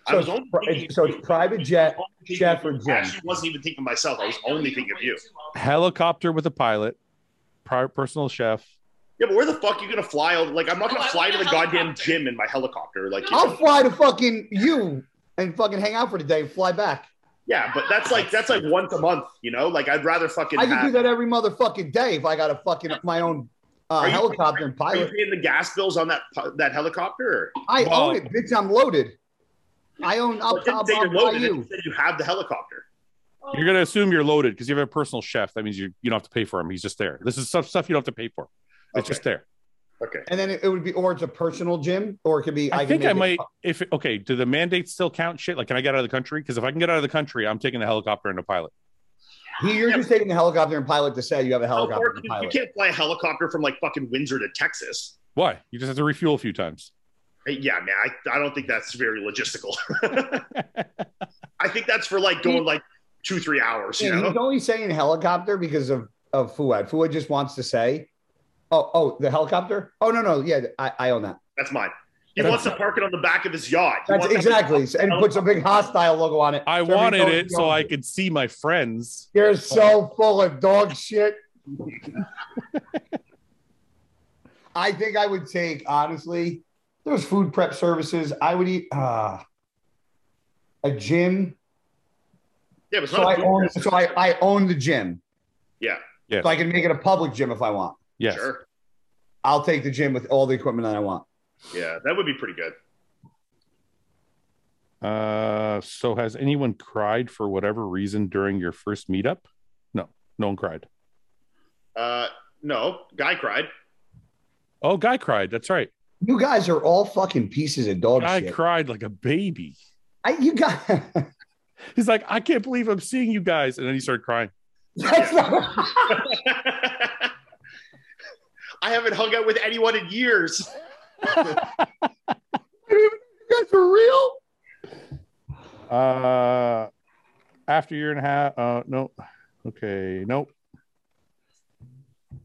Speaker 2: I was only
Speaker 4: it's pri-
Speaker 2: thinking
Speaker 4: so
Speaker 2: of you.
Speaker 4: it's private jet,
Speaker 2: I was only
Speaker 4: chef,
Speaker 2: thinking
Speaker 4: or
Speaker 2: of
Speaker 4: gym.
Speaker 2: you. I actually wasn't even thinking of myself. I was only thinking of you.
Speaker 1: Helicopter with a pilot, pri- personal chef.
Speaker 2: Yeah, but where the fuck are you gonna fly? Over? Like, I'm not gonna
Speaker 7: Oh, I
Speaker 2: fly to the
Speaker 7: want a
Speaker 2: goddamn
Speaker 7: helicopter.
Speaker 2: gym in my helicopter. Like, you
Speaker 4: I'll
Speaker 2: know?
Speaker 4: fly to fucking you and fucking hang out for the day and fly back.
Speaker 2: yeah, but that's like that's like once a month. You know, like I'd rather fucking.
Speaker 4: I
Speaker 2: have,
Speaker 4: could do that every motherfucking day if I got a fucking my own uh,
Speaker 2: Are you-
Speaker 4: helicopter and
Speaker 2: Are you
Speaker 4: pilot.
Speaker 2: paying the gas bills on that pu- that helicopter?
Speaker 4: I
Speaker 1: Well-
Speaker 4: own it, bitch. I'm loaded. I own. I'll,
Speaker 2: Or? I didn't
Speaker 4: I'll,
Speaker 2: say
Speaker 4: I'll
Speaker 2: you're
Speaker 4: buy
Speaker 2: loaded.
Speaker 4: you.
Speaker 2: You said you have the helicopter.
Speaker 1: You're gonna
Speaker 7: Oh,
Speaker 1: assume you're loaded because you have a personal chef. That means you you don't have to pay for him. He's just there. This is stuff stuff you don't have to pay for. It's
Speaker 2: Okay.
Speaker 1: just there.
Speaker 2: Okay.
Speaker 4: And then it, it would be, or it's a personal gym, or it could be.
Speaker 1: I,
Speaker 4: can
Speaker 1: think
Speaker 4: make
Speaker 1: I
Speaker 4: it-
Speaker 1: might. If okay, do the mandates still count? Shit, like can I get out of the country? Because if I can get out of the country, I'm taking the helicopter and the pilot.
Speaker 4: He- You're just taking the helicopter and pilot to say you have a
Speaker 2: How
Speaker 4: helicopter
Speaker 2: far
Speaker 4: and
Speaker 2: can Oh, you, you
Speaker 4: pilot.
Speaker 2: can't fly a helicopter from like fucking Windsor to Texas.
Speaker 1: Why? You just have to refuel a few times.
Speaker 2: Uh, Yeah, man, I, I don't think that's very logistical. I think that's for like going like two three hours. You
Speaker 4: And
Speaker 2: know.
Speaker 4: he's only saying helicopter because of of Fuad. Fuad just wants to say, "Oh, oh, the helicopter. Oh, no, no, yeah, I, I own that.
Speaker 2: That's mine. He
Speaker 1: That's
Speaker 2: wants to park it on the back of his yacht. He
Speaker 4: That's
Speaker 2: wants-
Speaker 4: exactly. And puts a big hostile logo on it.
Speaker 1: I
Speaker 4: So everybody
Speaker 1: wanted
Speaker 4: knows
Speaker 1: it
Speaker 4: he
Speaker 1: so
Speaker 4: owns
Speaker 1: I could see my friends.
Speaker 12: You're so full of dog shit.
Speaker 4: I think I would take honestly. There's food prep services. I would eat uh, a gym.
Speaker 2: Yeah, but it's
Speaker 4: So
Speaker 2: not a
Speaker 4: I
Speaker 2: food
Speaker 4: own.
Speaker 2: business.
Speaker 4: So I, I own the gym.
Speaker 2: Yeah.
Speaker 1: Yes.
Speaker 4: So I can make it a public gym if I want.
Speaker 1: Yes.
Speaker 2: Sure.
Speaker 4: I'll take the gym with all the equipment that I want.
Speaker 2: Yeah, that would be pretty good.
Speaker 1: Uh, so has anyone cried for whatever reason during your first meetup? No, no one cried.
Speaker 2: Uh, no, guy cried.
Speaker 1: Oh, guy cried. That's right.
Speaker 4: You guys are all fucking pieces of dog
Speaker 1: guy
Speaker 4: Oh, shit.
Speaker 1: cried like a baby.
Speaker 4: I, you got
Speaker 1: He's like, I can't believe I'm seeing you guys, and then he started crying.
Speaker 4: that's not,
Speaker 2: I haven't hung out with anyone in years.
Speaker 13: real?
Speaker 1: Uh, after a year and a half. Uh, no. Okay. Nope.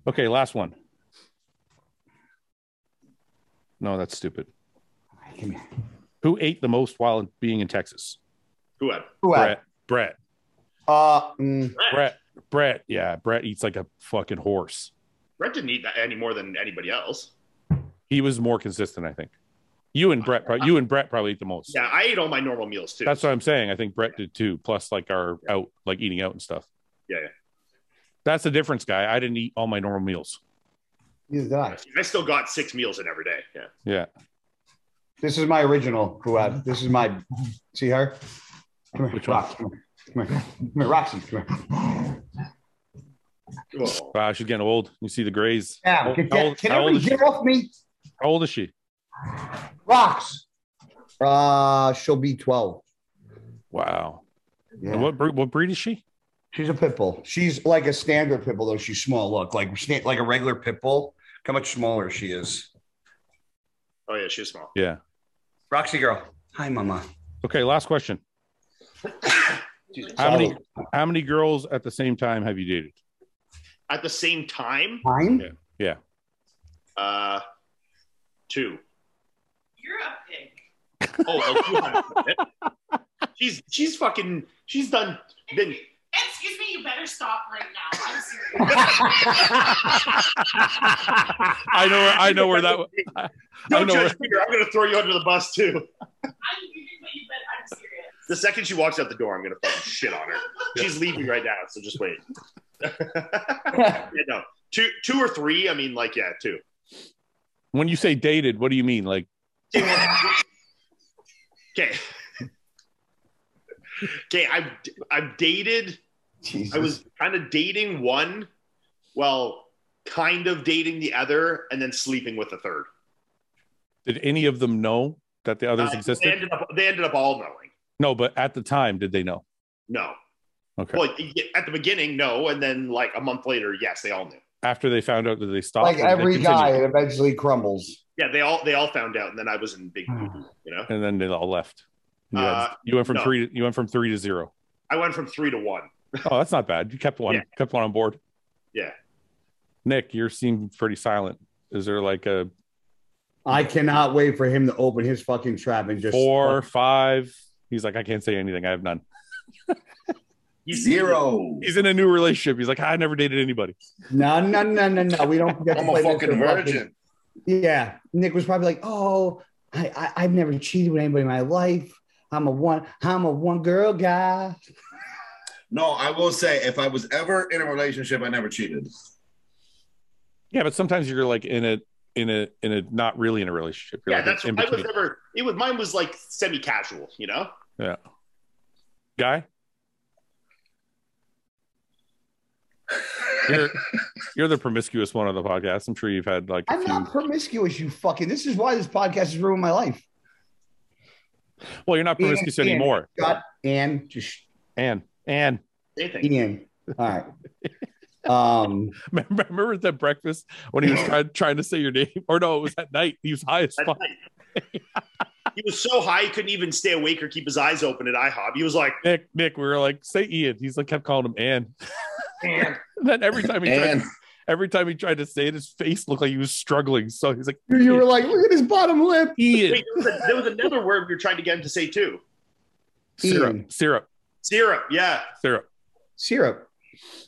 Speaker 1: Okay. Last one. No, that's stupid. Who ate the most while being in Texas?
Speaker 2: Who had?
Speaker 1: Brett. Brett.
Speaker 4: Uh, mm,
Speaker 1: Brett. Brett. Yeah. Brett eats like a fucking horse.
Speaker 2: Brett didn't eat that any more than anybody else.
Speaker 1: He was more consistent, I think. You and Brett, pro- you and Brett probably eat the most.
Speaker 2: Yeah, I ate all my normal meals too.
Speaker 1: That's what I'm saying. I think Brett did too. Plus, like our out, like eating out and stuff.
Speaker 2: Yeah, yeah.
Speaker 1: That's the difference, guy. I didn't eat all my normal meals.
Speaker 4: neither did I.
Speaker 2: I still got six meals in every day. Yeah.
Speaker 1: Yeah.
Speaker 4: This is my original Fuad. This is my. See her? Come here,
Speaker 1: Which one?
Speaker 4: Rox. Come here. Come here. Come here, Roxy. Come here.
Speaker 2: Well,
Speaker 1: Wow, she's getting old. You see the grays.
Speaker 4: Yeah,
Speaker 1: How-
Speaker 4: get,
Speaker 1: how
Speaker 4: get,
Speaker 1: old-
Speaker 4: can
Speaker 1: how old
Speaker 4: everybody
Speaker 1: is she?
Speaker 4: get off me?
Speaker 1: How old is she?
Speaker 4: Rox. Uh, she'll be 12.
Speaker 1: Wow.
Speaker 4: Yeah.
Speaker 1: And what breed, what breed is she?
Speaker 4: She's a pit bull. She's like a standard pit bull, though. She's small. Look, like sna- like a regular pit bull. Look How much smaller she is.
Speaker 2: oh yeah, she's small.
Speaker 1: Yeah.
Speaker 4: Roxy girl. Hi, mama.
Speaker 1: Okay. Last question. how many how many girls at the same time have you dated?
Speaker 2: At the same time,
Speaker 4: Fine.
Speaker 2: uh, two.
Speaker 7: You're a pig.
Speaker 2: Oh, oh, you had- she's she's fucking she's done. Been,
Speaker 7: Excuse me, you better stop right now. I'm serious.
Speaker 1: I know where I know where that I
Speaker 2: don't
Speaker 1: know
Speaker 2: judge Peter. I'm gonna throw you under the bus too.
Speaker 7: I'm leaving, but you better. I'm serious.
Speaker 2: The second she walks out the door, I'm gonna fucking shit on her. She's leaving right now, so just wait. yeah, no, two, two or three. I mean, like, yeah, two.
Speaker 1: when you say dated, what do you mean? Like
Speaker 2: Okay. Okay, I've I've dated. I was kind of dating one, well, kind of dating the other, and then sleeping with the third.
Speaker 1: did any of them know that the others
Speaker 2: Uh, They
Speaker 1: existed?
Speaker 2: ended up they ended up all knowing.
Speaker 1: No, but at the time did they know?
Speaker 2: No.
Speaker 1: Okay.
Speaker 2: Well, y- at the beginning, no, and then like a month later, yes, they all knew.
Speaker 1: After they found out that they stopped.
Speaker 4: Like
Speaker 1: or did they
Speaker 4: every
Speaker 1: continue?
Speaker 4: guy, it eventually crumbles.
Speaker 2: Yeah, they all they all found out, and then I was in big,
Speaker 1: Hmm.
Speaker 2: poo-poo, you know.
Speaker 1: and then they all left. You, had-
Speaker 2: Uh,
Speaker 1: you went from
Speaker 2: no.
Speaker 1: three. You went from three to zero.
Speaker 2: I went from three to one.
Speaker 1: Oh, that's not bad. You kept one.
Speaker 2: Yeah.
Speaker 1: Kept one on board.
Speaker 2: Yeah.
Speaker 1: Nick, you seem pretty silent. Is there like a
Speaker 4: I cannot wait for him to open his fucking trap and just
Speaker 1: four, five? He's like, I can't say anything. I have none.
Speaker 3: Zero.
Speaker 1: He's in a new relationship. He's like, I never dated anybody.
Speaker 4: No, no, no, no, no. We don't. Get to
Speaker 3: I'm a
Speaker 4: play this
Speaker 3: fucking
Speaker 4: for
Speaker 3: virgin.
Speaker 4: Yeah, Nick was probably like, "Oh, I, I I've never cheated with anybody in my life. I'm a one. I'm a one girl guy."
Speaker 3: No, I will say if I was ever in a relationship, I never cheated.
Speaker 1: Yeah, but sometimes you're like in a in a in a not really in a relationship. You're
Speaker 2: Yeah,
Speaker 1: like
Speaker 2: that's
Speaker 1: in
Speaker 2: I was
Speaker 1: between.
Speaker 2: never. It was mine was like semi-casual, you know.
Speaker 1: guy. You're you're the promiscuous one on the podcast. I'm sure you've had like a
Speaker 4: I'm
Speaker 1: few.
Speaker 4: not promiscuous, you fucking. This is why this podcast has ruined my life.
Speaker 1: well, you're not
Speaker 4: Ian,
Speaker 1: promiscuous
Speaker 4: Ian.
Speaker 1: anymore.
Speaker 4: God, and just
Speaker 1: And and
Speaker 2: Anything.
Speaker 4: Ian. All right. Um,
Speaker 1: Remember, remember at that breakfast when he was trying, trying to say your name, or no, it was at night. He was high as
Speaker 2: At
Speaker 1: fuck.
Speaker 2: night. he was so high he couldn't even stay awake or keep his eyes open at IHOP. He was like,
Speaker 1: Nick, Nick, we were like, say Ian. He's like, kept calling him Ann. And then every time he tried,
Speaker 3: And
Speaker 1: every time he tried to say it, his face looked like he was struggling. So he's like,
Speaker 4: you were like, "Look at his bottom lip."
Speaker 1: Ian,
Speaker 2: Wait, there, was a, there was another word we were trying to get him to say too.
Speaker 1: syrup,
Speaker 4: Ian.
Speaker 1: syrup,
Speaker 2: Syrup. Yeah.
Speaker 1: syrup.
Speaker 4: Syrup.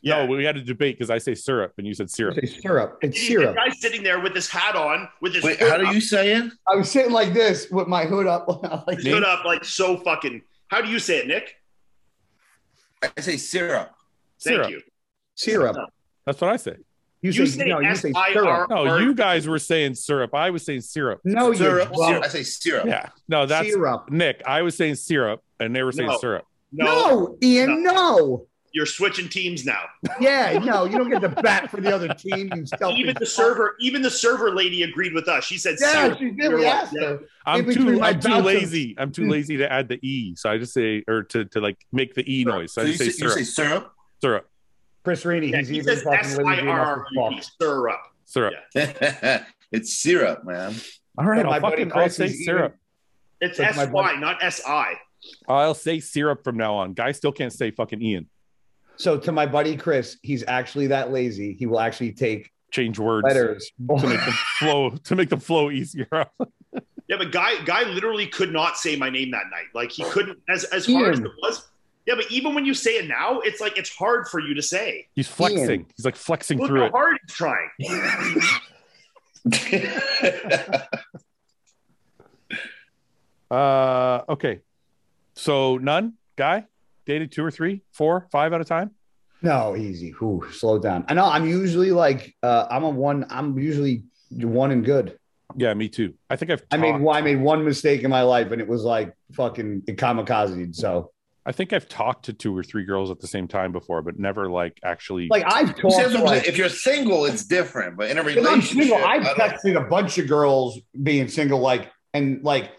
Speaker 2: Yeah.
Speaker 1: No, we had a debate because I say syrup and you said syrup.
Speaker 4: Say syrup. It's
Speaker 2: The
Speaker 4: syrup.
Speaker 2: guy's sitting there with his hat on, with his
Speaker 3: wait,
Speaker 2: hood
Speaker 3: how do
Speaker 2: up,
Speaker 3: you say it?
Speaker 4: I was sitting like this with my hood up. like,
Speaker 2: stood up like so fucking. How do you say it, Nick?
Speaker 3: I say syrup.
Speaker 2: Thank
Speaker 1: Syrup.
Speaker 2: you.
Speaker 4: syrup.
Speaker 1: That's what I say.
Speaker 2: You say S-I-R-U-P.
Speaker 1: No,
Speaker 2: Or-
Speaker 1: you guys were saying syrup. I was saying syrup.
Speaker 4: No, you're
Speaker 3: Syrup.
Speaker 4: drunk.
Speaker 3: syrup. I say syrup.
Speaker 1: Yeah. No, that's
Speaker 4: syrup.
Speaker 1: Nick. I was saying syrup and they were saying
Speaker 2: No.
Speaker 1: syrup.
Speaker 2: No,
Speaker 4: No, Ian, no.
Speaker 2: you're switching teams now.
Speaker 4: Yeah, no, you don't get the bat for the other team. You selfish
Speaker 2: Even the
Speaker 4: fuck.
Speaker 2: server, even the server lady agreed with us. She said,
Speaker 4: Yeah,
Speaker 2: syrup.
Speaker 4: she did.
Speaker 2: You're
Speaker 4: We
Speaker 2: like,
Speaker 4: asked
Speaker 2: yeah.
Speaker 4: her. In
Speaker 1: I'm
Speaker 4: between
Speaker 1: too.
Speaker 4: my
Speaker 1: I'm too
Speaker 4: bouts of-
Speaker 1: lazy. I'm too lazy to add the e, so I just say or to to like make the e noise. So
Speaker 3: So
Speaker 1: I
Speaker 3: you
Speaker 1: just say
Speaker 3: say, you
Speaker 1: syrup,
Speaker 3: say syrup?
Speaker 1: syrup,
Speaker 4: Chris Rainey,
Speaker 2: Yeah,
Speaker 4: he's
Speaker 2: he
Speaker 4: even
Speaker 2: says
Speaker 4: fucking living in the
Speaker 2: S-I-R-U-P. Syrup.
Speaker 1: syrup.
Speaker 3: it's syrup, man.
Speaker 1: All right,
Speaker 4: Yeah, my
Speaker 1: I'll
Speaker 4: buddy
Speaker 1: fucking I'll
Speaker 4: Chris
Speaker 1: say
Speaker 4: is eating-
Speaker 1: syrup.
Speaker 2: It's
Speaker 4: That's my
Speaker 2: S Y, not S I.
Speaker 1: I'll say syrup from now on. Guys still can't say fucking Ian.
Speaker 4: So to my buddy Chris, he's actually that lazy. He will actually take
Speaker 1: Change words
Speaker 4: letters.
Speaker 1: to make them flow to make them flow easier.
Speaker 2: Yeah, but guy, guy literally could not say my name that night. Like he couldn't, as as hard as it was. Yeah, but even when you say it now, it's like it's hard for you to say.
Speaker 1: He's flexing.
Speaker 4: Ian.
Speaker 1: He's like flexing
Speaker 2: Look
Speaker 1: through
Speaker 2: how
Speaker 1: it.
Speaker 2: hard he's trying.
Speaker 1: Uh, okay. So none guy dated two or three, four, five at a time.
Speaker 4: No, easy. Who slow down. I know I'm usually like uh I'm a one I'm usually one and good.
Speaker 1: Yeah, me too. I think I've. Talked,
Speaker 4: I made one I made one mistake in my life and it was like fucking kamikaze. So
Speaker 1: I think I've talked to two or three girls at the same time before, but never like actually.
Speaker 4: like I've
Speaker 3: You see
Speaker 4: talked
Speaker 3: what I'm saying?
Speaker 4: like,
Speaker 3: if you're single, it's different, but in a
Speaker 4: if I'm
Speaker 3: relationship,
Speaker 4: single,
Speaker 3: I
Speaker 4: I've
Speaker 3: don't-
Speaker 4: texted a bunch of girls being single, like and like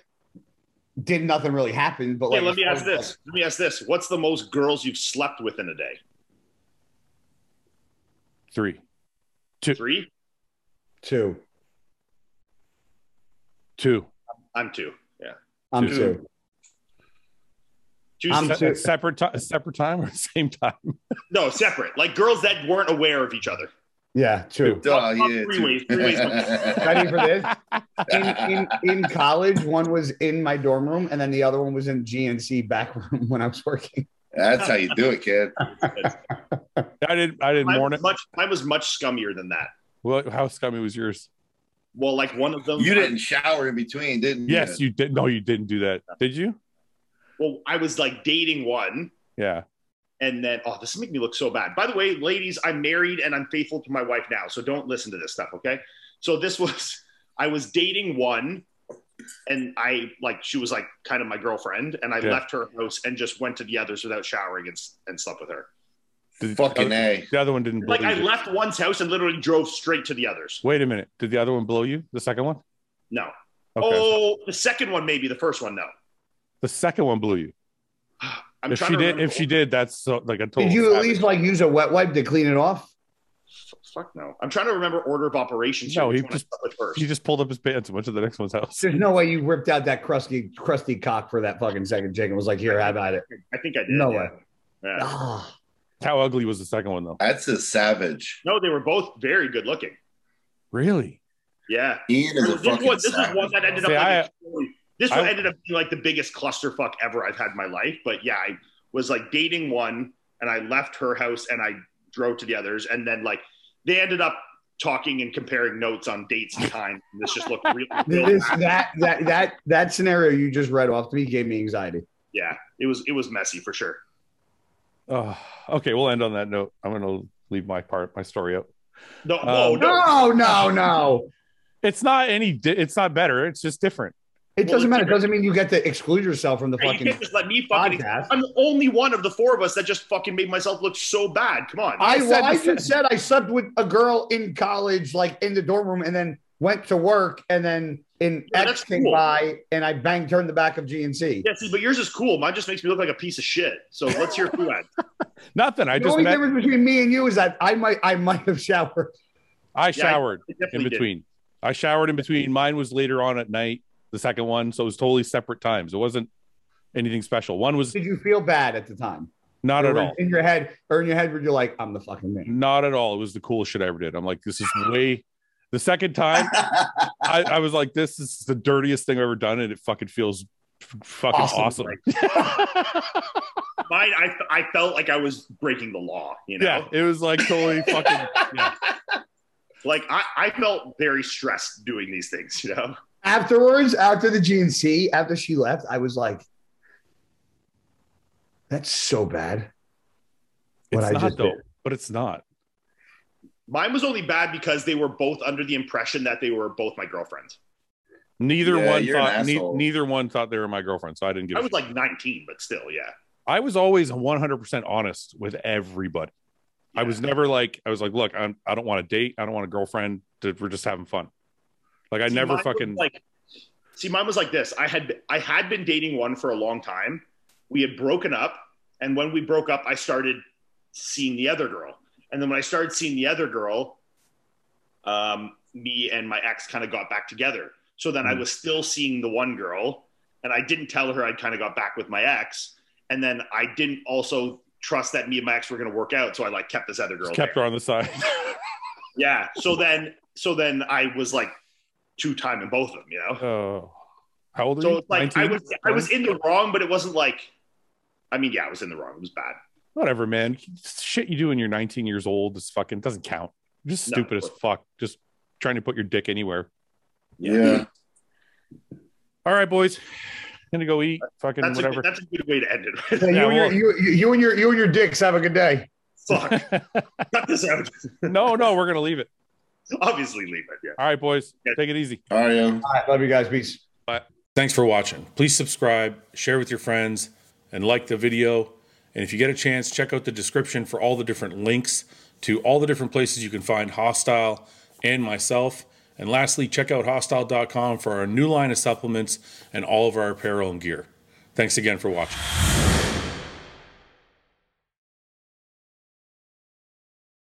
Speaker 4: did nothing really happen, but
Speaker 2: Hey,
Speaker 4: like
Speaker 2: let me ask this. Let me ask this. What's the most girls you've slept with in a day?
Speaker 1: three,
Speaker 2: Three.
Speaker 4: Two.
Speaker 1: two.
Speaker 2: I'm two. Yeah.
Speaker 4: I'm
Speaker 1: Two.
Speaker 4: two.
Speaker 2: Two.
Speaker 4: I'm
Speaker 1: Se-
Speaker 4: two.
Speaker 1: separate time, separate time or same time.
Speaker 2: no, separate. Like girls that weren't aware of each other.
Speaker 4: Yeah, two.
Speaker 3: Duh,
Speaker 2: Fuck,
Speaker 3: yeah,
Speaker 2: three
Speaker 3: too.
Speaker 2: ways, three ways.
Speaker 4: Ready for this? In, in, in college, one was in my dorm room, and then the other one was in GNC back room when I was working.
Speaker 3: That's how you do it, kid.
Speaker 1: I did. I did
Speaker 2: Mine
Speaker 1: morning.
Speaker 2: was, much, mine was much scummier than that.
Speaker 1: Well, how scummy was yours?
Speaker 2: Well, like one of them.
Speaker 3: You didn't shower in between, didn't
Speaker 1: Yes, you did. No, you didn't do that. Did you?
Speaker 2: Well, I was like dating one,
Speaker 1: Yeah.
Speaker 2: and then oh, this makes me look so bad. By the way, ladies, I'm married and I'm faithful to my wife now, so don't listen to this stuff, okay? So this was I was dating one, and I like she was like kind of my girlfriend, and I
Speaker 1: Yeah.
Speaker 2: left her house and just went to the others without showering and, s- and slept with her.
Speaker 1: Did,
Speaker 3: Fucking A.
Speaker 1: The other one didn't.
Speaker 2: Like
Speaker 1: blow
Speaker 2: I
Speaker 1: you.
Speaker 2: left one's house and literally drove straight to the others.
Speaker 1: Wait a minute. Did the other one blow you? The second one?
Speaker 2: No.
Speaker 1: Okay.
Speaker 2: Oh, the second one maybe, the first one no.
Speaker 1: The second one blew you.
Speaker 2: I'm
Speaker 1: if
Speaker 2: trying
Speaker 1: she
Speaker 2: to
Speaker 1: did,
Speaker 2: remember-
Speaker 1: if she did, that's so, like a total.
Speaker 4: Did you at
Speaker 1: savage.
Speaker 4: least like use a wet wipe to clean it off?
Speaker 2: fuck no. I'm trying to remember order of operations. here,
Speaker 1: No, he
Speaker 2: which one I
Speaker 1: just-
Speaker 2: slept with first.
Speaker 1: He just pulled up his pants and went to the next one's house.
Speaker 4: There's no way you ripped out that crusty, crusty cock for that fucking second chicken. Was like, here, have at it.
Speaker 2: I think I did.
Speaker 4: No
Speaker 2: yeah.
Speaker 4: way.
Speaker 2: Yeah.
Speaker 4: Ah,
Speaker 1: How ugly was the second one though?
Speaker 3: That's a savage.
Speaker 2: No, they were both very good looking.
Speaker 1: Really?
Speaker 2: Yeah.
Speaker 3: Ian is a
Speaker 2: This
Speaker 3: fucking
Speaker 2: one, this is
Speaker 3: savage.
Speaker 2: one that ended up
Speaker 1: See,
Speaker 2: like
Speaker 1: I-
Speaker 2: a- this one
Speaker 1: I-
Speaker 2: ended up being like the biggest clusterfuck ever I've had in my life. But yeah, I was like dating one and I left her house and I drove to the others and then like they ended up talking and comparing notes on dates and time. And this just looked really, really
Speaker 4: this that that that that scenario you just read off to me gave me anxiety.
Speaker 2: yeah. It was it was messy for sure.
Speaker 1: Oh, okay, we'll end on that note. I'm gonna leave my part, my story up.
Speaker 2: No,
Speaker 1: Um,
Speaker 2: no, Oh, no.
Speaker 4: No, no, no.
Speaker 1: It's not any. di- It's not better. It's just different.
Speaker 4: It
Speaker 2: Well,
Speaker 4: doesn't matter. It
Speaker 2: it's-
Speaker 4: doesn't mean you get to exclude yourself from the
Speaker 2: Hey, you
Speaker 4: fucking
Speaker 2: can't just let me fucking.
Speaker 4: podcast.
Speaker 2: I'm the only one of the four of us that just fucking made myself look so bad. Come on.
Speaker 4: I,
Speaker 1: said
Speaker 4: well, I
Speaker 1: the
Speaker 4: just said I slept with a girl in college, like in the dorm room, and then went to work, and then in
Speaker 2: Yeah,
Speaker 4: X
Speaker 2: that's
Speaker 4: came
Speaker 2: cool.
Speaker 4: by, and I banged her in the back of GNC.
Speaker 2: Yeah, see, but yours is cool. Mine just makes me look like a piece of shit. So let's hear who had.
Speaker 1: Nothing. I
Speaker 4: the
Speaker 1: just
Speaker 4: only
Speaker 1: met.
Speaker 4: difference between me and you is that I might I might have showered.
Speaker 1: I showered
Speaker 2: It
Speaker 1: in
Speaker 2: definitely did.
Speaker 1: between. I showered in between. Mine was later on at night. The second one, so it was totally separate times. It wasn't anything special. One was
Speaker 4: Did you feel bad at the time?
Speaker 1: not at
Speaker 4: Or
Speaker 1: all.
Speaker 4: In your head, or in your head, where you're like, I'm the fucking man.
Speaker 1: Not at all. It was the coolest shit I ever did. I'm like, this is way. The second time, I, I was like, this is the dirtiest thing I've ever done, and it fucking feels f- fucking awesome.
Speaker 2: Mine, I, I felt like I was breaking the law, you know?
Speaker 1: Yeah, it was like totally fucking. yeah.
Speaker 2: Like, I, I felt very stressed doing these things, you know?
Speaker 4: Afterwards, after the GNC, after she left, I was like, That's so bad. What
Speaker 1: It's
Speaker 4: I
Speaker 1: not
Speaker 4: just
Speaker 1: though,
Speaker 4: did.
Speaker 1: but it's not.
Speaker 2: Mine was only bad because they were both under the impression that they were both my girlfriends.
Speaker 1: Neither
Speaker 3: Yeah,
Speaker 1: one
Speaker 3: you're an
Speaker 1: thought. Ne-
Speaker 3: asshole.
Speaker 1: neither one thought they were my girlfriend, so I didn't give.
Speaker 2: I
Speaker 1: a
Speaker 2: was
Speaker 1: shit.
Speaker 2: like 19, but still, yeah.
Speaker 1: I was always 100 percent honest with everybody. I was never like I was like, look, I'm, I don't want a date. I don't want a girlfriend. d- We're just having fun. Like I
Speaker 2: See,
Speaker 1: never
Speaker 2: mine was
Speaker 1: fucking.
Speaker 2: like see mine was like this i had i had been dating one for a long time we had broken up and when we broke up i started seeing the other girl and then when i started seeing the other girl
Speaker 1: Hmm.
Speaker 2: um, me and my ex kind of got back together so then i was still seeing the one girl and I didn't tell her I'd kind of got back with my ex, and then I didn't also trust that me and my ex were going to work out, so I like kept this other girl.
Speaker 1: Just kept
Speaker 2: there.
Speaker 1: her on the side.
Speaker 2: Yeah. So then, so then I was like two time in both of them, you know.
Speaker 1: oh, how old are
Speaker 2: So
Speaker 1: you?
Speaker 2: it's like
Speaker 1: 19?
Speaker 2: I was I was in the wrong, but it wasn't like, I mean, yeah, I was in the wrong. It was bad.
Speaker 1: whatever, man. Shit you do when you're 19 years old is fucking doesn't count. You're just
Speaker 2: No.
Speaker 1: stupid as fuck. Just trying to put your dick anywhere.
Speaker 3: Yeah.
Speaker 1: All right, boys. Gonna go eat fucking
Speaker 2: That's a,
Speaker 1: whatever.
Speaker 2: good- that's a good way to end it.
Speaker 4: Hey,
Speaker 1: Yeah,
Speaker 4: you, and your, you, you and your you and your dicks have a good day.
Speaker 2: Fuck, cut this out.
Speaker 1: no, no, we're gonna leave it.
Speaker 2: Obviously, leave it. Yeah.
Speaker 1: All right, boys.
Speaker 2: Yeah.
Speaker 1: Take it easy.
Speaker 3: All right, yo.
Speaker 4: All right, love you guys. Peace.
Speaker 1: Thanks for watching. Please subscribe, share with your friends, and like the video. And if you get a chance, check out the description for all the different links to all the different places you can find Hostile and myself. And lastly, check out hostile.com for our new line of supplements and all of our apparel and gear. Thanks again for watching.